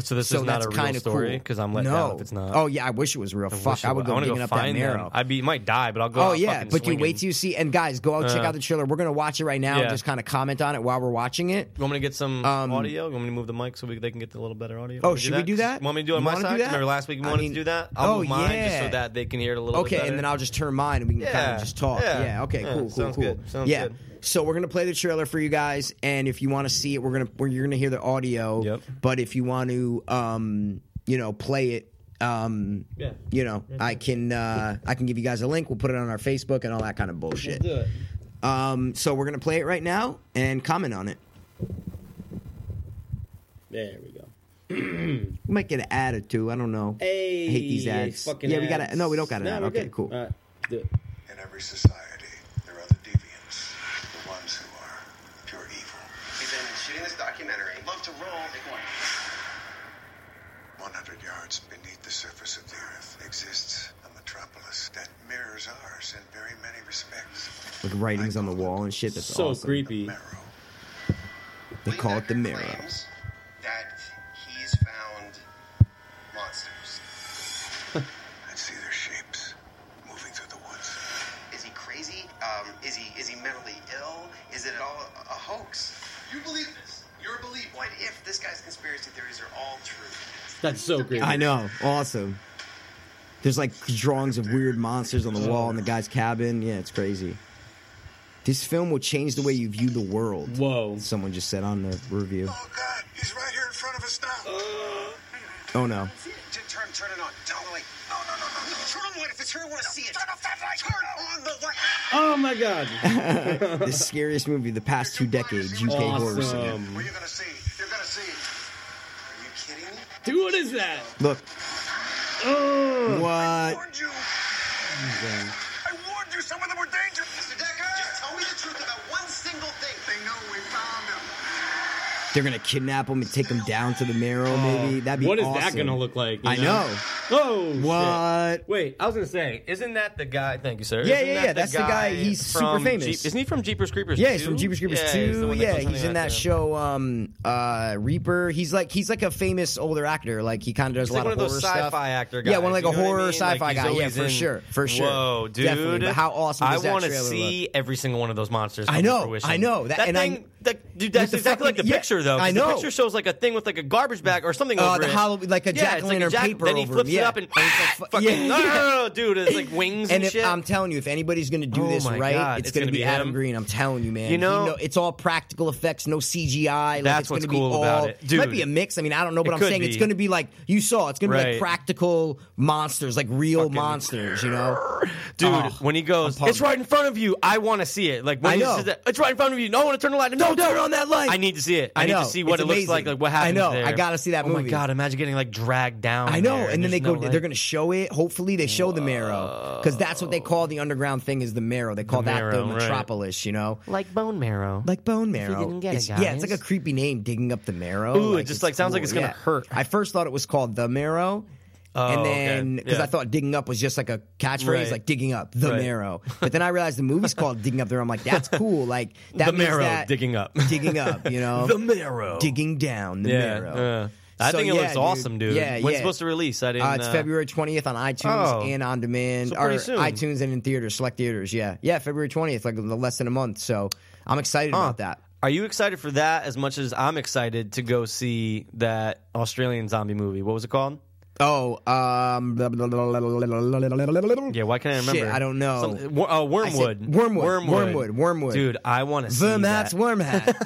Speaker 2: So this
Speaker 5: so
Speaker 2: is
Speaker 5: that's
Speaker 2: not a
Speaker 5: kind
Speaker 2: real
Speaker 5: of
Speaker 2: story because I'm let
Speaker 5: no.
Speaker 2: down if it's not.
Speaker 5: Oh yeah, I wish it was real. Fuck, I would go
Speaker 2: want to
Speaker 5: digging
Speaker 2: go
Speaker 5: up that
Speaker 2: find them.
Speaker 5: marrow.
Speaker 2: I'd be might die, but I'll go.
Speaker 5: Oh
Speaker 2: out
Speaker 5: yeah,
Speaker 2: fucking
Speaker 5: but you
Speaker 2: swinging. Uh,
Speaker 5: wait till you see. And guys, go out check out the trailer. We're gonna watch it right now and
Speaker 2: Yeah.
Speaker 5: just kind of comment on it while we're watching it.
Speaker 2: You want me to get some
Speaker 5: Um,
Speaker 2: audio? You want me to move the mic so we, they can get a little better audio?
Speaker 5: Oh,
Speaker 2: Want me to
Speaker 5: should we do that?
Speaker 2: Want me to do it on
Speaker 5: You
Speaker 2: my
Speaker 5: wanna do
Speaker 2: side?
Speaker 5: that?
Speaker 2: Remember last week you
Speaker 5: I
Speaker 2: wanted
Speaker 5: mean-
Speaker 2: to do that? I'll
Speaker 5: oh,
Speaker 2: move mine just
Speaker 5: yeah.
Speaker 2: so that they can hear it a little
Speaker 5: Okay,
Speaker 2: bit better.
Speaker 5: and then I'll just turn mine and we can kind
Speaker 2: Yeah,
Speaker 5: of just talk.
Speaker 2: yeah,
Speaker 5: Yeah. okay.
Speaker 2: yeah,
Speaker 5: Cool. Cool.
Speaker 2: sounds
Speaker 5: cool.
Speaker 2: good, sounds
Speaker 5: yeah.
Speaker 2: good.
Speaker 5: So we're gonna play the trailer for you guys, and if you want to see it, we're gonna we're, you're gonna hear the audio.
Speaker 2: Yep.
Speaker 5: But if you want to, um, you know, play it. Um,
Speaker 2: Yeah.
Speaker 5: you know, I can uh, I can give you guys a link. We'll put it on our Facebook and all that kind of bullshit.
Speaker 2: do it.
Speaker 5: Um, so we're gonna play it right now and comment on it.
Speaker 2: There we go.
Speaker 5: We might get an ad or two. I don't know. I hate these ads. yeah, we got to No, we don't got an ad. Okay, cool.
Speaker 2: Uh,
Speaker 7: In every society, there are the deviants, the ones who are pure evil.
Speaker 8: We've been shooting this documentary. Love to roll. Big one.
Speaker 7: 100 yards beneath the surface of the earth exists a metropolis that mirrors ours in very many respects.
Speaker 5: Like writings on the wall and shit. That's
Speaker 2: So
Speaker 5: awesome.
Speaker 2: creepy.
Speaker 7: Marrow.
Speaker 5: They call it the
Speaker 8: Linebacker
Speaker 5: mirror.
Speaker 8: claims That he's found monsters.
Speaker 7: I'd see their shapes moving through the woods.
Speaker 8: Is he crazy? Um, is he is he mentally ill? Is it all a, a hoax? You believe this? You're a believer. What if this guy's conspiracy theories are all true?
Speaker 2: That's so great.
Speaker 5: I know. Awesome. There's like drawings of weird monsters on the wall in the guy's cabin. Yeah, it's crazy. This film will change the way you view the world.
Speaker 2: Whoa.
Speaker 5: Someone just said on the review.
Speaker 7: Oh, God, he's right here in front of us now.
Speaker 8: Uh.
Speaker 5: Oh no.
Speaker 8: Turn turn it on. Turn the light. No no no no. Turn on the light if it's here. I want to see it. Turn off that light. Turn on the light.
Speaker 2: Oh my god.
Speaker 5: The scariest movie of the past two decades, UK horror cinema.
Speaker 7: What are you going to see? You're going to see.
Speaker 8: Are you kidding me?
Speaker 2: Dude, what is that?
Speaker 5: Look. What?
Speaker 7: warned you. I warned you some of them were dangerous.
Speaker 8: Mr. Decker, just tell me the truth about one single thing.
Speaker 7: They know we found him.
Speaker 5: They're gonna kidnap him and take him down to the marrow. Maybe that'd be
Speaker 2: Oh. What is that
Speaker 5: awesome.
Speaker 2: gonna look like? you
Speaker 5: I know.
Speaker 2: Oh shit.
Speaker 5: What?
Speaker 2: Wait, I was gonna say, isn't that the guy? Thank you, sir.
Speaker 5: Yeah,
Speaker 2: Isn't
Speaker 5: yeah,
Speaker 2: that
Speaker 5: yeah, that's the guy, he's super
Speaker 2: from
Speaker 5: famous.
Speaker 2: Jeep- isn't he from Jeepers Creepers?
Speaker 5: Yeah, he's
Speaker 2: 2?
Speaker 5: from Jeepers Creepers
Speaker 2: Yeah, he's the
Speaker 5: two.
Speaker 2: one that
Speaker 5: Yeah,
Speaker 2: goes
Speaker 5: he's
Speaker 2: hunting
Speaker 5: in that
Speaker 2: after him.
Speaker 5: show, um, uh, Reaper. He's like he's like a famous older actor. Like he kind of does
Speaker 2: He's
Speaker 5: a
Speaker 2: like
Speaker 5: lot
Speaker 2: one of
Speaker 5: horror
Speaker 2: those
Speaker 5: stuff.
Speaker 2: sci-fi actor guys.
Speaker 5: Yeah, one like
Speaker 2: you
Speaker 5: a
Speaker 2: know what I
Speaker 5: horror
Speaker 2: mean?
Speaker 5: sci-fi
Speaker 2: Like, he's
Speaker 5: guy. Yeah,
Speaker 2: always
Speaker 5: for
Speaker 2: in-
Speaker 5: sure, for sure.
Speaker 2: Whoa, dude!
Speaker 5: Definitely. But how awesome
Speaker 2: I
Speaker 5: does that
Speaker 2: wanna
Speaker 5: trailer
Speaker 2: see
Speaker 5: look?
Speaker 2: every single one of those monsters. Come
Speaker 5: I know,
Speaker 2: to fruition.
Speaker 5: I know, that-
Speaker 2: that
Speaker 5: and
Speaker 2: thing.
Speaker 5: I'm-
Speaker 2: that, dude, that's
Speaker 5: with the
Speaker 2: exactly like the
Speaker 5: fucking- yeah,
Speaker 2: picture though. 'cause
Speaker 5: I
Speaker 2: The
Speaker 5: know.
Speaker 2: picture shows like a thing with like a garbage bag or something.
Speaker 5: Uh,
Speaker 2: over
Speaker 5: the
Speaker 2: it.
Speaker 5: hollow- like a
Speaker 2: yeah, it's like
Speaker 5: jack-o'-lantern
Speaker 2: jack-
Speaker 5: paper
Speaker 2: Then he
Speaker 5: over
Speaker 2: flips
Speaker 5: him,
Speaker 2: it
Speaker 5: yeah.
Speaker 2: up and fucking.
Speaker 5: Yeah,
Speaker 2: No, no,
Speaker 5: yeah.
Speaker 2: no, no, dude! It's like wings and,
Speaker 5: And um, if,
Speaker 2: shit.
Speaker 5: I'm telling you, if anybody's going to do
Speaker 2: Oh
Speaker 5: this
Speaker 2: my
Speaker 5: right,
Speaker 2: God,
Speaker 5: it's,
Speaker 2: it's
Speaker 5: going to
Speaker 2: gonna
Speaker 5: be,
Speaker 2: be
Speaker 5: Adam
Speaker 2: him.
Speaker 5: Green. I'm telling you, man.
Speaker 2: You
Speaker 5: He
Speaker 2: know-
Speaker 5: it's all practical effects, no CGI. Like,
Speaker 2: That's
Speaker 5: it's
Speaker 2: what's
Speaker 5: gonna be
Speaker 2: cool
Speaker 5: all,
Speaker 2: about it.
Speaker 5: might be
Speaker 2: Dude.
Speaker 5: a mix. I mean, I don't know, but
Speaker 2: It
Speaker 5: I'm
Speaker 2: could
Speaker 5: saying it's
Speaker 2: be.
Speaker 5: going to be like you saw. It's going to be
Speaker 2: Right.
Speaker 5: like practical monsters, like real monsters. You know,
Speaker 2: Dude,
Speaker 5: Oh,
Speaker 2: when he goes,
Speaker 5: I'm pumped.
Speaker 2: it's right in front of you. I want to see it. Like when
Speaker 5: I
Speaker 2: he
Speaker 5: know.
Speaker 2: says that, it's right in front of you. No, I want to turn the light. No,
Speaker 5: Don't turn on that light.
Speaker 2: I need to see it. I,
Speaker 5: I
Speaker 2: need
Speaker 5: know.
Speaker 2: to see what
Speaker 5: It's
Speaker 2: it looks like.
Speaker 5: amazing.
Speaker 2: Like what
Speaker 5: I
Speaker 2: happens.
Speaker 5: know.
Speaker 2: there.
Speaker 5: I gotta see that
Speaker 2: Oh my
Speaker 5: movie.
Speaker 2: god! Imagine getting like dragged down.
Speaker 5: I know,
Speaker 2: there
Speaker 5: and then they
Speaker 2: there's
Speaker 5: go.
Speaker 2: no light.
Speaker 5: they're going to show it. Hopefully, they show the marrow because that's what they call the underground thing is the marrow. They call
Speaker 2: The
Speaker 5: that
Speaker 2: marrow,
Speaker 5: the
Speaker 2: right.
Speaker 5: metropolis. You know,
Speaker 2: like bone marrow.
Speaker 5: like bone marrow.
Speaker 2: didn't get it,
Speaker 5: It's- Yeah, it's
Speaker 2: guys.
Speaker 5: like a creepy name, digging up the marrow.
Speaker 2: Ooh, it just, like, sounds like it's gonna
Speaker 5: yeah.
Speaker 2: hurt.
Speaker 5: I first thought it was called the marrow.
Speaker 2: Oh,
Speaker 5: and
Speaker 2: okay.
Speaker 5: then, because
Speaker 2: Yeah.
Speaker 5: I thought digging up was just like a catchphrase,
Speaker 2: Right.
Speaker 5: like digging up the
Speaker 2: Right.
Speaker 5: marrow. But then I realized the movie's called digging up the. Marrow. I'm like, that's cool. Like that
Speaker 2: the
Speaker 5: means
Speaker 2: marrow
Speaker 5: that-
Speaker 2: digging up.
Speaker 5: digging up. You know,
Speaker 2: the marrow.
Speaker 5: digging down the
Speaker 2: Yeah.
Speaker 5: marrow.
Speaker 2: yeah. I
Speaker 5: So,
Speaker 2: think it
Speaker 5: yeah,
Speaker 2: looks
Speaker 5: dude.
Speaker 2: awesome, dude.
Speaker 5: Yeah,
Speaker 2: When's
Speaker 5: yeah.
Speaker 2: it supposed to release? I didn't.
Speaker 5: Uh, it's February 20th on iTunes
Speaker 2: Oh.
Speaker 5: and on demand,
Speaker 2: So
Speaker 5: or
Speaker 2: pretty soon.
Speaker 5: iTunes and in theaters, select theaters. Yeah, yeah, February 20th, like less than a month. So I'm excited about that.
Speaker 2: Are you excited for that as much as I'm excited to go see that Australian zombie movie? What was it called?
Speaker 5: Oh, um,
Speaker 2: Yeah, why can't I remember?
Speaker 5: Shit, I don't know.
Speaker 2: Some- wor- uh,
Speaker 5: I
Speaker 2: wormwood.
Speaker 5: said- Wormwood, Wormwood, Wormwood.
Speaker 2: Dude, I want to see
Speaker 5: Vermat's
Speaker 2: that.
Speaker 5: worm hat.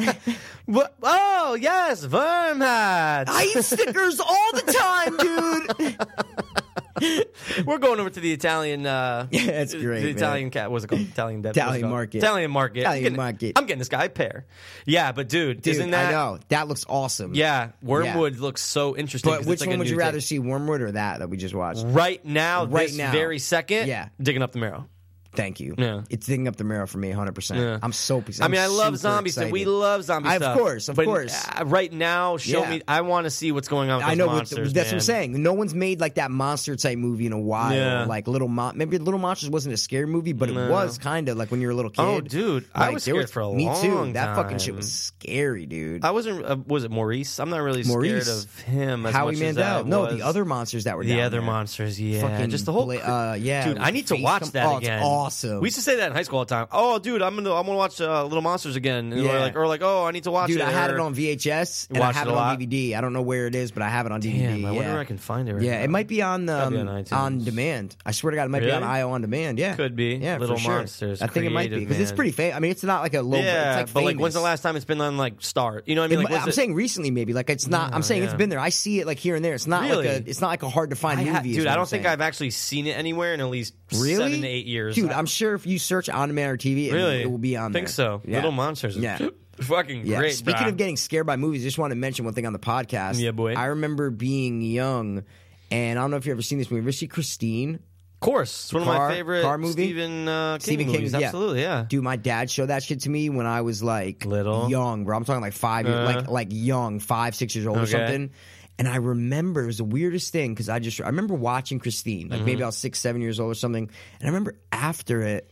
Speaker 2: Wha- oh yes, Vermats.
Speaker 5: I eat stickers all the time, dude.
Speaker 2: We're going over to the Italian. Uh,
Speaker 5: Yeah, that's great,
Speaker 2: The
Speaker 5: man.
Speaker 2: Italian cat. What's it called? Italian dep- what's it
Speaker 5: Italian
Speaker 2: called?
Speaker 5: market.
Speaker 2: Italian market.
Speaker 5: Italian
Speaker 2: I'm getting,
Speaker 5: market.
Speaker 2: I'm getting this guy a pair. Yeah, but dude,
Speaker 5: Dude,
Speaker 2: isn't that?
Speaker 5: I know that looks awesome.
Speaker 2: Yeah, Wormwood looks so interesting.
Speaker 5: but
Speaker 2: 'cause
Speaker 5: which
Speaker 2: it's like a
Speaker 5: one would
Speaker 2: new
Speaker 5: you rather
Speaker 2: thing. Mm.
Speaker 5: see, Wormwood or that that we just watched?
Speaker 2: Right now,
Speaker 5: Right
Speaker 2: this
Speaker 5: now.
Speaker 2: very second.
Speaker 5: Yeah.
Speaker 2: digging up the marrow.
Speaker 5: Thank you.
Speaker 2: Yeah.
Speaker 5: It's digging up the marrow for me 100%.
Speaker 2: Yeah.
Speaker 5: I'm so pissed.
Speaker 2: I
Speaker 5: I'm
Speaker 2: mean, I love
Speaker 5: super
Speaker 2: zombie stuff. We
Speaker 5: excited.
Speaker 2: love zombie
Speaker 5: I-
Speaker 2: stuff.
Speaker 5: Of course, of
Speaker 2: But,
Speaker 5: course.
Speaker 2: uh, right now, show
Speaker 5: Yeah.
Speaker 2: me. I want to see what's going on. With
Speaker 5: I
Speaker 2: those
Speaker 5: know but
Speaker 2: monsters,
Speaker 5: th- that's what I'm
Speaker 2: man.
Speaker 5: saying. No one's made like that monster type movie in a while.
Speaker 2: Yeah.
Speaker 5: Like Little Mon- maybe Little Monsters wasn't a scary movie, but it
Speaker 2: No.
Speaker 5: was kind of like when you were a little kid.
Speaker 2: Oh, dude, I
Speaker 5: Like,
Speaker 2: was
Speaker 5: there
Speaker 2: scared for a
Speaker 5: me too.
Speaker 2: long
Speaker 5: That fucking shit
Speaker 2: time.
Speaker 5: was scary, dude.
Speaker 2: I wasn't. Uh, was it Maurice? I'm not really
Speaker 5: Maurice.
Speaker 2: scared of him. As
Speaker 5: Howie
Speaker 2: much
Speaker 5: Mandel.
Speaker 2: As I
Speaker 5: no,
Speaker 2: was.
Speaker 5: the other monsters that were
Speaker 2: the
Speaker 5: down
Speaker 2: other
Speaker 5: there.
Speaker 2: monsters. Yeah,
Speaker 5: Fucking
Speaker 2: just the whole.
Speaker 5: bla-
Speaker 2: cr-
Speaker 5: uh, yeah,
Speaker 2: dude,
Speaker 5: with
Speaker 2: I need to
Speaker 5: face
Speaker 2: watch
Speaker 5: come-
Speaker 2: that
Speaker 5: oh, it's
Speaker 2: again.
Speaker 5: awesome.
Speaker 2: We used to say that in high school all the time. Oh, dude, I'm gonna I'm gonna watch uh, Little Monsters again. And
Speaker 5: Yeah.
Speaker 2: Or like, or like, oh, I need to watch
Speaker 5: Dude,
Speaker 2: it.
Speaker 5: I had
Speaker 2: or-
Speaker 5: it on VHS and I
Speaker 2: Watched
Speaker 5: have
Speaker 2: it
Speaker 5: it
Speaker 2: a
Speaker 5: on
Speaker 2: lot.
Speaker 5: DVD. I don't know where it is, but I have it on DVD.
Speaker 2: Damn, I wonder
Speaker 5: yeah.
Speaker 2: if I can find it. Right
Speaker 5: Yeah,
Speaker 2: now.
Speaker 5: it might be on um,
Speaker 2: Gotta be on
Speaker 5: on,
Speaker 2: iTunes.
Speaker 5: demand. I swear to God, it might be on
Speaker 2: Really?
Speaker 5: IO on demand. Yeah,
Speaker 2: Could be.
Speaker 5: Yeah, for
Speaker 2: Little
Speaker 5: sure.
Speaker 2: Monsters,
Speaker 5: I think it might be
Speaker 2: creative,
Speaker 5: because it's
Speaker 2: man.
Speaker 5: pretty famous. I mean, it's not like a low.
Speaker 2: Yeah,
Speaker 5: it's
Speaker 2: but
Speaker 5: like
Speaker 2: like, when's the
Speaker 5: famous.
Speaker 2: last time it's been on like Star? You know what I
Speaker 5: It
Speaker 2: mean?
Speaker 5: mi-
Speaker 2: Like, when's
Speaker 5: I'm
Speaker 2: it-
Speaker 5: saying recently, maybe. Like it's not. I'm saying it's
Speaker 2: yeah.
Speaker 5: been there. I see it like here and there. It's not
Speaker 2: Really?
Speaker 5: like a. It's not like a hard to find
Speaker 2: I
Speaker 5: movie.
Speaker 2: ha-
Speaker 5: is
Speaker 2: dude, I
Speaker 5: what I'm
Speaker 2: don't think
Speaker 5: saying.
Speaker 2: I've actually seen it anywhere in at least
Speaker 5: really
Speaker 2: seven to eight years.
Speaker 5: Dude,
Speaker 2: I-
Speaker 5: I'm sure if you search on American TV, it,
Speaker 2: really
Speaker 5: it will be on.
Speaker 2: Think
Speaker 5: there.
Speaker 2: so?
Speaker 5: Yeah.
Speaker 2: Little Monsters. is
Speaker 5: Yeah.
Speaker 2: fucking
Speaker 5: Yeah.
Speaker 2: great.
Speaker 5: Speaking
Speaker 2: bruh.
Speaker 5: of getting scared by movies, I just want to mention one thing on the podcast.
Speaker 2: Yeah, boy.
Speaker 5: I remember being young, and I don't know if you've ever seen this movie. Ever see Christine?
Speaker 2: of course, it's one of
Speaker 5: Car-
Speaker 2: my favorite
Speaker 5: car movie?
Speaker 2: Stephen uh, King
Speaker 5: Stephen
Speaker 2: movies.
Speaker 5: King's, yeah.
Speaker 2: Absolutely, yeah.
Speaker 5: Dude, my dad showed that shit to me when I was like
Speaker 2: Little?
Speaker 5: young, bro. I'm talking like five, years,
Speaker 2: Uh-huh.
Speaker 5: like like young, five, six years old or
Speaker 2: Okay.
Speaker 5: something. And I remember it was the weirdest thing because I just I remember watching Christine, like
Speaker 2: Mm-hmm.
Speaker 5: maybe I was six, seven years old or something. And I remember after it,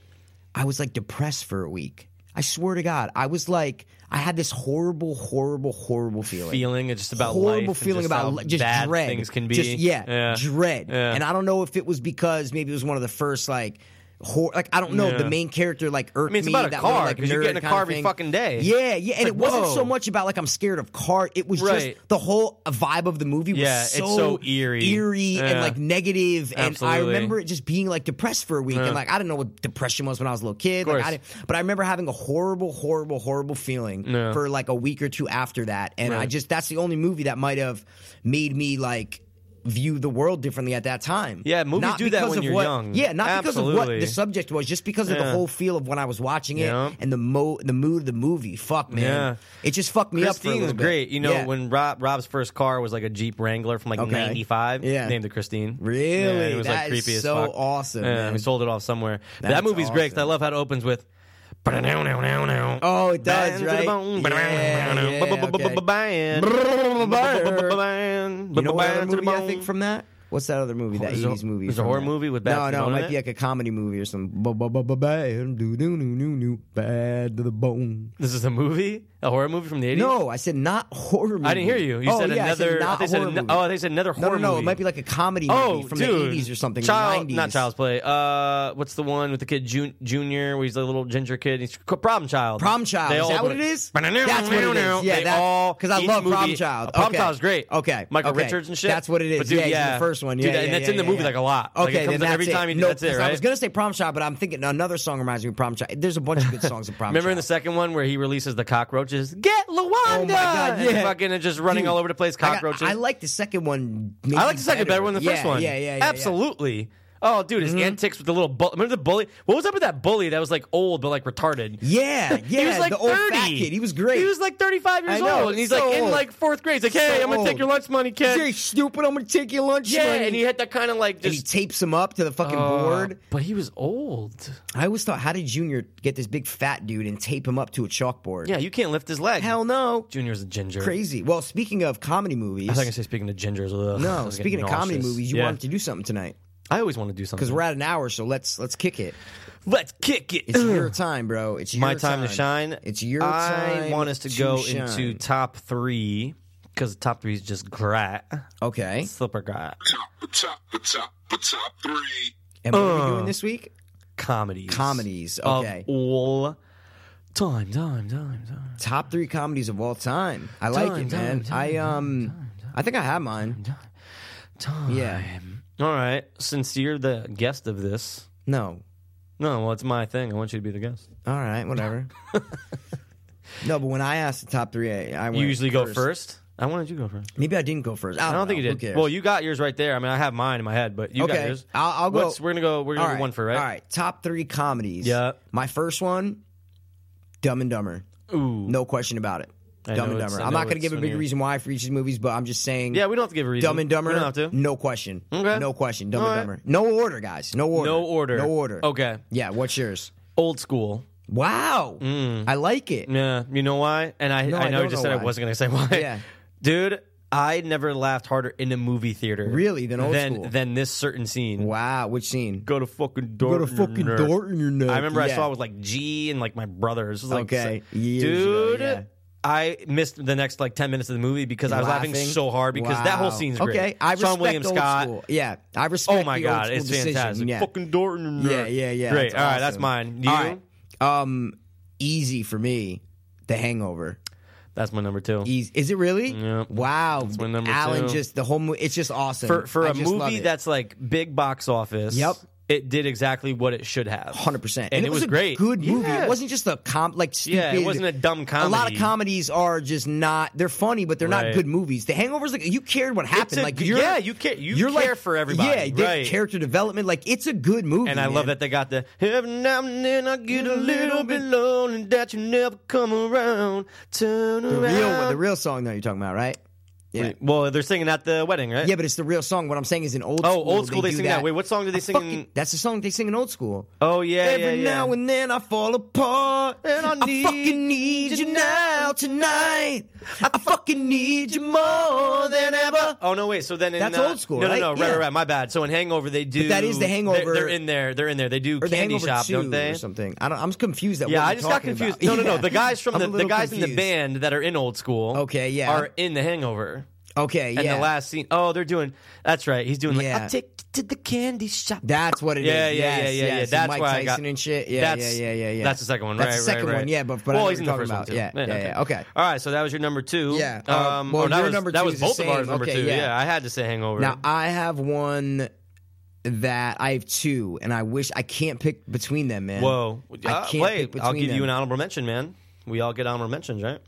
Speaker 5: I was like depressed for a week. I swear to God, I was like I had this horrible, horrible, horrible feeling.
Speaker 2: feeling it's just about life
Speaker 5: horrible
Speaker 2: and
Speaker 5: feeling
Speaker 2: just
Speaker 5: about
Speaker 2: how
Speaker 5: li- just
Speaker 2: bad
Speaker 5: dread.
Speaker 2: things can be.
Speaker 5: Just, yeah, dread.
Speaker 2: Yeah.
Speaker 5: And I don't know if it was because maybe it was one of the first like. Hor- like I don't know
Speaker 2: Yeah.
Speaker 5: the main character like irked
Speaker 2: I mean, it's
Speaker 5: me,
Speaker 2: about a
Speaker 5: that
Speaker 2: car,
Speaker 5: little, like
Speaker 2: 'cause you
Speaker 5: nerd
Speaker 2: get in a
Speaker 5: kinda
Speaker 2: car every
Speaker 5: thing.
Speaker 2: fucking day.
Speaker 5: Yeah, yeah,
Speaker 2: It's
Speaker 5: and
Speaker 2: like,
Speaker 5: it wasn't so
Speaker 2: whoa.
Speaker 5: much about like I'm scared of car. It was
Speaker 2: Right.
Speaker 5: just the whole vibe of the movie was
Speaker 2: Yeah, it's
Speaker 5: so,
Speaker 2: so eerie.
Speaker 5: eerie and
Speaker 2: Yeah.
Speaker 5: like negative. And I
Speaker 2: Absolutely.
Speaker 5: remember it just being like depressed for a week, and like I didn't know what depression was when I was a little kid. Like,
Speaker 2: course.
Speaker 5: I didn't, but I remember having a horrible, horrible, horrible feeling
Speaker 2: Yeah.
Speaker 5: for like a week or two after that, and I
Speaker 2: Right.
Speaker 5: just that's the only movie that might have made me like view the world differently at that time.
Speaker 2: Yeah, movies
Speaker 5: Not
Speaker 2: do that
Speaker 5: because
Speaker 2: when
Speaker 5: of
Speaker 2: you're
Speaker 5: what-
Speaker 2: young.
Speaker 5: Yeah, not because of what the
Speaker 2: Absolutely.
Speaker 5: subject was, just because of the
Speaker 2: Yeah.
Speaker 5: whole feel of when I was watching it
Speaker 2: Yeah.
Speaker 5: and the mo the mood of the movie. Fuck man,
Speaker 2: Yeah.
Speaker 5: it just fucked me up. For a
Speaker 2: Christine's
Speaker 5: little bit.
Speaker 2: great. You know,
Speaker 5: Yeah.
Speaker 2: when Rob Rob's first car was like a Jeep Wrangler from like
Speaker 5: Okay.
Speaker 2: '95,
Speaker 5: Yeah.
Speaker 2: named it Christine.
Speaker 5: Really?
Speaker 2: Yeah, it was
Speaker 5: That
Speaker 2: like
Speaker 5: is
Speaker 2: creepy as
Speaker 5: so
Speaker 2: fuck.
Speaker 5: awesome,
Speaker 2: Yeah,
Speaker 5: man.
Speaker 2: we sold it off somewhere. But
Speaker 5: That's
Speaker 2: that movie's great 'cause I
Speaker 5: awesome.
Speaker 2: love how it opens with.
Speaker 5: Oh, it does, right? Yeah, yeah, okay. you know what other movie I think from that? What's that other movie? That
Speaker 2: Is it-
Speaker 5: 80s movie.
Speaker 2: is it a
Speaker 5: from
Speaker 2: horror
Speaker 5: that?
Speaker 2: movie with
Speaker 5: no,
Speaker 2: Bad to the
Speaker 5: no, it
Speaker 2: Bone
Speaker 5: might
Speaker 2: in
Speaker 5: be
Speaker 2: it?
Speaker 5: like a comedy movie or something. Ba- ba- ba- ba- Bad do- do- do- do- do. Bad to the bone.
Speaker 2: This is a movie, a horror movie from the '80s.
Speaker 5: No, I said not horror. movie.
Speaker 2: I didn't hear you. You
Speaker 5: oh,
Speaker 2: said
Speaker 5: yeah, I
Speaker 2: another.
Speaker 5: said not
Speaker 2: I think you
Speaker 5: horror
Speaker 2: said an-
Speaker 5: movie.
Speaker 2: oh, they said another
Speaker 5: no,
Speaker 2: horror
Speaker 5: no, no.
Speaker 2: movie.
Speaker 5: It might be like a comedy movie
Speaker 2: Oh,
Speaker 5: from
Speaker 2: dude.
Speaker 5: the 80s or something. or
Speaker 2: Child,
Speaker 5: 90s.
Speaker 2: not Child's Play. Uh, what's the one with the kid Jun- Junior, where he's a little ginger kid? He's co- Problem Child.
Speaker 5: Prom Child.
Speaker 2: They
Speaker 5: Is
Speaker 2: all
Speaker 5: that what
Speaker 2: open
Speaker 5: it is? That's what it is. Yeah,
Speaker 2: they
Speaker 5: that-
Speaker 2: all
Speaker 5: 'cause I
Speaker 2: each
Speaker 5: love Prom
Speaker 2: movie-
Speaker 5: Child.
Speaker 2: Prom
Speaker 5: Okay.
Speaker 2: Child's great.
Speaker 5: Okay.
Speaker 2: Michael
Speaker 5: Okay.
Speaker 2: Richards and shit.
Speaker 5: That's what it is.
Speaker 2: But dude,
Speaker 5: Yeah, he's in the first one.
Speaker 2: Dude,
Speaker 5: Yeah,
Speaker 2: and
Speaker 5: yeah,
Speaker 2: that's in
Speaker 5: yeah,
Speaker 2: the movie
Speaker 5: yeah.
Speaker 2: like a lot. Like,
Speaker 5: Okay,
Speaker 2: it comes
Speaker 5: then
Speaker 2: up
Speaker 5: that's
Speaker 2: every
Speaker 5: it.
Speaker 2: time he
Speaker 5: no,
Speaker 2: that's it,
Speaker 5: 'cause
Speaker 2: right?
Speaker 5: I was gonna say Prom Child, but I'm thinking another song reminds me of Prom Child. There's a bunch of good songs in Prom
Speaker 2: Remember in the
Speaker 5: Child.
Speaker 2: second one where he releases the cockroaches? Get Luanda! Oh
Speaker 5: my God,
Speaker 2: And
Speaker 5: yeah.
Speaker 2: they're fucking and just running
Speaker 5: Dude,
Speaker 2: all over the place,
Speaker 5: I got-
Speaker 2: cockroaches.
Speaker 5: I, like the second one. maybe
Speaker 2: I like the second better one than the
Speaker 5: Yeah,
Speaker 2: first one.
Speaker 5: Yeah, yeah, Mm-hmm. yeah, yeah.
Speaker 2: Absolutely. Oh, dude, his antics with the little bully. Remember the bully? What was up with that bully that was like old but like retarded?
Speaker 5: Yeah, yeah.
Speaker 2: he was like
Speaker 5: the old
Speaker 2: 30.
Speaker 5: fat kid. He was great.
Speaker 2: He was like 35 years
Speaker 5: I know,
Speaker 2: old. And he's
Speaker 5: so
Speaker 2: like
Speaker 5: old.
Speaker 2: in like fourth grade. He's like, hey,
Speaker 5: So
Speaker 2: I'm going to
Speaker 5: old.
Speaker 2: take your lunch money, kid.
Speaker 5: You're stupid. I'm gonna take your lunch
Speaker 2: yeah,
Speaker 5: money.
Speaker 2: and he had that kind of like
Speaker 5: and he
Speaker 2: just.
Speaker 5: tapes him up to the fucking
Speaker 2: uh,
Speaker 5: board.
Speaker 2: But he was old.
Speaker 5: I always thought, how did Junior get this big fat dude and tape him up to a chalkboard?
Speaker 2: Yeah, you can't lift his leg.
Speaker 5: Hell no.
Speaker 2: Junior's a ginger.
Speaker 5: Crazy. Well, speaking of comedy movies,
Speaker 2: I was going to say, speaking of gingers. Ugh, I
Speaker 5: no.
Speaker 2: was
Speaker 5: Speaking
Speaker 2: getting
Speaker 5: of comedy
Speaker 2: nauseous.
Speaker 5: movies, you
Speaker 2: yeah.
Speaker 5: wanted to do something tonight
Speaker 2: I always want to do something.
Speaker 5: because we're at an hour, so let's let's kick it.
Speaker 2: Let's kick it.
Speaker 5: It's your time, bro. It's your
Speaker 2: my time, to shine.
Speaker 5: It's your
Speaker 2: I
Speaker 5: time
Speaker 2: want us to,
Speaker 5: to
Speaker 2: go
Speaker 5: shine.
Speaker 2: into top three because top three is just grat,
Speaker 5: Okay.
Speaker 2: slipper grat,
Speaker 7: top, the top, the top three.
Speaker 5: And what are we doing this week?
Speaker 2: comedies,
Speaker 5: Comedies.
Speaker 2: of
Speaker 5: Okay.
Speaker 2: all time, time, time, time.
Speaker 5: Top three comedies of all time. I like
Speaker 2: Time,
Speaker 5: it, man.
Speaker 2: time,
Speaker 5: I um, I think I have mine.
Speaker 2: time.
Speaker 5: Yeah.
Speaker 2: All right, since you're the guest of this,
Speaker 5: No.
Speaker 2: no, well, it's my thing. I want you to be the guest.
Speaker 5: All right. Whatever. no, but when I asked the top three, I, I went
Speaker 2: you usually go first. I wanted you to go first.
Speaker 5: Maybe I didn't go first. I
Speaker 2: I
Speaker 5: don't,
Speaker 2: don't
Speaker 5: know.
Speaker 2: think you
Speaker 5: Who
Speaker 2: did.
Speaker 5: cares?
Speaker 2: Well, you got yours right there. I mean, I have mine in my head, but you got
Speaker 5: Okay.
Speaker 2: yours.
Speaker 5: I'll- I'll go-
Speaker 2: What's- we're gonna go. We're gonna
Speaker 5: All
Speaker 2: do one for right.
Speaker 5: All right, top three comedies.
Speaker 2: Yeah.
Speaker 5: My first one, Dumb and Dumber.
Speaker 2: Ooh.
Speaker 5: No question about it.
Speaker 2: I
Speaker 5: Dumb
Speaker 2: know
Speaker 5: and
Speaker 2: it's-
Speaker 5: Dumber.
Speaker 2: I
Speaker 5: I'm
Speaker 2: know
Speaker 5: not going to
Speaker 2: it's
Speaker 5: give a
Speaker 2: one
Speaker 5: big
Speaker 2: of your-
Speaker 5: reason why for each of these movies, but I'm just saying.
Speaker 2: Yeah, we don't have to give a reason.
Speaker 5: Dumb and Dumber.
Speaker 2: We don't have to.
Speaker 5: No question.
Speaker 2: Okay.
Speaker 5: No question. Dumb
Speaker 2: All
Speaker 5: and
Speaker 2: right.
Speaker 5: Dumber. No order, guys. No order.
Speaker 2: No order.
Speaker 5: No order.
Speaker 2: Okay.
Speaker 5: Yeah. What's yours?
Speaker 2: Old school.
Speaker 5: Wow.
Speaker 2: Mm.
Speaker 5: I like it.
Speaker 2: Hmm. Yeah. You know why? And I,
Speaker 5: No,
Speaker 2: I
Speaker 5: I
Speaker 2: know you
Speaker 5: don't
Speaker 2: just
Speaker 5: know
Speaker 2: said I
Speaker 5: why.
Speaker 2: wasn't going to say why.
Speaker 5: Yeah.
Speaker 2: Dude, I never laughed harder in a movie theater.
Speaker 5: Really? Than old
Speaker 2: than,
Speaker 5: school?
Speaker 2: Than this certain scene.
Speaker 5: Wow. Which scene?
Speaker 2: Go to fucking
Speaker 5: Go
Speaker 2: door.
Speaker 5: to fucking door in your neck.
Speaker 2: I remember I
Speaker 5: Yeah.
Speaker 2: saw it with like G and like my brothers. It was, like,
Speaker 5: Okay.
Speaker 2: so-
Speaker 5: Years ago,
Speaker 2: dude.
Speaker 5: yeah.
Speaker 2: I missed the next like ten minutes of the movie because I was laughing,
Speaker 5: Laughing.
Speaker 2: so hard because that whole
Speaker 5: Wow.
Speaker 2: scene's great.
Speaker 5: Okay. I respect
Speaker 2: Sean William
Speaker 5: old
Speaker 2: Scott.
Speaker 5: School. Yeah. I respect.
Speaker 2: Oh my
Speaker 5: the old
Speaker 2: god,
Speaker 5: school
Speaker 2: it's
Speaker 5: decision.
Speaker 2: fantastic.
Speaker 5: Yeah.
Speaker 2: Fucking door in your
Speaker 5: Yeah.
Speaker 2: neck.
Speaker 5: Yeah. Yeah.
Speaker 2: Great.
Speaker 5: That's
Speaker 2: All right, that's
Speaker 5: awesome.
Speaker 2: mine. You?
Speaker 5: All right. Um, easy for me. The Hangover.
Speaker 2: That's my number two.
Speaker 5: Easy. Is it really?
Speaker 2: Yep.
Speaker 5: Wow.
Speaker 2: my number two.
Speaker 5: Alan just the whole movie. It's just awesome
Speaker 2: for for
Speaker 5: a
Speaker 2: a movie that's like big box office.
Speaker 5: Yep.
Speaker 2: It did exactly what it should have.
Speaker 5: hundred percent,
Speaker 2: And, it, was,
Speaker 5: a
Speaker 2: great.
Speaker 5: Good movie.
Speaker 2: Yeah.
Speaker 5: It wasn't just a com like stupid.
Speaker 2: Yeah, it wasn't a dumb
Speaker 5: A lot
Speaker 2: comedy.
Speaker 5: of comedies are just not. They're funny, but they're
Speaker 2: Right.
Speaker 5: not good movies. The Hangover's like you cared what happened.
Speaker 2: a
Speaker 5: like
Speaker 2: g-
Speaker 5: you're,
Speaker 2: yeah, you care- you
Speaker 5: are
Speaker 2: care
Speaker 5: like,
Speaker 2: for everybody,
Speaker 5: Yeah, they-
Speaker 2: right.
Speaker 5: character development. Like it's a good movie.
Speaker 2: and I love
Speaker 5: man.
Speaker 2: that they got the every now and then I get a little bit lonely that you never come around. Turn
Speaker 5: the real one,
Speaker 2: around.
Speaker 5: the real song though you're talking about, right? Yeah.
Speaker 2: Wait, Well, they're singing at the wedding, right?
Speaker 5: Yeah, but it's the real song. What I'm saying is in old
Speaker 2: Oh,
Speaker 5: school.
Speaker 2: old school, they
Speaker 5: do
Speaker 2: sing that. Wait, what song do they
Speaker 5: I
Speaker 2: sing
Speaker 5: fucking-
Speaker 2: in-
Speaker 5: That's the song they sing in old school.
Speaker 2: Oh yeah, yeah,
Speaker 5: Every
Speaker 2: yeah.
Speaker 5: now and then I fall apart,
Speaker 2: And I need
Speaker 5: fucking need you
Speaker 2: you
Speaker 5: now tonight. I fucking need you more than ever.
Speaker 2: Oh no! Wait. So then in,
Speaker 5: That's
Speaker 2: uh,
Speaker 5: old school,
Speaker 2: No,
Speaker 5: right?
Speaker 2: no, no. Right,
Speaker 5: Yeah.
Speaker 2: right, right. My bad. So in Hangover, they do.
Speaker 5: that is the
Speaker 2: they're-
Speaker 5: Hangover-
Speaker 2: They're, in there. They're in there. They do
Speaker 5: Or the
Speaker 2: Candy
Speaker 5: Hangover
Speaker 2: Shop,
Speaker 5: 2
Speaker 2: don't they?
Speaker 5: or something? I don't, I'm just confused. At
Speaker 2: Yeah,
Speaker 5: what
Speaker 2: I
Speaker 5: we're
Speaker 2: just got
Speaker 5: talking
Speaker 2: confused.
Speaker 5: about.
Speaker 2: No, no, no.
Speaker 5: Yeah.
Speaker 2: The guys from
Speaker 5: I'm
Speaker 2: the,
Speaker 5: a
Speaker 2: the
Speaker 5: little
Speaker 2: guys in the
Speaker 5: confused.
Speaker 2: band that are in Old School.
Speaker 5: Okay, yeah.
Speaker 2: Are in the Hangover.
Speaker 5: Okay, yeah.
Speaker 2: And the last scene. Oh, they're doing. That's right. He's doing like.
Speaker 5: Yeah.
Speaker 2: I'll take you to the candy shop.
Speaker 5: That's what it is.
Speaker 2: Yeah, yeah,
Speaker 5: Yes,
Speaker 2: yeah, yeah, yeah.
Speaker 5: yes.
Speaker 2: That's
Speaker 5: Mike
Speaker 2: why I
Speaker 5: Tyson
Speaker 2: got-
Speaker 5: and shit. Yeah,
Speaker 2: That's-
Speaker 5: yeah, yeah, yeah, yeah.
Speaker 2: That's the second one.
Speaker 5: That's
Speaker 2: right,
Speaker 5: the second
Speaker 2: right, right.
Speaker 5: one. Yeah, but, but I
Speaker 2: well,
Speaker 5: know
Speaker 2: he's in
Speaker 5: what
Speaker 2: the
Speaker 5: you're
Speaker 2: first one
Speaker 5: talking
Speaker 2: too.
Speaker 5: about. Yeah, yeah,
Speaker 2: okay.
Speaker 5: yeah. Okay.
Speaker 2: All right. So that was your number two.
Speaker 5: Yeah, uh,
Speaker 2: Um.
Speaker 5: well,
Speaker 2: oh, that
Speaker 5: your
Speaker 2: was
Speaker 5: number
Speaker 2: that
Speaker 5: two
Speaker 2: was
Speaker 5: is the
Speaker 2: both of ours
Speaker 5: same.
Speaker 2: number
Speaker 5: Okay,
Speaker 2: two.
Speaker 5: yeah.
Speaker 2: I had to say Hangover.
Speaker 5: Now I have one that I have two, and I wish I can't pick between them, man.
Speaker 2: Whoa.
Speaker 5: I
Speaker 2: Uh,
Speaker 5: can't
Speaker 2: wait.
Speaker 5: pick between
Speaker 2: I'll give
Speaker 5: them.
Speaker 2: you an honorable mention, man. We all get honorable mentions, right?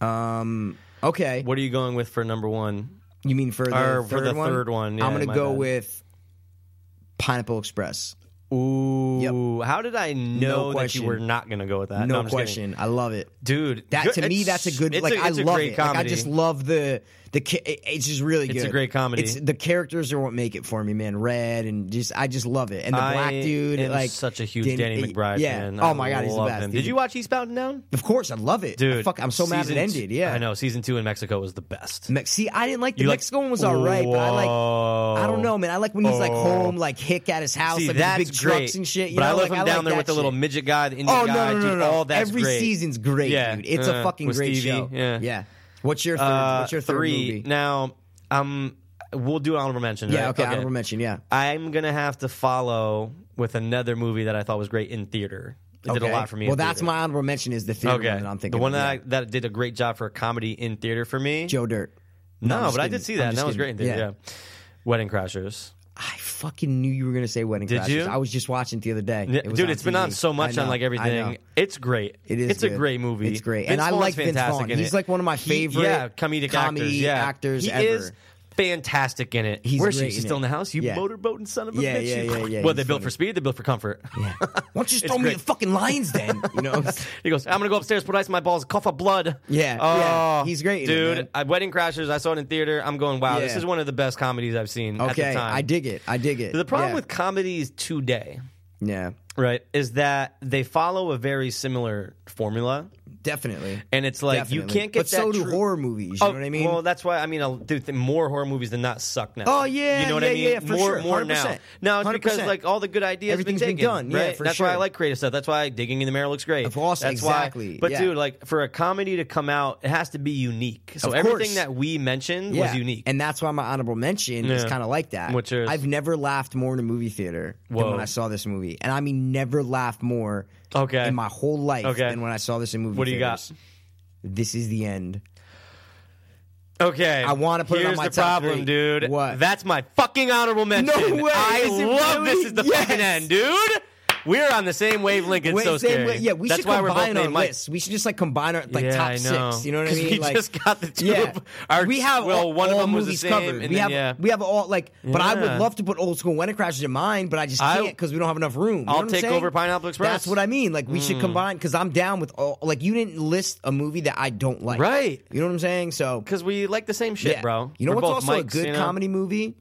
Speaker 5: Um. Okay.
Speaker 2: What are you going with for number one?
Speaker 5: You mean for the,
Speaker 2: Or
Speaker 5: third,
Speaker 2: for the
Speaker 5: one?
Speaker 2: third one, yeah,
Speaker 5: I'm gonna
Speaker 2: my
Speaker 5: go
Speaker 2: bad.
Speaker 5: with Pineapple Express.
Speaker 2: Ooh. How did I know that you
Speaker 5: question.
Speaker 2: were not going to go with that?
Speaker 5: No,
Speaker 2: Uh, I'm just kidding.
Speaker 5: question. I love it.
Speaker 2: dude.
Speaker 5: That
Speaker 2: good-
Speaker 5: to me,
Speaker 2: it's-
Speaker 5: that's a good.
Speaker 2: it's
Speaker 5: Like I
Speaker 2: it's a
Speaker 5: love
Speaker 2: great
Speaker 5: it.
Speaker 2: Comedy.
Speaker 5: Like I just love the the. ca- it- It's just really good.
Speaker 2: It's a great comedy.
Speaker 5: It's, the characters are what make it for me, man. Red and just I just love it. And the black
Speaker 2: I
Speaker 5: dude,
Speaker 2: am
Speaker 5: like
Speaker 2: such a huge
Speaker 5: Danny-
Speaker 2: Danny McBride
Speaker 5: Yeah.
Speaker 2: fan.
Speaker 5: Oh
Speaker 2: I
Speaker 5: my god, he's the
Speaker 2: love
Speaker 5: best.
Speaker 2: him.
Speaker 5: dude.
Speaker 2: Did you watch Eastbound and Down?
Speaker 5: Of course, I love it.
Speaker 2: Dude,
Speaker 5: fuck, I'm so mad it
Speaker 2: season
Speaker 5: ended.
Speaker 2: two-
Speaker 5: Yeah,
Speaker 2: I know. Season two in Mexico was the best.
Speaker 5: Me- See, I didn't like the
Speaker 2: You like-
Speaker 5: Mexico one was all right, but I like. I don't know, man. I like when he's like
Speaker 2: Oh.
Speaker 5: home, like hick at his house,
Speaker 2: See,
Speaker 5: like with
Speaker 2: that's
Speaker 5: the big
Speaker 2: great.
Speaker 5: trucks and shit. You
Speaker 2: but
Speaker 5: know?
Speaker 2: I love
Speaker 5: like,
Speaker 2: him
Speaker 5: I
Speaker 2: down
Speaker 5: like
Speaker 2: there with
Speaker 5: that
Speaker 2: the little
Speaker 5: shit.
Speaker 2: midget guy, the Indian
Speaker 5: Oh no,
Speaker 2: guy.
Speaker 5: no, no,
Speaker 2: dude,
Speaker 5: no!
Speaker 2: All that's
Speaker 5: Every
Speaker 2: great.
Speaker 5: season's great,
Speaker 2: Yeah,
Speaker 5: dude. It's
Speaker 2: uh,
Speaker 5: a fucking
Speaker 2: with
Speaker 5: great
Speaker 2: Stevie,
Speaker 5: show.
Speaker 2: yeah.
Speaker 5: yeah. What's your third,
Speaker 2: Uh,
Speaker 5: What's your third
Speaker 2: three.
Speaker 5: movie?
Speaker 2: Now, um, we'll do honorable mention.
Speaker 5: yeah,
Speaker 2: right?
Speaker 5: okay, Honorable mention. Yeah,
Speaker 2: I'm gonna have to follow with another movie that I thought was great in theater. It did a
Speaker 5: Okay.
Speaker 2: lot for me.
Speaker 5: Well,
Speaker 2: in
Speaker 5: that's
Speaker 2: theater.
Speaker 5: my honorable mention is the theater
Speaker 2: okay.
Speaker 5: one that I'm thinking.
Speaker 2: the one
Speaker 5: of,
Speaker 2: that
Speaker 5: yeah.
Speaker 2: I, that did a great job for a comedy in theater for me.
Speaker 5: Joe Dirt.
Speaker 2: No,
Speaker 5: I'm
Speaker 2: but
Speaker 5: just
Speaker 2: I did
Speaker 5: kidding.
Speaker 2: see
Speaker 5: I'm
Speaker 2: that.
Speaker 5: just
Speaker 2: That was great.
Speaker 5: kidding.
Speaker 2: in theater,
Speaker 5: Yeah.
Speaker 2: Yeah. Wedding Crashers.
Speaker 5: I fucking knew you were gonna say Wedding
Speaker 2: Did
Speaker 5: Crashers.
Speaker 2: you?
Speaker 5: I was just watching it the other day.
Speaker 2: Yeah,
Speaker 5: It was
Speaker 2: Dude, it's been on
Speaker 5: TV.
Speaker 2: so much
Speaker 5: I
Speaker 2: on
Speaker 5: know,
Speaker 2: like
Speaker 5: I know.
Speaker 2: everything. It's great.
Speaker 5: It is.
Speaker 2: It's a
Speaker 5: good.
Speaker 2: great movie.
Speaker 5: It's great,
Speaker 2: Vince
Speaker 5: and I
Speaker 2: Vaughn's
Speaker 5: like Vince
Speaker 2: fantastic
Speaker 5: Vaughn.
Speaker 2: in
Speaker 5: He's
Speaker 2: it.
Speaker 5: like one of my
Speaker 2: He-
Speaker 5: favorite
Speaker 2: yeah, comedic
Speaker 5: comedy
Speaker 2: actors. Yeah,
Speaker 5: actors
Speaker 2: He
Speaker 5: ever.
Speaker 2: is fantastic in it.
Speaker 5: He's
Speaker 2: Where's she?
Speaker 5: great
Speaker 2: She's
Speaker 5: in
Speaker 2: still in the
Speaker 5: it.
Speaker 2: house. You
Speaker 5: Yeah.
Speaker 2: motorboating son of a
Speaker 5: Yeah,
Speaker 2: bitch. You-
Speaker 5: yeah, yeah, yeah,
Speaker 2: Well, they
Speaker 5: he's
Speaker 2: built for
Speaker 5: funny.
Speaker 2: speed. They built for comfort.
Speaker 5: Why don't you
Speaker 2: It's
Speaker 5: just throw me
Speaker 2: great.
Speaker 5: the fucking lines then? You know,
Speaker 2: He goes, I'm gonna go upstairs, put ice in my balls, cough up blood. Oh,
Speaker 5: Yeah, yeah, he's great in it,
Speaker 2: dude.
Speaker 5: man.
Speaker 2: I, Wedding Crashers. I saw it in theater. I'm going, wow, this
Speaker 5: Yeah.
Speaker 2: is one of the best comedies I've seen at
Speaker 5: okay,
Speaker 2: the time.
Speaker 5: I dig it. I dig it.
Speaker 2: The problem
Speaker 5: Yeah.
Speaker 2: with comedies today,
Speaker 5: yeah,
Speaker 2: right, is that they follow a very similar formula,
Speaker 5: definitely.
Speaker 2: and it's like you
Speaker 5: Definitely.
Speaker 2: can't get
Speaker 5: but
Speaker 2: that.
Speaker 5: so do
Speaker 2: true-
Speaker 5: horror movies. You
Speaker 2: Oh,
Speaker 5: know what I mean?
Speaker 2: Well, that's why I mean, I'll, dude, th- more horror movies than not suck now.
Speaker 5: Oh, yeah,
Speaker 2: you know what I
Speaker 5: yeah,
Speaker 2: mean.
Speaker 5: yeah, for
Speaker 2: more,
Speaker 5: sure,
Speaker 2: more now.
Speaker 5: 100%.
Speaker 2: Now it's because
Speaker 5: 100%.
Speaker 2: like all the good ideas
Speaker 5: Everything's
Speaker 2: been
Speaker 5: been
Speaker 2: taken,
Speaker 5: done, yeah,
Speaker 2: right?
Speaker 5: for
Speaker 2: that's why I
Speaker 5: sure.
Speaker 2: like creative stuff. That's why digging in the marrow looks great.
Speaker 5: Of course,
Speaker 2: that's Why,
Speaker 5: exactly,
Speaker 2: but
Speaker 5: yeah.
Speaker 2: dude, like for a comedy to come out, it has to be unique. So
Speaker 5: Of
Speaker 2: everything
Speaker 5: course.
Speaker 2: that we mentioned
Speaker 5: yeah.
Speaker 2: was unique.
Speaker 5: and that's why my honorable mention is
Speaker 2: Yeah.
Speaker 5: kind of like that.
Speaker 2: What's yours?
Speaker 5: I've never laughed more in a movie theater
Speaker 2: Whoa.
Speaker 5: than when I saw this movie, and I mean never laughed more.
Speaker 2: Okay.
Speaker 5: in my whole life
Speaker 2: Okay.
Speaker 5: than when I saw this in movie.
Speaker 2: What do you got?
Speaker 5: theaters. This is the end.
Speaker 2: okay,
Speaker 5: I wanna put it on
Speaker 2: Here's
Speaker 5: my
Speaker 2: the
Speaker 5: top
Speaker 2: problem,
Speaker 5: three.
Speaker 2: dude.
Speaker 5: What?
Speaker 2: That's my fucking honorable mention.
Speaker 5: way.
Speaker 2: I
Speaker 5: Is it
Speaker 2: love
Speaker 5: really?
Speaker 2: this is the fucking
Speaker 5: Yes.
Speaker 2: end, dude. We're on the same wavelength. It's
Speaker 5: Wait,
Speaker 2: so
Speaker 5: same
Speaker 2: scary.
Speaker 5: way- yeah, we
Speaker 2: That's
Speaker 5: should
Speaker 2: why we're both
Speaker 5: combine our
Speaker 2: named Mike.
Speaker 5: lists. We should just like combine our like
Speaker 2: Yeah,
Speaker 5: top
Speaker 2: I know.
Speaker 5: six. You know what I
Speaker 2: 'Cause
Speaker 5: mean?
Speaker 2: we
Speaker 5: like,
Speaker 2: just got the two
Speaker 5: Yeah,
Speaker 2: of our-
Speaker 5: we have
Speaker 2: well,
Speaker 5: all,
Speaker 2: one of
Speaker 5: all
Speaker 2: them was the
Speaker 5: movies
Speaker 2: same,
Speaker 5: covered.
Speaker 2: and
Speaker 5: we
Speaker 2: then,
Speaker 5: have
Speaker 2: yeah.
Speaker 5: we have all like. But I
Speaker 2: Yeah.
Speaker 5: would love to put old school when it crashes in mine, but I just
Speaker 2: I-
Speaker 5: can't because we don't have enough room. You know
Speaker 2: I'll
Speaker 5: what I'm
Speaker 2: take
Speaker 5: saying?
Speaker 2: over Pineapple Express. Hmm.
Speaker 5: That's what I mean. Like we should combine because I'm down with all. Like you didn't list a movie that I don't like.
Speaker 2: Right.
Speaker 5: You know what I'm saying? So
Speaker 2: Because we like the same shit,
Speaker 5: yeah.
Speaker 2: bro.
Speaker 5: You know
Speaker 2: We're
Speaker 5: what's
Speaker 2: both
Speaker 5: also a
Speaker 2: Mikes,
Speaker 5: good
Speaker 2: you know? Mm.
Speaker 5: comedy movie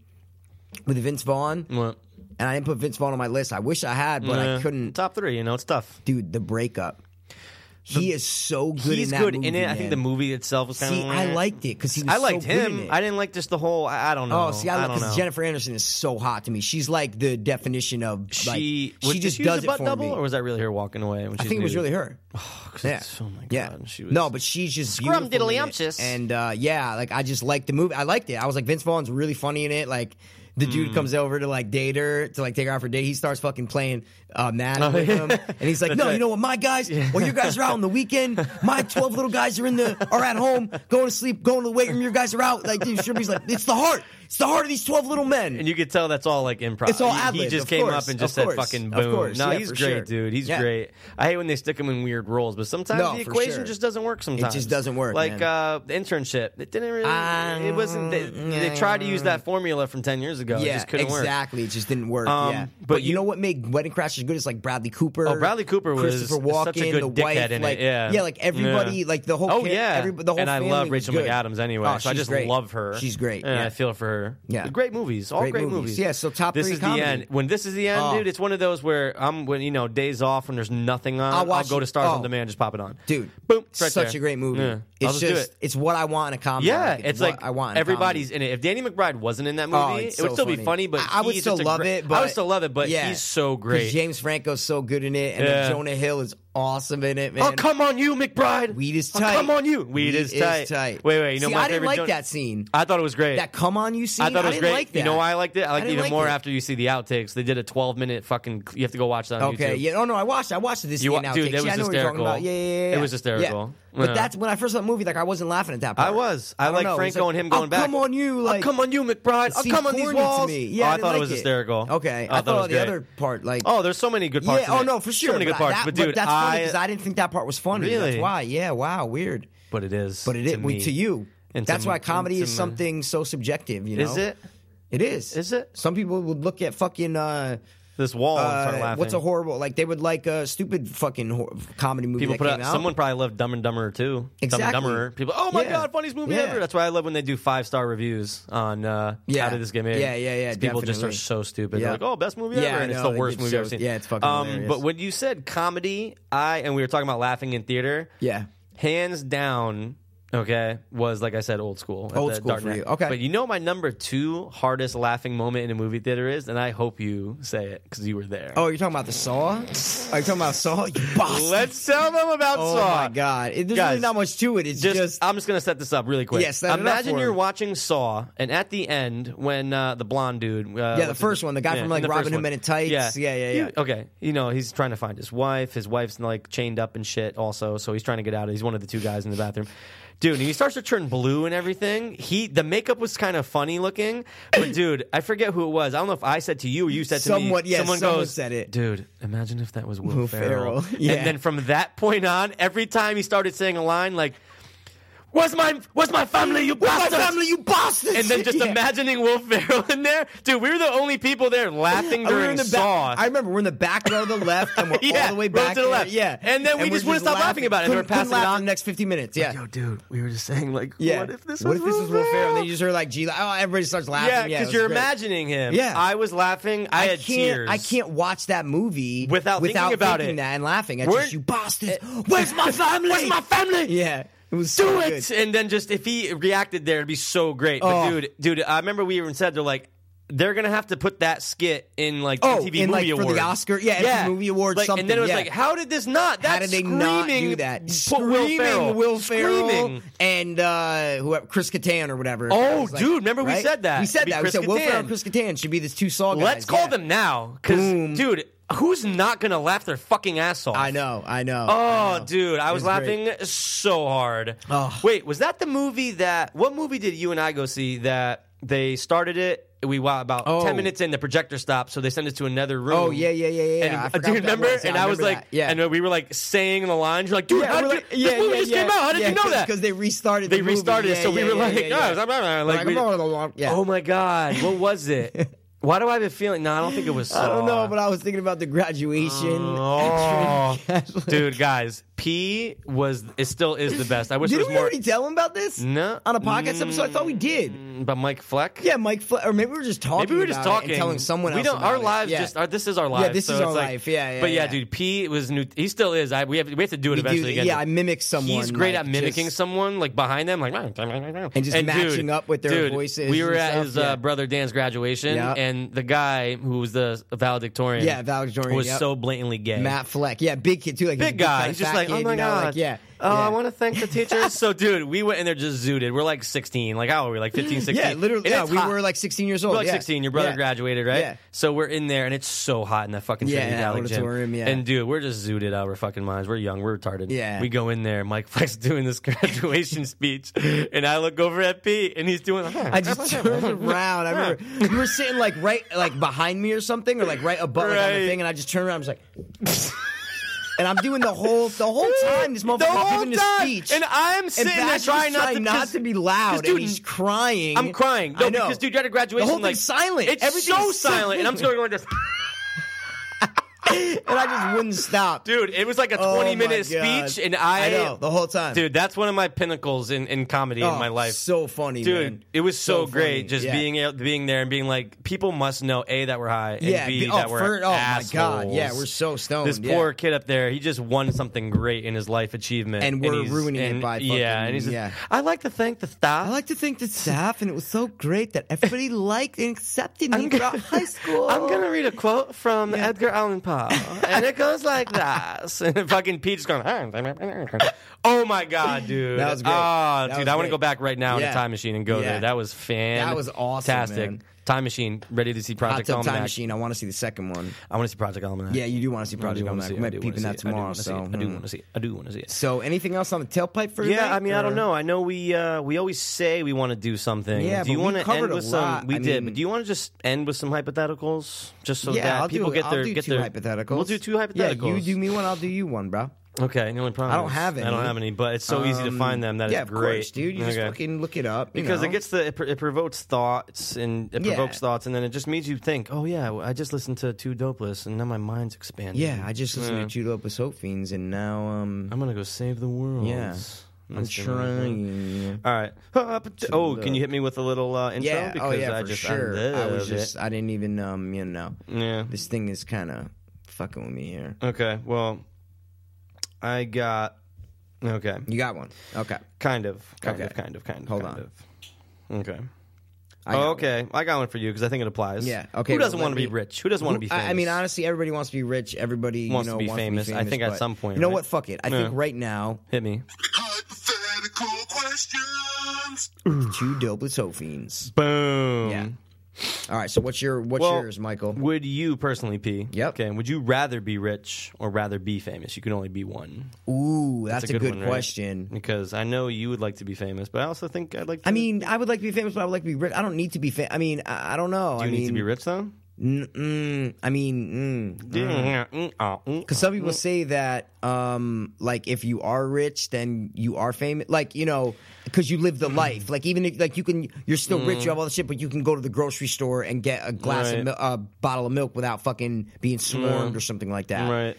Speaker 5: with Vince Vaughn?
Speaker 2: What?
Speaker 5: And I didn't put Vince Vaughn on my list. I wish I had, but I
Speaker 2: Yeah.
Speaker 5: couldn't.
Speaker 2: Top three, you know, it's tough.
Speaker 5: Dude, the breakup. He is so good.
Speaker 2: He's
Speaker 5: in that
Speaker 2: good
Speaker 5: movie,
Speaker 2: in it. I think
Speaker 5: man.
Speaker 2: the movie itself was kind
Speaker 5: See,
Speaker 2: of.
Speaker 5: I liked it because he. Was
Speaker 2: I liked
Speaker 5: so Good in
Speaker 2: him.
Speaker 5: it.
Speaker 2: I didn't like just the whole. I, I don't know.
Speaker 5: Oh, see, I,
Speaker 2: don't
Speaker 5: because
Speaker 2: know.
Speaker 5: Jennifer Anderson is so hot to me. She's like the definition of like,
Speaker 2: She was-
Speaker 5: she
Speaker 2: did
Speaker 5: just
Speaker 2: she use
Speaker 5: does
Speaker 2: a
Speaker 5: it
Speaker 2: butt
Speaker 5: for
Speaker 2: double,
Speaker 5: me.
Speaker 2: or was that really her walking away? When
Speaker 5: I
Speaker 2: she's
Speaker 5: think it was
Speaker 2: nude?
Speaker 5: really her. Yeah.
Speaker 2: it's- oh my God,
Speaker 5: Yeah.
Speaker 2: she was-
Speaker 5: no, but she's just
Speaker 2: Scrum
Speaker 5: beautiful in it.
Speaker 2: diddlyumptious.
Speaker 5: And uh, yeah, like I just liked the movie. I liked it. I was like Vince Vaughn's really funny in it. Like the
Speaker 2: Hmm.
Speaker 5: dude comes over to like date her to like take her out for a date. He starts fucking playing uh, Madden with him, and he's like,
Speaker 2: Oh, That's
Speaker 5: "No,
Speaker 2: right.
Speaker 5: you know what? My guys, well, your guys are out on the weekend. My twelve little guys are in the are at home going to sleep, going to the weight room. Your guys are out. Like, dude, Shrimpy's like, it's the heart. It's the heart of these twelve little men.
Speaker 2: And you could tell that's all like improv.
Speaker 5: It's all
Speaker 2: He- He
Speaker 5: ad-lib,
Speaker 2: just
Speaker 5: of
Speaker 2: came
Speaker 5: course,
Speaker 2: up and just
Speaker 5: of
Speaker 2: said
Speaker 5: course,
Speaker 2: fucking
Speaker 5: of
Speaker 2: boom.
Speaker 5: course,
Speaker 2: no,
Speaker 5: yeah,
Speaker 2: he's
Speaker 5: for
Speaker 2: great,
Speaker 5: sure.
Speaker 2: dude. He's
Speaker 5: Yeah.
Speaker 2: great. I hate when they stick him in weird roles, but sometimes
Speaker 5: No,
Speaker 2: the
Speaker 5: for
Speaker 2: equation
Speaker 5: sure.
Speaker 2: just doesn't work sometimes.
Speaker 5: doesn't work,
Speaker 2: Like
Speaker 5: man.
Speaker 2: uh the internship. It didn't really
Speaker 5: Um,
Speaker 2: it wasn't they, they
Speaker 5: yeah.
Speaker 2: tried to use that formula from ten years ago. it
Speaker 5: yeah,
Speaker 2: just couldn't work.
Speaker 5: exactly. It just didn't work.
Speaker 2: Um,
Speaker 5: yeah,
Speaker 2: but
Speaker 5: but, you,
Speaker 2: you-
Speaker 5: know what made Wedding Crashers good is like Bradley Cooper.
Speaker 2: Oh, Bradley Cooper was
Speaker 5: Christopher Walken,
Speaker 2: such a good
Speaker 5: the
Speaker 2: dickhead
Speaker 5: wife,
Speaker 2: in
Speaker 5: like,
Speaker 2: it. Yeah,
Speaker 5: like everybody,
Speaker 2: Yeah.
Speaker 5: like the whole.
Speaker 2: Oh
Speaker 5: ca-
Speaker 2: yeah,
Speaker 5: every- the whole
Speaker 2: and I
Speaker 5: family
Speaker 2: love
Speaker 5: was
Speaker 2: Rachel
Speaker 5: good.
Speaker 2: McAdams anyway,
Speaker 5: Oh,
Speaker 2: so I
Speaker 5: she's
Speaker 2: just
Speaker 5: great.
Speaker 2: love her.
Speaker 5: She's great.
Speaker 2: and
Speaker 5: yeah.
Speaker 2: I feel for her.
Speaker 5: Yeah.
Speaker 2: great movies, all great,
Speaker 5: Great
Speaker 2: movies.
Speaker 5: movies. Yeah, so top
Speaker 2: this
Speaker 5: three
Speaker 2: is
Speaker 5: comedy.
Speaker 2: the end. When this is the end,
Speaker 5: Oh.
Speaker 2: dude, it's one of those where I'm when you know days off when there's nothing on.
Speaker 5: I'll
Speaker 2: I'll,
Speaker 5: watch
Speaker 2: go
Speaker 5: it.
Speaker 2: to Stars on
Speaker 5: Oh.
Speaker 2: Demand, just pop it on,
Speaker 5: Dude,
Speaker 2: Boom, it's right
Speaker 5: such
Speaker 2: there.
Speaker 5: a great movie.
Speaker 2: Yeah. I'll just
Speaker 5: It's
Speaker 2: do
Speaker 5: just,
Speaker 2: it.
Speaker 5: it's what I want in a comedy.
Speaker 2: Yeah,
Speaker 5: Like,
Speaker 2: it's, like
Speaker 5: what I want. in a
Speaker 2: everybody's
Speaker 5: comedy.
Speaker 2: in it. If Danny McBride wasn't in that movie,
Speaker 5: Oh, it's
Speaker 2: it would
Speaker 5: so
Speaker 2: still be
Speaker 5: funny.
Speaker 2: funny. But
Speaker 5: I, I would
Speaker 2: he's
Speaker 5: still
Speaker 2: just a
Speaker 5: love
Speaker 2: great-
Speaker 5: it. But
Speaker 2: I would still love it, but
Speaker 5: yeah.
Speaker 2: he's so
Speaker 5: 'Cause
Speaker 2: great.
Speaker 5: James Franco's so good in it, and
Speaker 2: Yeah. Oh,
Speaker 5: then Jonah Hill is awesome in it, man.
Speaker 2: I'll come on you, McBride.
Speaker 5: Weed is
Speaker 2: I'll
Speaker 5: tight.
Speaker 2: Oh, come on you. Weed, is, tight. Wait, wait. You know
Speaker 5: See,
Speaker 2: my
Speaker 5: I didn't
Speaker 2: favorite
Speaker 5: like
Speaker 2: Jonah-
Speaker 5: that scene.
Speaker 2: I thought it was great.
Speaker 5: That come on you scene.
Speaker 2: I thought it was
Speaker 5: didn't
Speaker 2: great.
Speaker 5: Like that.
Speaker 2: You know why I liked it? I liked it
Speaker 5: didn't
Speaker 2: even
Speaker 5: like
Speaker 2: more
Speaker 5: it.
Speaker 2: after you see the outtakes. They did a 12 minute fucking. You have to go watch that on
Speaker 5: Okay.
Speaker 2: YouTube.
Speaker 5: Yeah. Oh no, I watched. I watched this.
Speaker 2: You wa-
Speaker 5: now.
Speaker 2: dude, that
Speaker 5: yeah,
Speaker 2: was
Speaker 5: I know what you're talking
Speaker 2: hysterical.
Speaker 5: about. Yeah, yeah, yeah,
Speaker 2: It
Speaker 5: yeah.
Speaker 2: was hysterical.
Speaker 5: Yeah. But
Speaker 2: Yeah.
Speaker 5: that's when I first saw the movie. Like I wasn't laughing at that part.
Speaker 2: I was. I,
Speaker 5: don't
Speaker 2: like
Speaker 5: know. It's
Speaker 2: Franco and him
Speaker 5: "I'll
Speaker 2: going back.
Speaker 5: "Oh, Come on you. Like
Speaker 2: I'll come on you, McBride.
Speaker 5: it
Speaker 2: I'll
Speaker 5: seemed
Speaker 2: come on these
Speaker 5: corny to
Speaker 2: walls.
Speaker 5: me. Yeah,
Speaker 2: oh, I,
Speaker 5: didn't
Speaker 2: thought it
Speaker 5: like
Speaker 2: was hysterical. Oh,
Speaker 5: Okay.
Speaker 2: I,
Speaker 5: I,
Speaker 2: thought, it was
Speaker 5: the
Speaker 2: great.
Speaker 5: other part. Like
Speaker 2: Oh, there's so many good parts.
Speaker 5: yeah.
Speaker 2: in
Speaker 5: Oh
Speaker 2: it.
Speaker 5: no, for sure.
Speaker 2: So many good
Speaker 5: but
Speaker 2: parts.
Speaker 5: that-
Speaker 2: but dude,
Speaker 5: that's funny because
Speaker 2: I,
Speaker 5: I didn't think that part was funny.
Speaker 2: Really?
Speaker 5: That's why. Yeah. Wow. Weird.
Speaker 2: But it is.
Speaker 5: But it is
Speaker 2: to
Speaker 5: well,
Speaker 2: me.
Speaker 5: to you.
Speaker 2: And to
Speaker 5: That's
Speaker 2: me-
Speaker 5: why comedy
Speaker 2: and
Speaker 5: is
Speaker 2: to me.
Speaker 5: something so subjective. You know.
Speaker 2: Is it
Speaker 5: It is.
Speaker 2: Is it?
Speaker 5: Some people would look at fucking. Uh,
Speaker 2: this wall? and start
Speaker 5: uh,
Speaker 2: laughing.
Speaker 5: what's a horrible like? They would like a stupid fucking hor- comedy movie.
Speaker 2: People
Speaker 5: that
Speaker 2: put
Speaker 5: came
Speaker 2: out,
Speaker 5: out.
Speaker 2: someone probably loved Dumb and Dumber too.
Speaker 5: Exactly.
Speaker 2: Dumb and Dumberer. People, oh my
Speaker 5: Yeah.
Speaker 2: god, funniest movie
Speaker 5: Yeah.
Speaker 2: ever. That's why I love when they do five star reviews on uh,
Speaker 5: Yeah.
Speaker 2: how did this get made.
Speaker 5: Yeah, yeah, yeah,
Speaker 2: 'Cause People just are
Speaker 5: definitely.
Speaker 2: so stupid.
Speaker 5: Yeah.
Speaker 2: They're like, oh, best movie
Speaker 5: Yeah,
Speaker 2: ever,
Speaker 5: I
Speaker 2: and it's
Speaker 5: know,
Speaker 2: the
Speaker 5: they
Speaker 2: worst
Speaker 5: get
Speaker 2: movie I've
Speaker 5: so-
Speaker 2: ever seen. Um,
Speaker 5: yeah, it's fucking hilarious.
Speaker 2: But when you said comedy, I and we were talking about laughing in theater.
Speaker 5: Yeah.
Speaker 2: hands down. Okay, was like I said, old school. at
Speaker 5: Old
Speaker 2: the
Speaker 5: school
Speaker 2: Dark
Speaker 5: for
Speaker 2: Knight.
Speaker 5: you. Okay.
Speaker 2: but you know my number two hardest laughing moment in a movie theater is, and I hope you say it because you were there.
Speaker 5: Oh, you're talking about the Saw? Are you talking about Saw? You bastard.
Speaker 2: let's tell them about
Speaker 5: oh
Speaker 2: Saw.
Speaker 5: my god, It- there's
Speaker 2: Guys,
Speaker 5: really not much to it. It's
Speaker 2: just,
Speaker 5: just,
Speaker 2: I'm just gonna set this up really quick.
Speaker 5: Yeah, set it up
Speaker 2: Imagine
Speaker 5: for
Speaker 2: you're
Speaker 5: him.
Speaker 2: watching Saw, and at the end, when uh, the blonde dude, uh,
Speaker 5: the
Speaker 2: what's
Speaker 5: first
Speaker 2: his-
Speaker 5: one, the guy from, like,
Speaker 2: the
Speaker 5: Robin
Speaker 2: first
Speaker 5: Hood
Speaker 2: one.
Speaker 5: Men in Tights. Yeah, yeah,
Speaker 2: You-
Speaker 5: yeah.
Speaker 2: okay, you know he's trying to find his wife. His wife's like chained up and shit. Also, so he's trying to get out. He's one of the two guys in the bathroom. Dude, and he starts to turn blue and everything. He the makeup was kind of funny looking, but dude, I forget who it was. I don't know if I said to you or you said to
Speaker 5: Somewhat,
Speaker 2: me.
Speaker 5: yeah,
Speaker 2: someone
Speaker 5: someone
Speaker 2: goes,
Speaker 5: said it.
Speaker 2: Dude, imagine if that was Will,
Speaker 5: Will
Speaker 2: Ferrell.
Speaker 5: Ferrell, yeah.
Speaker 2: And then from that point on, every time he started saying a line like, "Where's my Where's my family? You
Speaker 5: my
Speaker 2: bastards!"
Speaker 5: family, you bastards.
Speaker 2: and then just
Speaker 5: Yeah.
Speaker 2: imagining Will Ferrell in there, dude. We were the only people there laughing
Speaker 5: Oh, we were
Speaker 2: during
Speaker 5: in the back-
Speaker 2: Saw.
Speaker 5: I remember we're in the back row to the left, and we're
Speaker 2: Yeah,
Speaker 5: all the way
Speaker 2: row
Speaker 5: back
Speaker 2: to the
Speaker 5: there.
Speaker 2: left.
Speaker 5: Yeah,
Speaker 2: And then we
Speaker 5: we're
Speaker 2: just wouldn't stop laughing about it, and they were
Speaker 5: Couldn't- couldn't
Speaker 2: passing it
Speaker 5: laugh
Speaker 2: on.
Speaker 5: for the next 15 minutes. Yeah,
Speaker 2: Yo, dude, we were just saying like,
Speaker 5: yeah.
Speaker 2: what if this
Speaker 5: what
Speaker 2: was
Speaker 5: if this
Speaker 2: Will
Speaker 5: was Will Ferrell? And
Speaker 2: Ferrell?
Speaker 5: then you just heard like, "Gee, oh, everybody starts laughing."
Speaker 2: yeah,
Speaker 5: because
Speaker 2: because you're imagining him.
Speaker 5: Yeah.
Speaker 2: I was laughing. I,
Speaker 5: I
Speaker 2: had
Speaker 5: can't.
Speaker 2: tears.
Speaker 5: I can't watch that movie
Speaker 2: Without thinking
Speaker 5: without
Speaker 2: about
Speaker 5: thinking
Speaker 2: it.
Speaker 5: that and laughing. I
Speaker 2: We're- Eh,
Speaker 5: just you bastards. Where's my family?
Speaker 2: Where's my family?
Speaker 5: Yeah, it was
Speaker 2: Do
Speaker 5: so
Speaker 2: it,
Speaker 5: good.
Speaker 2: and then just if he reacted there, it'd be so great. But
Speaker 5: Oh.
Speaker 2: dude, dude, I remember we even said they're like. They're gonna have to put that skit in like
Speaker 5: Oh,
Speaker 2: TV
Speaker 5: in, like,
Speaker 2: movie
Speaker 5: for the
Speaker 2: awards.
Speaker 5: Oscar- yeah, MTV movie awards,
Speaker 2: Like, and then it
Speaker 5: something,
Speaker 2: was
Speaker 5: yeah.
Speaker 2: like, how did this not? That's
Speaker 5: How did they
Speaker 2: screaming,
Speaker 5: not do that?
Speaker 2: put
Speaker 5: Screaming
Speaker 2: Will Ferrell,
Speaker 5: Will Ferrell
Speaker 2: Screaming.
Speaker 5: and uh, whoever, Chris Catan or whatever.
Speaker 2: Oh,
Speaker 5: I was like-
Speaker 2: dude, remember we
Speaker 5: right?
Speaker 2: said that.
Speaker 5: We said
Speaker 2: Be
Speaker 5: that.
Speaker 2: Chris
Speaker 5: we said Will Ferrell
Speaker 2: Kattan.
Speaker 5: and Chris Catan should be the two Saw guys.
Speaker 2: Let's call
Speaker 5: yeah.
Speaker 2: them now, because
Speaker 5: Boom.
Speaker 2: dude, who's not gonna laugh their fucking ass off?
Speaker 5: I know. I know.
Speaker 2: Oh, dude, I was,
Speaker 5: was
Speaker 2: laughing
Speaker 5: great.
Speaker 2: so hard.
Speaker 5: Oh.
Speaker 2: Wait, was that the movie that? What movie did you and I go see that They started it. We wow, about
Speaker 9: Oh.
Speaker 2: ten minutes in, the projector stopped, so they sent us to another room.
Speaker 9: Oh, yeah, yeah, yeah, yeah,
Speaker 2: And,
Speaker 9: yeah. I
Speaker 2: uh,
Speaker 9: forgot
Speaker 2: do you
Speaker 9: what that
Speaker 2: remember?
Speaker 9: was. Yeah,
Speaker 2: and
Speaker 9: I
Speaker 2: I, was
Speaker 9: remember
Speaker 2: like,
Speaker 9: that. Yeah.
Speaker 2: and uh, we were like saying the lines. You're like, dude,
Speaker 9: Yeah,
Speaker 2: how
Speaker 9: we're
Speaker 2: did
Speaker 9: like-
Speaker 2: you, this movie just came out. How did
Speaker 9: yeah,
Speaker 2: you know
Speaker 9: 'cause-
Speaker 2: that?
Speaker 9: Because they restarted.
Speaker 2: they
Speaker 9: the movie.
Speaker 2: restarted,
Speaker 9: Yeah,
Speaker 2: so we
Speaker 9: yeah,
Speaker 2: were
Speaker 9: yeah,
Speaker 2: like,
Speaker 9: yeah,
Speaker 2: "Oh,
Speaker 9: yeah.
Speaker 2: blah, blah, blah," like,
Speaker 9: Like,
Speaker 2: we-
Speaker 9: blah, blah, blah, blah. yeah.
Speaker 2: oh my god, what was it? Why do I have a feeling? No, I don't think it was. Saw.
Speaker 5: I don't know, but I was thinking about the graduation.
Speaker 2: Oh, dude, guys, P was it still is the best. I wish it
Speaker 5: Didn't
Speaker 2: was
Speaker 5: we
Speaker 2: more.
Speaker 5: already tell him about this?
Speaker 2: No.
Speaker 5: On a podcast episode? I thought we did.
Speaker 2: Mm, But Mike Fleck,
Speaker 5: Yeah, Mike, Fle- or maybe we were just talking
Speaker 2: Maybe we were just
Speaker 5: about it
Speaker 2: talking,
Speaker 5: and telling someone
Speaker 2: We
Speaker 5: else
Speaker 2: don't.
Speaker 5: about
Speaker 2: Our
Speaker 5: it.
Speaker 2: lives
Speaker 5: Yeah.
Speaker 2: just. Our, this is our life.
Speaker 5: this
Speaker 2: so
Speaker 5: is
Speaker 2: it's
Speaker 5: our
Speaker 2: like-
Speaker 5: life. Yeah, yeah,
Speaker 2: But yeah,
Speaker 5: yeah.
Speaker 2: dude, P was new. He still is. I we have we have to do it
Speaker 5: We do-
Speaker 2: eventually again.
Speaker 5: yeah, I mimic someone,
Speaker 2: He's great
Speaker 5: like,
Speaker 2: at mimicking
Speaker 5: just-
Speaker 2: someone, like behind them, like and
Speaker 5: just matching
Speaker 2: dude,
Speaker 5: up with their
Speaker 2: dude,
Speaker 5: voices
Speaker 2: We were
Speaker 5: and
Speaker 2: at
Speaker 5: stuff,
Speaker 2: his
Speaker 5: yeah.
Speaker 2: uh, brother Dan's graduation,
Speaker 5: Yeah.
Speaker 2: and the guy who was the valedictorian,
Speaker 5: Yeah, valedictorian,
Speaker 2: was
Speaker 5: yep.
Speaker 2: so blatantly gay.
Speaker 5: Matt Fleck. Yeah, big kid too. Like he's a
Speaker 2: Big guy.
Speaker 5: kinda
Speaker 2: He's just
Speaker 5: fat
Speaker 2: like,
Speaker 5: kid,
Speaker 2: oh my
Speaker 5: you know,
Speaker 2: god.
Speaker 5: like, yeah.
Speaker 2: Oh,
Speaker 5: yeah.
Speaker 2: I want to thank the teachers. so, dude, we went in there just zooted. We're like 16. Like, how old were we? Like 15, 16?
Speaker 5: Yeah, literally.
Speaker 2: And
Speaker 5: Yeah,
Speaker 2: it's
Speaker 5: we
Speaker 2: hot.
Speaker 5: were like 16 years
Speaker 2: We're
Speaker 5: old.
Speaker 2: like
Speaker 5: yeah.
Speaker 2: 16. Your brother
Speaker 5: Yeah.
Speaker 2: graduated, right?
Speaker 5: Yeah.
Speaker 2: So we're in there, and it's so hot in that fucking
Speaker 5: Yeah,
Speaker 2: Trinity Valley gym.
Speaker 5: auditorium, yeah.
Speaker 2: And dude, we're just zooted out of our fucking minds. We're young. We're retarded.
Speaker 5: Yeah.
Speaker 2: We go in there. Mike Flex doing this graduation speech, and I look over at Pete, and he's doing.
Speaker 5: I just turned around. I remember you were sitting like right, like behind me or something, or like right above like, on
Speaker 2: Right.
Speaker 5: the thing, and I just turned around. I was like, and I'm doing the whole the whole time this
Speaker 2: The
Speaker 5: motherfucker's
Speaker 2: whole
Speaker 5: giving this
Speaker 2: time.
Speaker 5: speech,
Speaker 2: And I'm sitting there
Speaker 5: Bash is
Speaker 2: trying not
Speaker 5: trying
Speaker 2: to,
Speaker 5: not
Speaker 2: 'cause-
Speaker 5: to be loud,
Speaker 2: 'cause, dude,
Speaker 5: and he's crying.
Speaker 2: I'm crying. No,
Speaker 5: I know.
Speaker 2: because dude, you're at a graduation.
Speaker 5: The whole
Speaker 2: like,
Speaker 5: thing's silent.
Speaker 2: It's
Speaker 5: Everything's
Speaker 2: so silent, and I'm still going just.
Speaker 5: and I just wouldn't stop,
Speaker 2: Dude, it was like a
Speaker 5: Oh
Speaker 2: 20
Speaker 5: my
Speaker 2: minute
Speaker 5: God.
Speaker 2: speech, and I,
Speaker 5: I know the whole time,
Speaker 2: dude, that's one of my pinnacles in, in comedy in
Speaker 5: Oh,
Speaker 2: my life.
Speaker 5: So funny,
Speaker 2: dude,
Speaker 5: man.
Speaker 2: it was so, great
Speaker 5: funny.
Speaker 2: just
Speaker 5: Yeah.
Speaker 2: being out, being there and being like, people must know a that we're high, and
Speaker 5: yeah.
Speaker 2: b,
Speaker 5: be- oh,
Speaker 2: that we're
Speaker 5: for- oh my god,
Speaker 2: assholes.
Speaker 5: yeah, we're so stoned.
Speaker 2: This
Speaker 5: yeah.
Speaker 2: poor kid up there, he just won something great in his life achievement,
Speaker 5: And we're
Speaker 2: he's-
Speaker 5: ruining it
Speaker 2: and-
Speaker 5: by
Speaker 2: yeah.
Speaker 5: fucking-
Speaker 2: And he's just,
Speaker 5: yeah.
Speaker 2: I like to thank the staff.
Speaker 5: I like to think the staff, and it was so great that everybody liked and accepted me
Speaker 2: I'm
Speaker 5: throughout
Speaker 2: gonna-
Speaker 5: high school.
Speaker 2: I'm gonna read a quote from Edgar Allan Poe, and it goes like this. And fucking Pete's going, oh my god, dude,
Speaker 5: That was great.
Speaker 2: Ah,
Speaker 5: That
Speaker 2: dude,
Speaker 5: was
Speaker 2: I want to
Speaker 5: great.
Speaker 2: go back right now in
Speaker 5: Yeah.
Speaker 2: a time machine and go
Speaker 5: Yeah.
Speaker 2: there. That was fantastic.
Speaker 5: was awesome, man.
Speaker 2: Time machine, ready to see
Speaker 5: Hot
Speaker 2: Project
Speaker 5: Tub
Speaker 2: Almanac.
Speaker 5: Time Machine. I want to see the second one.
Speaker 2: I want to see Project Almanac.
Speaker 5: Yeah, you do want to see
Speaker 2: I do
Speaker 5: Project
Speaker 2: wanna
Speaker 5: Almanac.
Speaker 2: see it.
Speaker 5: We
Speaker 2: I
Speaker 5: might
Speaker 2: do
Speaker 5: be
Speaker 2: wanna
Speaker 5: peeping
Speaker 2: see
Speaker 5: that
Speaker 2: it. I do
Speaker 5: tomorrow.
Speaker 2: wanna see it.
Speaker 5: So
Speaker 2: I do
Speaker 5: hmm.
Speaker 2: want to see it. I do want to see it.
Speaker 5: So anything else on the tailpipe for
Speaker 2: Yeah,
Speaker 5: tonight,
Speaker 2: I mean, I
Speaker 5: or-
Speaker 2: don't know. I know we uh, we always say we want to do something.
Speaker 5: Yeah,
Speaker 2: do you
Speaker 5: but we
Speaker 2: want to end
Speaker 5: covered a
Speaker 2: with
Speaker 5: lot.
Speaker 2: some? We
Speaker 5: I
Speaker 2: did,
Speaker 5: mean-
Speaker 2: but do you want to just end with some hypotheticals, just so
Speaker 5: Yeah,
Speaker 2: that
Speaker 5: I'll
Speaker 2: people
Speaker 5: do,
Speaker 2: get
Speaker 5: I'll
Speaker 2: their
Speaker 5: do
Speaker 2: get
Speaker 5: two
Speaker 2: their
Speaker 5: hypotheticals.
Speaker 2: We'll do two hypotheticals.
Speaker 5: Yeah, you do me one, I'll do you one, bro.
Speaker 2: Okay, the only problem
Speaker 5: I don't
Speaker 2: is
Speaker 5: have
Speaker 2: I don't
Speaker 5: any.
Speaker 2: have any, but it's so easy to
Speaker 5: Um,
Speaker 2: find them. That is
Speaker 5: yeah, of
Speaker 2: great,
Speaker 5: course, dude. You just
Speaker 2: Okay.
Speaker 5: fucking look it up you
Speaker 2: because
Speaker 5: know?
Speaker 2: it gets the it, pr- it provokes thoughts and it
Speaker 5: Yeah.
Speaker 2: provokes thoughts, and then it just makes you think. Oh yeah, well, I just listened to two dopeless, and now my mind's expanding.
Speaker 5: Yeah, I just listened to Judo with Soap Fiends, and now um,
Speaker 2: I'm gonna go save the world.
Speaker 5: Yeah.
Speaker 2: That's
Speaker 5: I'm
Speaker 2: the one I think.
Speaker 5: trying.
Speaker 2: All right. Oh, can you hit me with a little uh, intro?
Speaker 5: Yeah, oh yeah,
Speaker 2: I
Speaker 5: for
Speaker 2: just,
Speaker 5: sure. I,
Speaker 2: love
Speaker 5: was just,
Speaker 2: it.
Speaker 5: I didn't even um, you know,
Speaker 2: Yeah.
Speaker 5: this thing is kind of fucking with me here.
Speaker 2: Okay. Well, I got. Okay.
Speaker 5: You got one? Okay,
Speaker 2: Kind of. Kind
Speaker 5: Okay.
Speaker 2: of. Kind of. Kind of.
Speaker 5: Hold
Speaker 2: kind
Speaker 5: on.
Speaker 2: Of. Okay.
Speaker 5: I got
Speaker 2: oh,
Speaker 5: one.
Speaker 2: okay. I got one for you because I think it applies.
Speaker 5: Yeah, okay,
Speaker 2: Who doesn't
Speaker 5: well,
Speaker 2: want to be
Speaker 5: let me-
Speaker 2: rich? Who doesn't want to be
Speaker 5: I-
Speaker 2: famous?
Speaker 5: I mean, honestly, everybody wants to be rich. Everybody
Speaker 2: Wants
Speaker 5: you
Speaker 2: to
Speaker 5: know,
Speaker 2: be
Speaker 5: wants
Speaker 2: famous.
Speaker 5: To
Speaker 2: I
Speaker 5: be famous,
Speaker 2: think at
Speaker 5: but
Speaker 2: some point,
Speaker 5: You know
Speaker 2: right?
Speaker 5: what? Fuck it. I
Speaker 2: Yeah.
Speaker 5: think right now,
Speaker 2: hit me.
Speaker 7: Hypothetical questions.
Speaker 5: two doblets hoe fiends.
Speaker 2: Boom.
Speaker 5: Yeah. All right. So what's your what's
Speaker 2: Well,
Speaker 5: yours, Michael?
Speaker 2: Would you personally, P?
Speaker 5: Yep.
Speaker 2: Okay. Would you rather be rich or rather be famous? You can only be one.
Speaker 5: Ooh, that's, a, good,
Speaker 2: one, right?
Speaker 5: question.
Speaker 2: Because I know you would like to be famous, but I also think I'd like. to
Speaker 5: I mean, I would like to be famous, but I would like to be rich. I don't need to be famous. I mean, I, I don't know.
Speaker 2: do you
Speaker 5: I
Speaker 2: need
Speaker 5: mean,
Speaker 2: to be rich though?
Speaker 5: n- mm, I mean, mm, Because
Speaker 2: Because
Speaker 5: some people say that, um, like, if you are rich, then you are famous. Like, you know, because you live the
Speaker 2: Mm.
Speaker 5: life. Like, even if, like you can, you're still rich, you have all the shit, but you can go to the grocery store and get a glass
Speaker 2: Right. Mm.
Speaker 5: of mil- a bottle of milk without fucking being swarmed or something like that.
Speaker 2: right.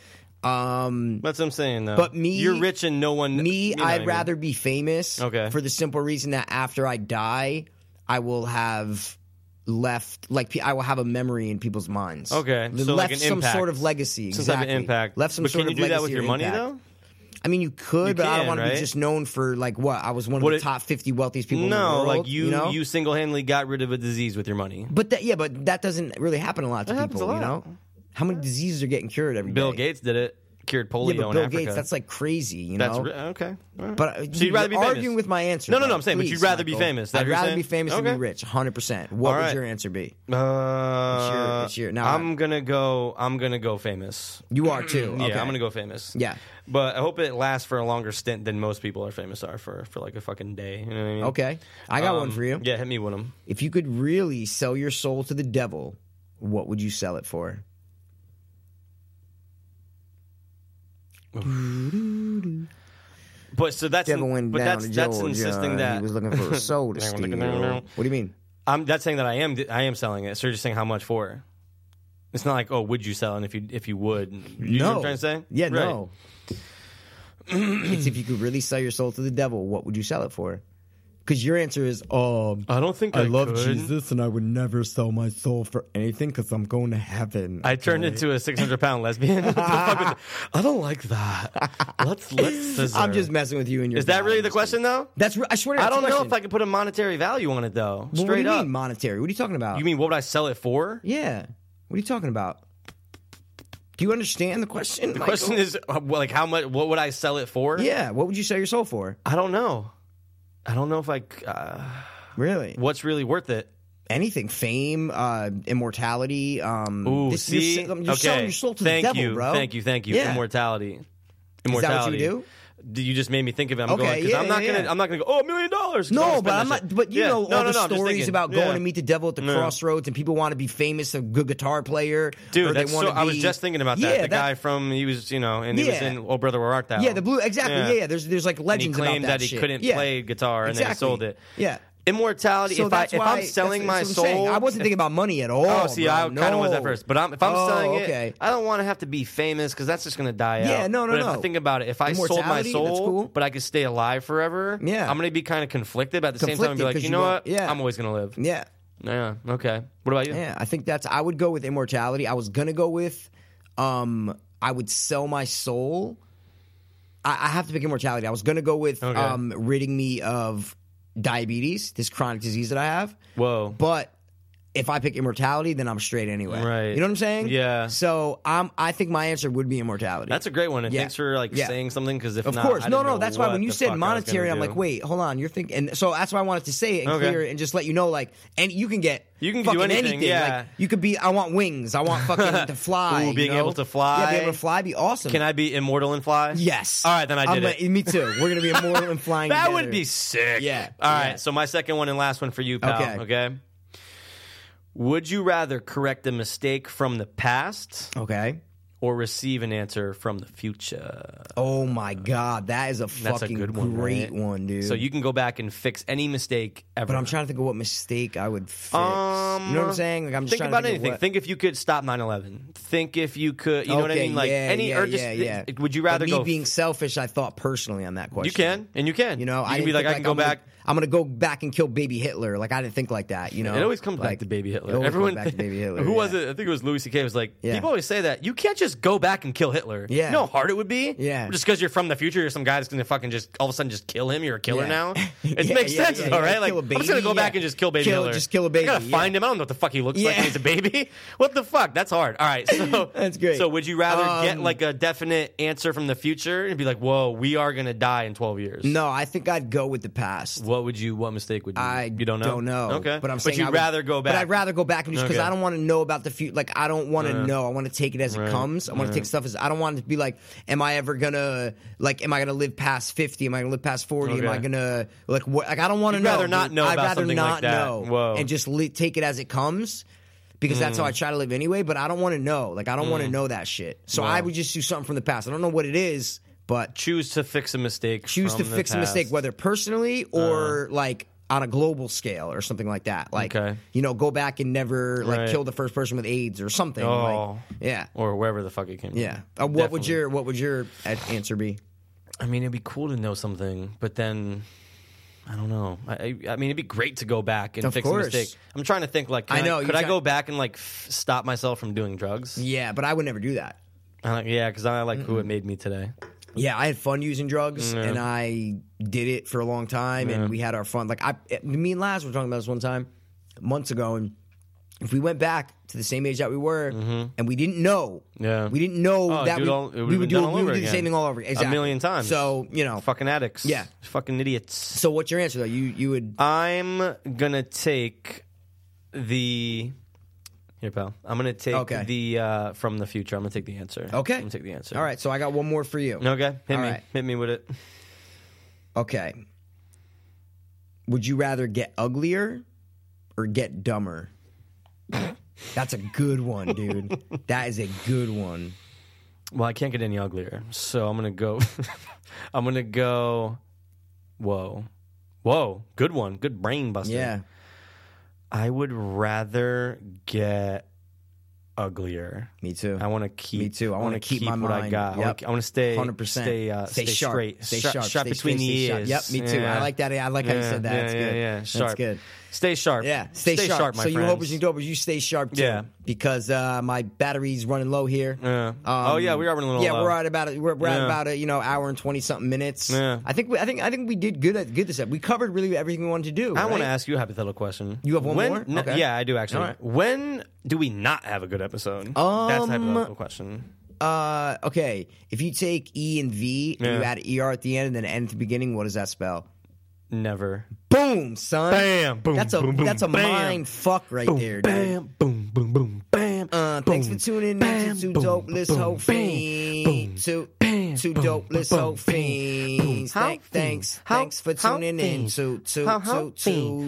Speaker 5: Um,
Speaker 2: That's what I'm saying though.
Speaker 5: But me-
Speaker 2: you're rich and no one.
Speaker 5: me,
Speaker 2: you know what I
Speaker 5: I'd
Speaker 2: mean.
Speaker 5: rather be famous.
Speaker 2: Okay.
Speaker 5: For the simple reason that after I die, I will have left like pe- I will have a memory in people's minds.
Speaker 2: Okay,
Speaker 5: Le-
Speaker 2: so like
Speaker 5: left
Speaker 2: an
Speaker 5: some
Speaker 2: impact.
Speaker 5: sort of legacy.
Speaker 2: Some
Speaker 5: exactly.
Speaker 2: type of impact.
Speaker 5: Left some
Speaker 2: but
Speaker 5: sort
Speaker 2: can
Speaker 5: of
Speaker 2: you do that
Speaker 5: legacy
Speaker 2: with
Speaker 5: or
Speaker 2: your money
Speaker 5: impact.
Speaker 2: though?
Speaker 5: I mean, you could,
Speaker 2: You
Speaker 5: but I
Speaker 2: can,
Speaker 5: don't want to
Speaker 2: right?
Speaker 5: be just known for like what I was one of
Speaker 2: What
Speaker 5: the
Speaker 2: it-
Speaker 5: top fifty wealthiest people. in the
Speaker 2: No,
Speaker 5: world,
Speaker 2: like you, you,
Speaker 5: know?
Speaker 2: single handedly got rid of a disease with your money.
Speaker 5: But that, yeah, but that doesn't really happen a lot to
Speaker 2: That happens
Speaker 5: people.
Speaker 2: a
Speaker 5: You
Speaker 2: lot.
Speaker 5: know, how many diseases are getting cured every day?
Speaker 2: Bill Gates did it. cured
Speaker 5: Yeah,
Speaker 2: polio
Speaker 5: but
Speaker 2: in
Speaker 5: Bill
Speaker 2: Africa.
Speaker 5: Gates, that's like crazy, you
Speaker 2: That's
Speaker 5: know?
Speaker 2: re- okay. All right.
Speaker 5: But uh,
Speaker 2: so you'd rather be
Speaker 5: you're
Speaker 2: famous.
Speaker 5: arguing with my answer.
Speaker 2: No, no, no.
Speaker 5: Mike.
Speaker 2: I'm saying, but you'd
Speaker 5: Please,
Speaker 2: rather be
Speaker 5: Michael.
Speaker 2: famous. Is that
Speaker 5: I'd
Speaker 2: what you're
Speaker 5: rather be
Speaker 2: saying?
Speaker 5: famous than
Speaker 2: Okay.
Speaker 5: be rich. 100%. What
Speaker 2: All
Speaker 5: would
Speaker 2: right.
Speaker 5: your answer be?
Speaker 2: Uh,
Speaker 5: It's your- it's your- now
Speaker 2: I'm
Speaker 5: I-
Speaker 2: gonna go. I'm gonna go famous.
Speaker 5: You are too.
Speaker 2: Yeah,
Speaker 5: okay.
Speaker 2: I'm gonna go famous.
Speaker 5: Yeah.
Speaker 2: but I hope it lasts for a longer stint than most people are famous are for for like a fucking day. You know what I mean?
Speaker 5: Okay. I got one
Speaker 2: Um,
Speaker 5: for you.
Speaker 2: Yeah, hit me with them.
Speaker 5: If you could really sell your soul to the devil, what would you sell it for?
Speaker 2: But so that's
Speaker 5: Devil went
Speaker 2: but
Speaker 5: down
Speaker 2: that's
Speaker 5: to
Speaker 2: that's
Speaker 5: Georgia
Speaker 2: insisting
Speaker 5: and
Speaker 2: that
Speaker 5: he was looking for a soul to steal. what do you mean?
Speaker 2: I'm that's saying that I am I am selling it. So you're just saying how much for? It's not like oh, would you sell? And if you if you would, you
Speaker 5: no.
Speaker 2: know what I'm trying to say?
Speaker 5: Yeah,
Speaker 2: Right.
Speaker 5: no. it's if you could really sell your soul to the devil, what would you sell it for? Because your answer is, um,
Speaker 2: I don't think I,
Speaker 5: love
Speaker 2: could.
Speaker 5: Jesus and I would never sell my soul for anything because I'm going to heaven.
Speaker 2: I turned into a 600 pound lesbian. What the fuck was- I don't like that. Let's let's. Scissor.
Speaker 5: I'm just messing with you and your.
Speaker 2: Is that really the
Speaker 5: values.
Speaker 2: question though?
Speaker 5: That's re- I swear. To
Speaker 2: I
Speaker 5: God,
Speaker 2: don't
Speaker 5: it's a
Speaker 2: know
Speaker 5: question.
Speaker 2: if I could put a monetary value on it though.
Speaker 5: Well,
Speaker 2: Straight
Speaker 5: what do you
Speaker 2: up.
Speaker 5: mean monetary? What are you talking about?
Speaker 2: You mean what would I sell it for?
Speaker 5: yeah? What are you talking about? Do you understand the question?
Speaker 2: The question is uh, well, like how much? What would I sell it for?
Speaker 5: yeah. What would you sell your soul for?
Speaker 2: I don't know. I don't know if I. c- Uh,
Speaker 5: Really?
Speaker 2: what's really worth it?
Speaker 5: Anything? Fame? Uh, immortality? Um,
Speaker 2: Ooh,
Speaker 5: this,
Speaker 2: see,
Speaker 5: you're, sell- you're
Speaker 2: okay.
Speaker 5: selling your soul to
Speaker 2: thank
Speaker 5: the devil,
Speaker 2: you,
Speaker 5: bro.
Speaker 2: Thank you, thank you.
Speaker 5: Yeah.
Speaker 2: Immortality,
Speaker 5: what you
Speaker 2: immortality.
Speaker 5: do?
Speaker 2: D- You just made me think of it. I'm
Speaker 5: Okay,
Speaker 2: going because
Speaker 5: yeah,
Speaker 2: I'm not
Speaker 5: yeah,
Speaker 2: gonna.
Speaker 5: yeah.
Speaker 2: I'm not gonna go. Oh, a million dollars. 'cause I
Speaker 5: No,
Speaker 2: wanna
Speaker 5: but I'm
Speaker 2: spend that
Speaker 5: not.
Speaker 2: shit.
Speaker 5: But you
Speaker 2: Yeah.
Speaker 5: know
Speaker 2: No,
Speaker 5: all
Speaker 2: no, no,
Speaker 5: the
Speaker 2: I'm just
Speaker 5: stories
Speaker 2: thinking.
Speaker 5: about going
Speaker 2: Yeah. Mm.
Speaker 5: to meet the devil at the
Speaker 2: Yeah.
Speaker 5: crossroads, and people want to be famous, a good guitar player,
Speaker 2: Dude,
Speaker 5: or
Speaker 2: that's
Speaker 5: they
Speaker 2: so.
Speaker 5: want to be.
Speaker 2: I was just thinking about that.
Speaker 5: Yeah,
Speaker 2: the guy from he was, you know, and he was
Speaker 5: Yeah.
Speaker 2: in Oh Brother Where Art Thou.
Speaker 5: Yeah, the blue. Exactly. Yeah,
Speaker 2: Yeah.
Speaker 5: yeah. There's there's like
Speaker 2: And he
Speaker 5: legends
Speaker 2: claimed
Speaker 5: about that,
Speaker 2: that, he
Speaker 5: shit.
Speaker 2: couldn't
Speaker 5: Yeah.
Speaker 2: play guitar, and then he
Speaker 5: Exactly.
Speaker 2: sold it.
Speaker 5: Yeah.
Speaker 2: Immortality.
Speaker 5: So
Speaker 2: if I
Speaker 5: that's
Speaker 2: if
Speaker 5: why
Speaker 2: I'm selling my
Speaker 5: that's- that's what I'm saying.
Speaker 2: soul,
Speaker 5: I wasn't thinking about money at all.
Speaker 2: Oh, see,
Speaker 5: bro.
Speaker 2: I kind of was at
Speaker 5: No.
Speaker 2: first, but I'm, if I'm
Speaker 5: Oh,
Speaker 2: selling
Speaker 5: okay.
Speaker 2: it, I don't want to have to be famous because that's just going to die out.
Speaker 5: Yeah, no, no,
Speaker 2: but If I
Speaker 5: no.
Speaker 2: think about it, if I sold my
Speaker 5: Immortality,
Speaker 2: soul,
Speaker 5: that's cool.
Speaker 2: but I could stay alive forever,
Speaker 5: Yeah.
Speaker 2: I'm going to be kind of conflicted. But at the same time, I'd be
Speaker 5: Conflicted
Speaker 2: like,
Speaker 5: 'cause
Speaker 2: you
Speaker 5: you
Speaker 2: know
Speaker 5: won't-
Speaker 2: what?
Speaker 5: yeah.
Speaker 2: I'm always going to live.
Speaker 5: Yeah,
Speaker 2: Yeah. Okay. What about you?
Speaker 5: yeah. I think that's. I would go with immortality. I was gonna go with. Um, I would sell my soul. I, I have to pick immortality. I was gonna go with
Speaker 2: Okay.
Speaker 5: um ridding me of diabetes, this chronic disease that I have.
Speaker 2: Whoa.
Speaker 5: But if I pick immortality, then I'm straight anyway.
Speaker 2: Right.
Speaker 5: You know what I'm saying?
Speaker 2: Yeah.
Speaker 5: So I'm. I think my answer would be immortality.
Speaker 2: That's a great one. And
Speaker 5: Yeah.
Speaker 2: thanks for like
Speaker 5: Yeah.
Speaker 2: saying something because if
Speaker 5: Of
Speaker 2: not,
Speaker 5: course,
Speaker 2: I
Speaker 5: no,
Speaker 2: didn't
Speaker 5: no.
Speaker 2: know
Speaker 5: That's why
Speaker 2: what
Speaker 5: when you
Speaker 2: the fuck I
Speaker 5: said
Speaker 2: was gonna
Speaker 5: monetary, I'm
Speaker 2: do.
Speaker 5: like, wait, hold on, you're thinking. And so that's why I wanted to say it and
Speaker 2: Okay.
Speaker 5: clear it and just let you know, like, and you can get
Speaker 2: You can do
Speaker 5: fucking
Speaker 2: anything, yeah.
Speaker 5: Like, you could be. I want wings. I want fucking to fly.
Speaker 2: Ooh,
Speaker 5: you
Speaker 2: being
Speaker 5: know?
Speaker 2: able to fly.
Speaker 5: Yeah, being able to fly, be awesome.
Speaker 2: Can I be immortal and fly?
Speaker 5: Yes.
Speaker 2: All right, then I
Speaker 5: I'm
Speaker 2: did
Speaker 5: gonna-
Speaker 2: it.
Speaker 5: Me too. We're gonna be immortal and flying.
Speaker 2: That
Speaker 5: together.
Speaker 2: would be sick.
Speaker 5: Yeah,
Speaker 2: All right.
Speaker 5: yeah.
Speaker 2: So my second one and last one for you, pal. Okay.
Speaker 5: Okay.
Speaker 2: Would you rather correct a mistake from the past
Speaker 5: okay.
Speaker 2: or receive an answer from the future?
Speaker 5: Oh my god, that is a
Speaker 2: That's
Speaker 5: fucking
Speaker 2: a good one.
Speaker 5: great
Speaker 2: right?
Speaker 5: one, dude.
Speaker 2: So you can go back and fix any mistake ever.
Speaker 5: But I'm trying to think of what mistake I would fix.
Speaker 2: Um,
Speaker 5: you know what I'm saying? Like I'm just
Speaker 2: think
Speaker 5: trying
Speaker 2: about
Speaker 5: to think of
Speaker 2: anything.
Speaker 5: what-
Speaker 2: Think if you could stop 9/11. Think if you could. You know what I
Speaker 5: Okay,
Speaker 2: mean? Like
Speaker 5: yeah,
Speaker 2: any
Speaker 5: yeah,
Speaker 2: or just
Speaker 5: yeah, yeah.
Speaker 2: would you
Speaker 5: But
Speaker 2: rather
Speaker 5: me
Speaker 2: go?
Speaker 5: being selfish? I thought personally on that question.
Speaker 2: you can and you can.
Speaker 5: You know,
Speaker 2: you
Speaker 5: I
Speaker 2: can
Speaker 5: didn't
Speaker 2: be like,
Speaker 5: think
Speaker 2: I can go
Speaker 5: I'm
Speaker 2: back.
Speaker 5: Gonna, I'm gonna go back and kill baby Hitler. Like I didn't think like that. You know,
Speaker 2: It always comes back
Speaker 5: Um, Like,
Speaker 2: to Baby Hitler.
Speaker 5: it always
Speaker 2: Everyone,
Speaker 5: comes back to baby Hitler.
Speaker 2: Who
Speaker 5: yeah.
Speaker 2: was it? I think it was Louis C.K. was like,
Speaker 5: Yeah.
Speaker 2: people always say that you can't just go back and kill Hitler.
Speaker 5: Yeah.
Speaker 2: you know how hard it would be.
Speaker 5: Yeah.
Speaker 2: just because you're from the future, you're some guy that's gonna fucking just all of a sudden just kill him. You're a killer
Speaker 5: Yeah.
Speaker 2: now. It
Speaker 5: Yeah,
Speaker 2: makes
Speaker 5: yeah,
Speaker 2: sense,
Speaker 5: yeah,
Speaker 2: though,
Speaker 5: yeah.
Speaker 2: right? Like,
Speaker 5: Kill a
Speaker 2: I'm just gonna go
Speaker 5: baby,
Speaker 2: back
Speaker 5: yeah.
Speaker 2: and just kill Baby
Speaker 5: Kill-
Speaker 2: Hitler.
Speaker 5: just kill a
Speaker 2: I gotta
Speaker 5: baby, yeah.
Speaker 2: find him. I don't know what the fuck he looks like.
Speaker 5: Yeah.
Speaker 2: when He's a baby. what the fuck? That's hard. All right, so
Speaker 5: That's great.
Speaker 2: So would you rather get
Speaker 5: Um,
Speaker 2: like a definite answer from the future and be like, whoa, we are gonna die in 12 years?
Speaker 5: No, I think I'd go with the past.
Speaker 2: What would you? What mistake would you?
Speaker 5: I
Speaker 2: you don't know.
Speaker 5: Don't know.
Speaker 2: Okay,
Speaker 5: but I'm saying
Speaker 2: you'd
Speaker 5: I would-
Speaker 2: rather go back.
Speaker 5: But I'd rather go back and just because
Speaker 2: Okay.
Speaker 5: I don't want to know about the future. Like I don't want to know. I want to take it as
Speaker 2: Right.
Speaker 5: it comes. I want to take stuff as I don't want to be like, am I ever gonna like, am I gonna live past fifty? Am I gonna live past forty? Am
Speaker 2: Okay.
Speaker 5: I gonna like what? Like I don't want to
Speaker 2: You'd
Speaker 5: know.
Speaker 2: rather not
Speaker 5: dude.
Speaker 2: know
Speaker 5: I'd
Speaker 2: about
Speaker 5: rather
Speaker 2: something like
Speaker 5: not
Speaker 2: that.
Speaker 5: know.
Speaker 2: Whoa. Hmm.
Speaker 5: And just li- take it as it comes. Because that's how I try to live anyway, but I don't want to know. Like I don't want to know that shit. So I would just do something from the past. I don't know what it is, but
Speaker 2: choose to fix a mistake.
Speaker 5: choose
Speaker 2: from
Speaker 5: to
Speaker 2: the
Speaker 5: fix a
Speaker 2: past. Uh-huh.
Speaker 5: mistake, whether personally or like on a global scale or something like that. Like,
Speaker 2: Okay.
Speaker 5: you know, go back and never like
Speaker 2: Right.
Speaker 5: kill the first person with AIDS or something.
Speaker 2: Oh.
Speaker 5: Like, yeah.
Speaker 2: or wherever the fuck it came.
Speaker 5: Yeah.
Speaker 2: from.
Speaker 5: Uh, what would
Speaker 2: Definitely.
Speaker 5: your what would your a- answer be?
Speaker 2: I mean, it'd be cool to know something, but then. I don't know. I, I I mean, it'd be great to go back and
Speaker 5: Of
Speaker 2: fix
Speaker 5: course.
Speaker 2: a mistake. I'm trying to think. Like, can
Speaker 5: I know,
Speaker 2: I,
Speaker 5: you
Speaker 2: could I
Speaker 5: try-
Speaker 2: go back and like f- stop myself from doing drugs?
Speaker 5: Yeah, but I would never do that.
Speaker 2: Uh, yeah, because I like who it made me today.
Speaker 5: Yeah, I had fun using drugs, and I did it for a long time, and we had our fun. Like I, me and Laz were talking about this one time, months ago, and if we went back to the same age that we were
Speaker 2: Mm-hmm.
Speaker 5: and we didn't know,
Speaker 2: Yeah.
Speaker 5: we didn't know
Speaker 2: Oh,
Speaker 5: that
Speaker 2: do it
Speaker 5: we,
Speaker 2: all- it would've
Speaker 5: we
Speaker 2: been
Speaker 5: would do
Speaker 2: done all
Speaker 5: we would
Speaker 2: over
Speaker 5: do the
Speaker 2: again.
Speaker 5: same thing all over
Speaker 2: A
Speaker 5: exactly.
Speaker 2: million times.
Speaker 5: So you know,
Speaker 2: Fucking addicts.
Speaker 5: Yeah.
Speaker 2: Fucking idiots.
Speaker 5: so what's your answer though? You you would
Speaker 2: I'm gonna take the here, pal. I'm gonna take
Speaker 5: Okay.
Speaker 2: the uh, from the future. I'm gonna take the answer.
Speaker 5: okay?
Speaker 2: I'm gonna take the answer.
Speaker 5: All right, so I got one more for you.
Speaker 2: Okay. Hit
Speaker 5: All
Speaker 2: me.
Speaker 5: right.
Speaker 2: Hit me with it.
Speaker 5: Okay, would you rather get uglier or get dumber? That's a good one, dude. that is a good one.
Speaker 2: Well, I can't get any uglier, so I'm gonna go. I'm gonna go. Whoa, whoa, good one, good brain buster.
Speaker 5: Yeah.
Speaker 2: I would rather get uglier.
Speaker 5: Me too.
Speaker 2: I want to keep.
Speaker 5: Me too. I
Speaker 2: want
Speaker 5: wanna
Speaker 2: to
Speaker 5: keep my
Speaker 2: what I
Speaker 5: mind.
Speaker 2: got. I
Speaker 5: Yep.
Speaker 2: wanna- I want to stay.
Speaker 5: 100%.
Speaker 2: Stay, uh,
Speaker 5: Stay
Speaker 2: stay,
Speaker 5: sharp.
Speaker 2: straight.
Speaker 5: Stay
Speaker 2: Sharp,
Speaker 5: sharp.
Speaker 2: sharp
Speaker 5: Stay
Speaker 2: between
Speaker 5: straight,
Speaker 2: the
Speaker 5: stay sharp.
Speaker 2: ears.
Speaker 5: Yep, me too. I like that. I like how you said that.
Speaker 2: Yeah,
Speaker 5: It's
Speaker 2: yeah,
Speaker 5: good.
Speaker 2: yeah.
Speaker 5: That's
Speaker 2: Sharp.
Speaker 5: good.
Speaker 2: Stay sharp.
Speaker 5: Yeah, stay, sharp.
Speaker 2: my
Speaker 5: so
Speaker 2: friends.
Speaker 5: you hopers and dopers, you stay sharp too.
Speaker 2: Yeah.
Speaker 5: Because uh, my battery's running low here.
Speaker 2: Yeah. Oh, yeah, we are running a little
Speaker 5: Um, Yeah,
Speaker 2: low.
Speaker 5: we're at about a, we're, we're at
Speaker 2: Yeah.
Speaker 5: about a you know hour and twenty something minutes.
Speaker 2: Yeah.
Speaker 5: I think we, I think I think we did good at good this episode. We covered really everything we wanted to do.
Speaker 2: I
Speaker 5: right?
Speaker 2: want to ask you a hypothetical question.
Speaker 5: You have one
Speaker 2: when,
Speaker 5: more?
Speaker 2: no,
Speaker 5: Okay.
Speaker 2: Yeah, I do actually.
Speaker 5: All right.
Speaker 2: When do we not have a good episode? That's a hypothetical question.
Speaker 5: Uh, okay, if you take E and V and you
Speaker 2: Yeah.
Speaker 5: add ER at the end and then N at the beginning, what does that spell?
Speaker 2: Never.
Speaker 5: Boom, son.
Speaker 2: Bam, boom,
Speaker 5: That's a
Speaker 2: boom, boom,
Speaker 5: that's a
Speaker 2: bam.
Speaker 5: mind fuck right there, dude.
Speaker 2: Bam, boom, boom, boom, bam.
Speaker 5: Uh, thanks for tuning in
Speaker 2: bam,
Speaker 5: to Two
Speaker 2: boom,
Speaker 5: Dope List
Speaker 2: boom,
Speaker 5: Ho
Speaker 2: bam, boom,
Speaker 5: Fiends. Two,
Speaker 2: bam,
Speaker 5: two
Speaker 2: boom,
Speaker 5: Dope List
Speaker 2: boom,
Speaker 5: Ho
Speaker 2: bam,
Speaker 5: Fiends.
Speaker 2: boom. How
Speaker 5: Thank- Thanks,
Speaker 2: fiends? How-
Speaker 5: thanks for
Speaker 2: how
Speaker 5: tuning in
Speaker 2: fiends?
Speaker 5: to Two,
Speaker 2: How- how
Speaker 5: Two, Two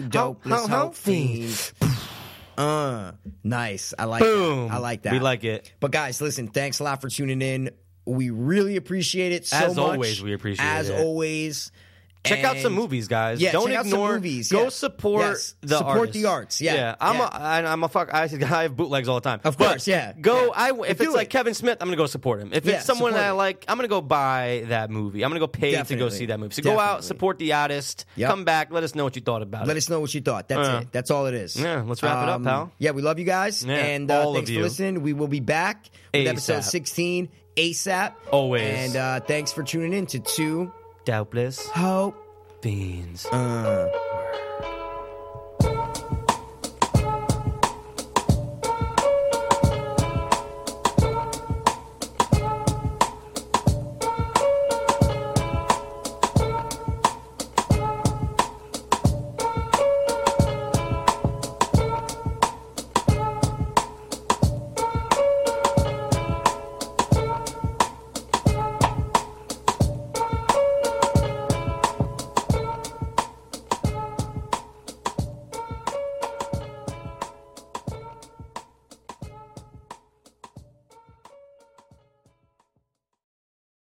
Speaker 2: fiend?
Speaker 5: Dope
Speaker 2: How-
Speaker 5: List
Speaker 2: how-
Speaker 5: Ho
Speaker 2: how fiends?
Speaker 5: Fiends. Uh, nice. I like
Speaker 2: Boom.
Speaker 5: that. I like that.
Speaker 2: We like it.
Speaker 5: But guys, listen, thanks a lot for tuning in. We really appreciate it so
Speaker 2: As
Speaker 5: much.
Speaker 2: always, we appreciate
Speaker 5: As
Speaker 2: it.
Speaker 5: always.
Speaker 2: Check out some
Speaker 5: And-
Speaker 2: movies, guys.
Speaker 5: Yeah,
Speaker 2: Don't
Speaker 5: check out some
Speaker 2: ignore
Speaker 5: movies,
Speaker 2: Go
Speaker 5: yeah.
Speaker 2: support
Speaker 5: Yes.
Speaker 2: the
Speaker 5: Support
Speaker 2: artists.
Speaker 5: the arts, yeah,
Speaker 2: yeah. I'm
Speaker 5: yeah.
Speaker 2: a I, I'm a fuck. I, I have bootlegs all the time.
Speaker 5: Of
Speaker 2: But
Speaker 5: course, yeah,
Speaker 2: Go.
Speaker 5: yeah.
Speaker 2: I if
Speaker 5: Do
Speaker 2: it's like
Speaker 5: it.
Speaker 2: Kevin Smith, I'm gonna go support him. If
Speaker 5: Yeah,
Speaker 2: it's someone
Speaker 5: support
Speaker 2: that I
Speaker 5: him.
Speaker 2: like, I'm gonna go buy that movie. I'm gonna go pay to go
Speaker 5: Definitely.
Speaker 2: see that movie. So go out,
Speaker 5: Definitely.
Speaker 2: support the artist.
Speaker 5: Yep.
Speaker 2: Come back. Let us know what you thought about
Speaker 5: Let
Speaker 2: it.
Speaker 5: us know what you thought. That's
Speaker 2: Yeah.
Speaker 5: it. That's all it is. Um,
Speaker 2: Yeah, let's wrap it up, pal.
Speaker 5: Yeah, we love you guys.
Speaker 2: Yeah,
Speaker 5: and uh,
Speaker 2: all of
Speaker 5: thanks
Speaker 2: you.
Speaker 5: for listening. We will be back with episode
Speaker 2: ASAP.
Speaker 5: 16 ASAP.
Speaker 2: Always.
Speaker 5: And uh, thanks for tuning in to Two
Speaker 2: Doubtless
Speaker 5: Hope.
Speaker 2: beans.
Speaker 5: Uh,